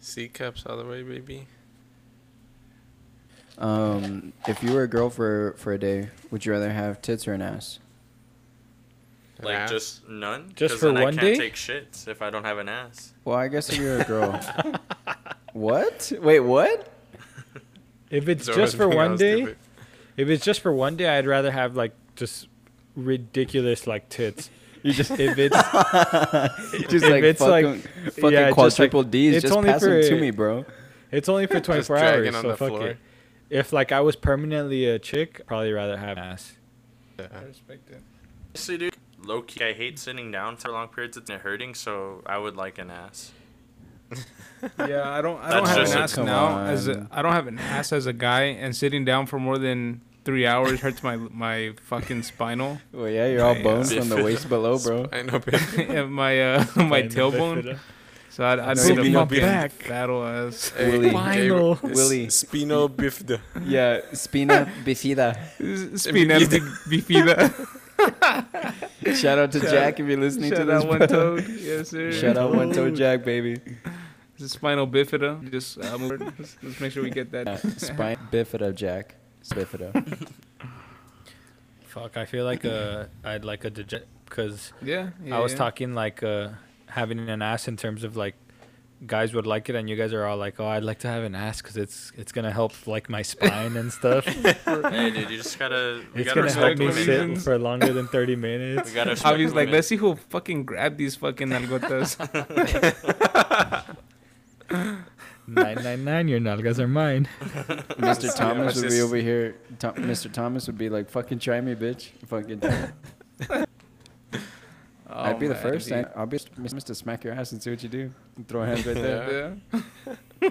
S3: C cups all the way, baby.
S4: Um, if you were a girl for for a day, would you rather have tits or an ass?
S3: An
S8: Like
S3: ass.
S8: just none.
S6: Just
S8: 'Cause
S6: for
S8: then I
S6: one
S8: can't
S6: day?
S8: take shits if I don't have an ass.
S4: Well, I guess if you're a girl. what? Wait, what?
S6: If it's
S3: Zoro's
S6: just for
S3: being all
S6: one day,
S3: stupid.
S6: if it's just for one day, I'd rather have like just ridiculous like tits.
S4: You just
S6: If it's
S4: just
S6: if
S4: like
S6: it's
S4: fucking,
S6: like-
S4: fucking
S6: yeah, just like-
S4: quadruple D's.
S6: it's
S4: Just
S6: only
S4: pass them
S6: for-
S4: to me, bro.
S6: it's only for 24
S3: dragging
S6: hours,
S3: on
S6: so
S3: the
S6: fuck
S3: floor.
S6: it. If like I was permanently a chick, probably rather have ass.
S3: Yeah.
S2: respect it.
S8: Honestly, dude, low key, I hate sitting down for long periods. It's hurting, so I would like an ass.
S5: Yeah, I don't. I
S8: That's
S5: don't have
S8: just
S5: an
S8: a-
S5: ass
S4: Come
S5: now. As a,
S4: on.
S5: I don't have an ass as a guy, and sitting down for more than three hours hurts my my fucking spinal,
S4: Well, yeah, you're all
S5: Yeah.
S4: bones from the waist below, bro.
S3: I know, babe.
S5: and my uh, my tailbone. So I'd, I'd need
S4: Spinal
S5: a fucking
S4: back.
S5: fat old ass.
S4: Willy.
S3: Gabriel-
S4: Willy.
S3: Spino bifida.
S4: Yeah, spina bifida.
S5: Spina bifida.
S4: Shout out to
S5: Shout-
S4: Jack if you're listening to
S5: Shout
S4: this.
S5: out one toed. Yes, sir.
S4: Shout out one toe Jack, baby.
S5: This is spinal bifida. Just uh, move it. let's, let's make sure we get that.
S4: Spine Uh, bifida Jack. Bifida.
S6: Fuck, I feel like uh I'd like a digit because
S5: Yeah. yeah
S6: I was
S5: yeah.
S6: talking like uh having an ass in terms of like guys would like it and you guys are all like, "Oh, I'd like to have an ass cuz it's it's going to help like my spine and stuff."
S8: Hey, dude, you just gotta. We
S6: it's
S8: gotta
S6: going to help
S8: respect
S6: me
S8: women.
S6: sit
S5: reasons.
S6: for longer than 30
S8: We
S6: minutes.
S8: gotta respect
S5: I was like,
S8: women.
S5: let's see who fucking grabbed these fucking nalgotas.
S6: 999 your nalgas are mine.
S4: Mr. Thomas would be
S3: Just-
S4: over here. Tho- Mr. Thomas would be like, "Fucking try me, bitch. Fucking."
S5: Oh
S4: I'd be the first. I, I'll be Mr. Smack your ass and see what you do. And throw hands right there.
S5: Yeah.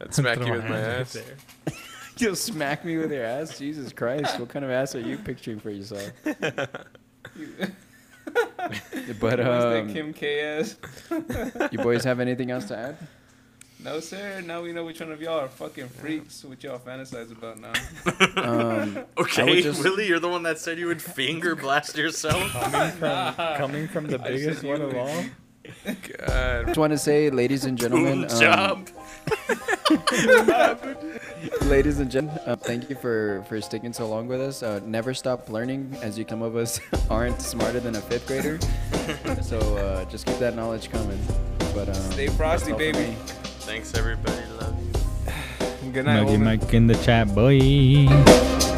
S3: I'd smack you
S6: Throw
S3: with my ass.
S6: hands right there.
S4: You'll smack me with your ass? Jesus Christ. What kind of ass are you picturing for yourself? but
S5: Where's that
S4: um,
S5: Kim K ass?
S4: you boys have anything else to add?
S5: No, sir. Now we know which one of y'all are fucking freaks, which y'all fantasize about now.
S4: Um, I
S8: Okay,
S4: would just-
S8: Willie, you're the one that said you would finger blast yourself.
S6: Coming from coming from the biggest one of all.
S3: God.
S4: just want to say, ladies and
S8: Boom
S4: gentlemen, um,
S8: job.
S4: ladies and gentlemen, uh, thank you for for sticking so long with us. Uh, never stop learning, as you come of us aren't smarter than a fifth grader. so uh, just keep that knowledge coming. But um,
S5: Stay frosty,
S4: that's all for
S5: baby.
S4: me.
S8: Thanks, everybody. Love you.
S5: Good night,
S6: Muggy
S5: woman.
S6: Mike in the chat, boy.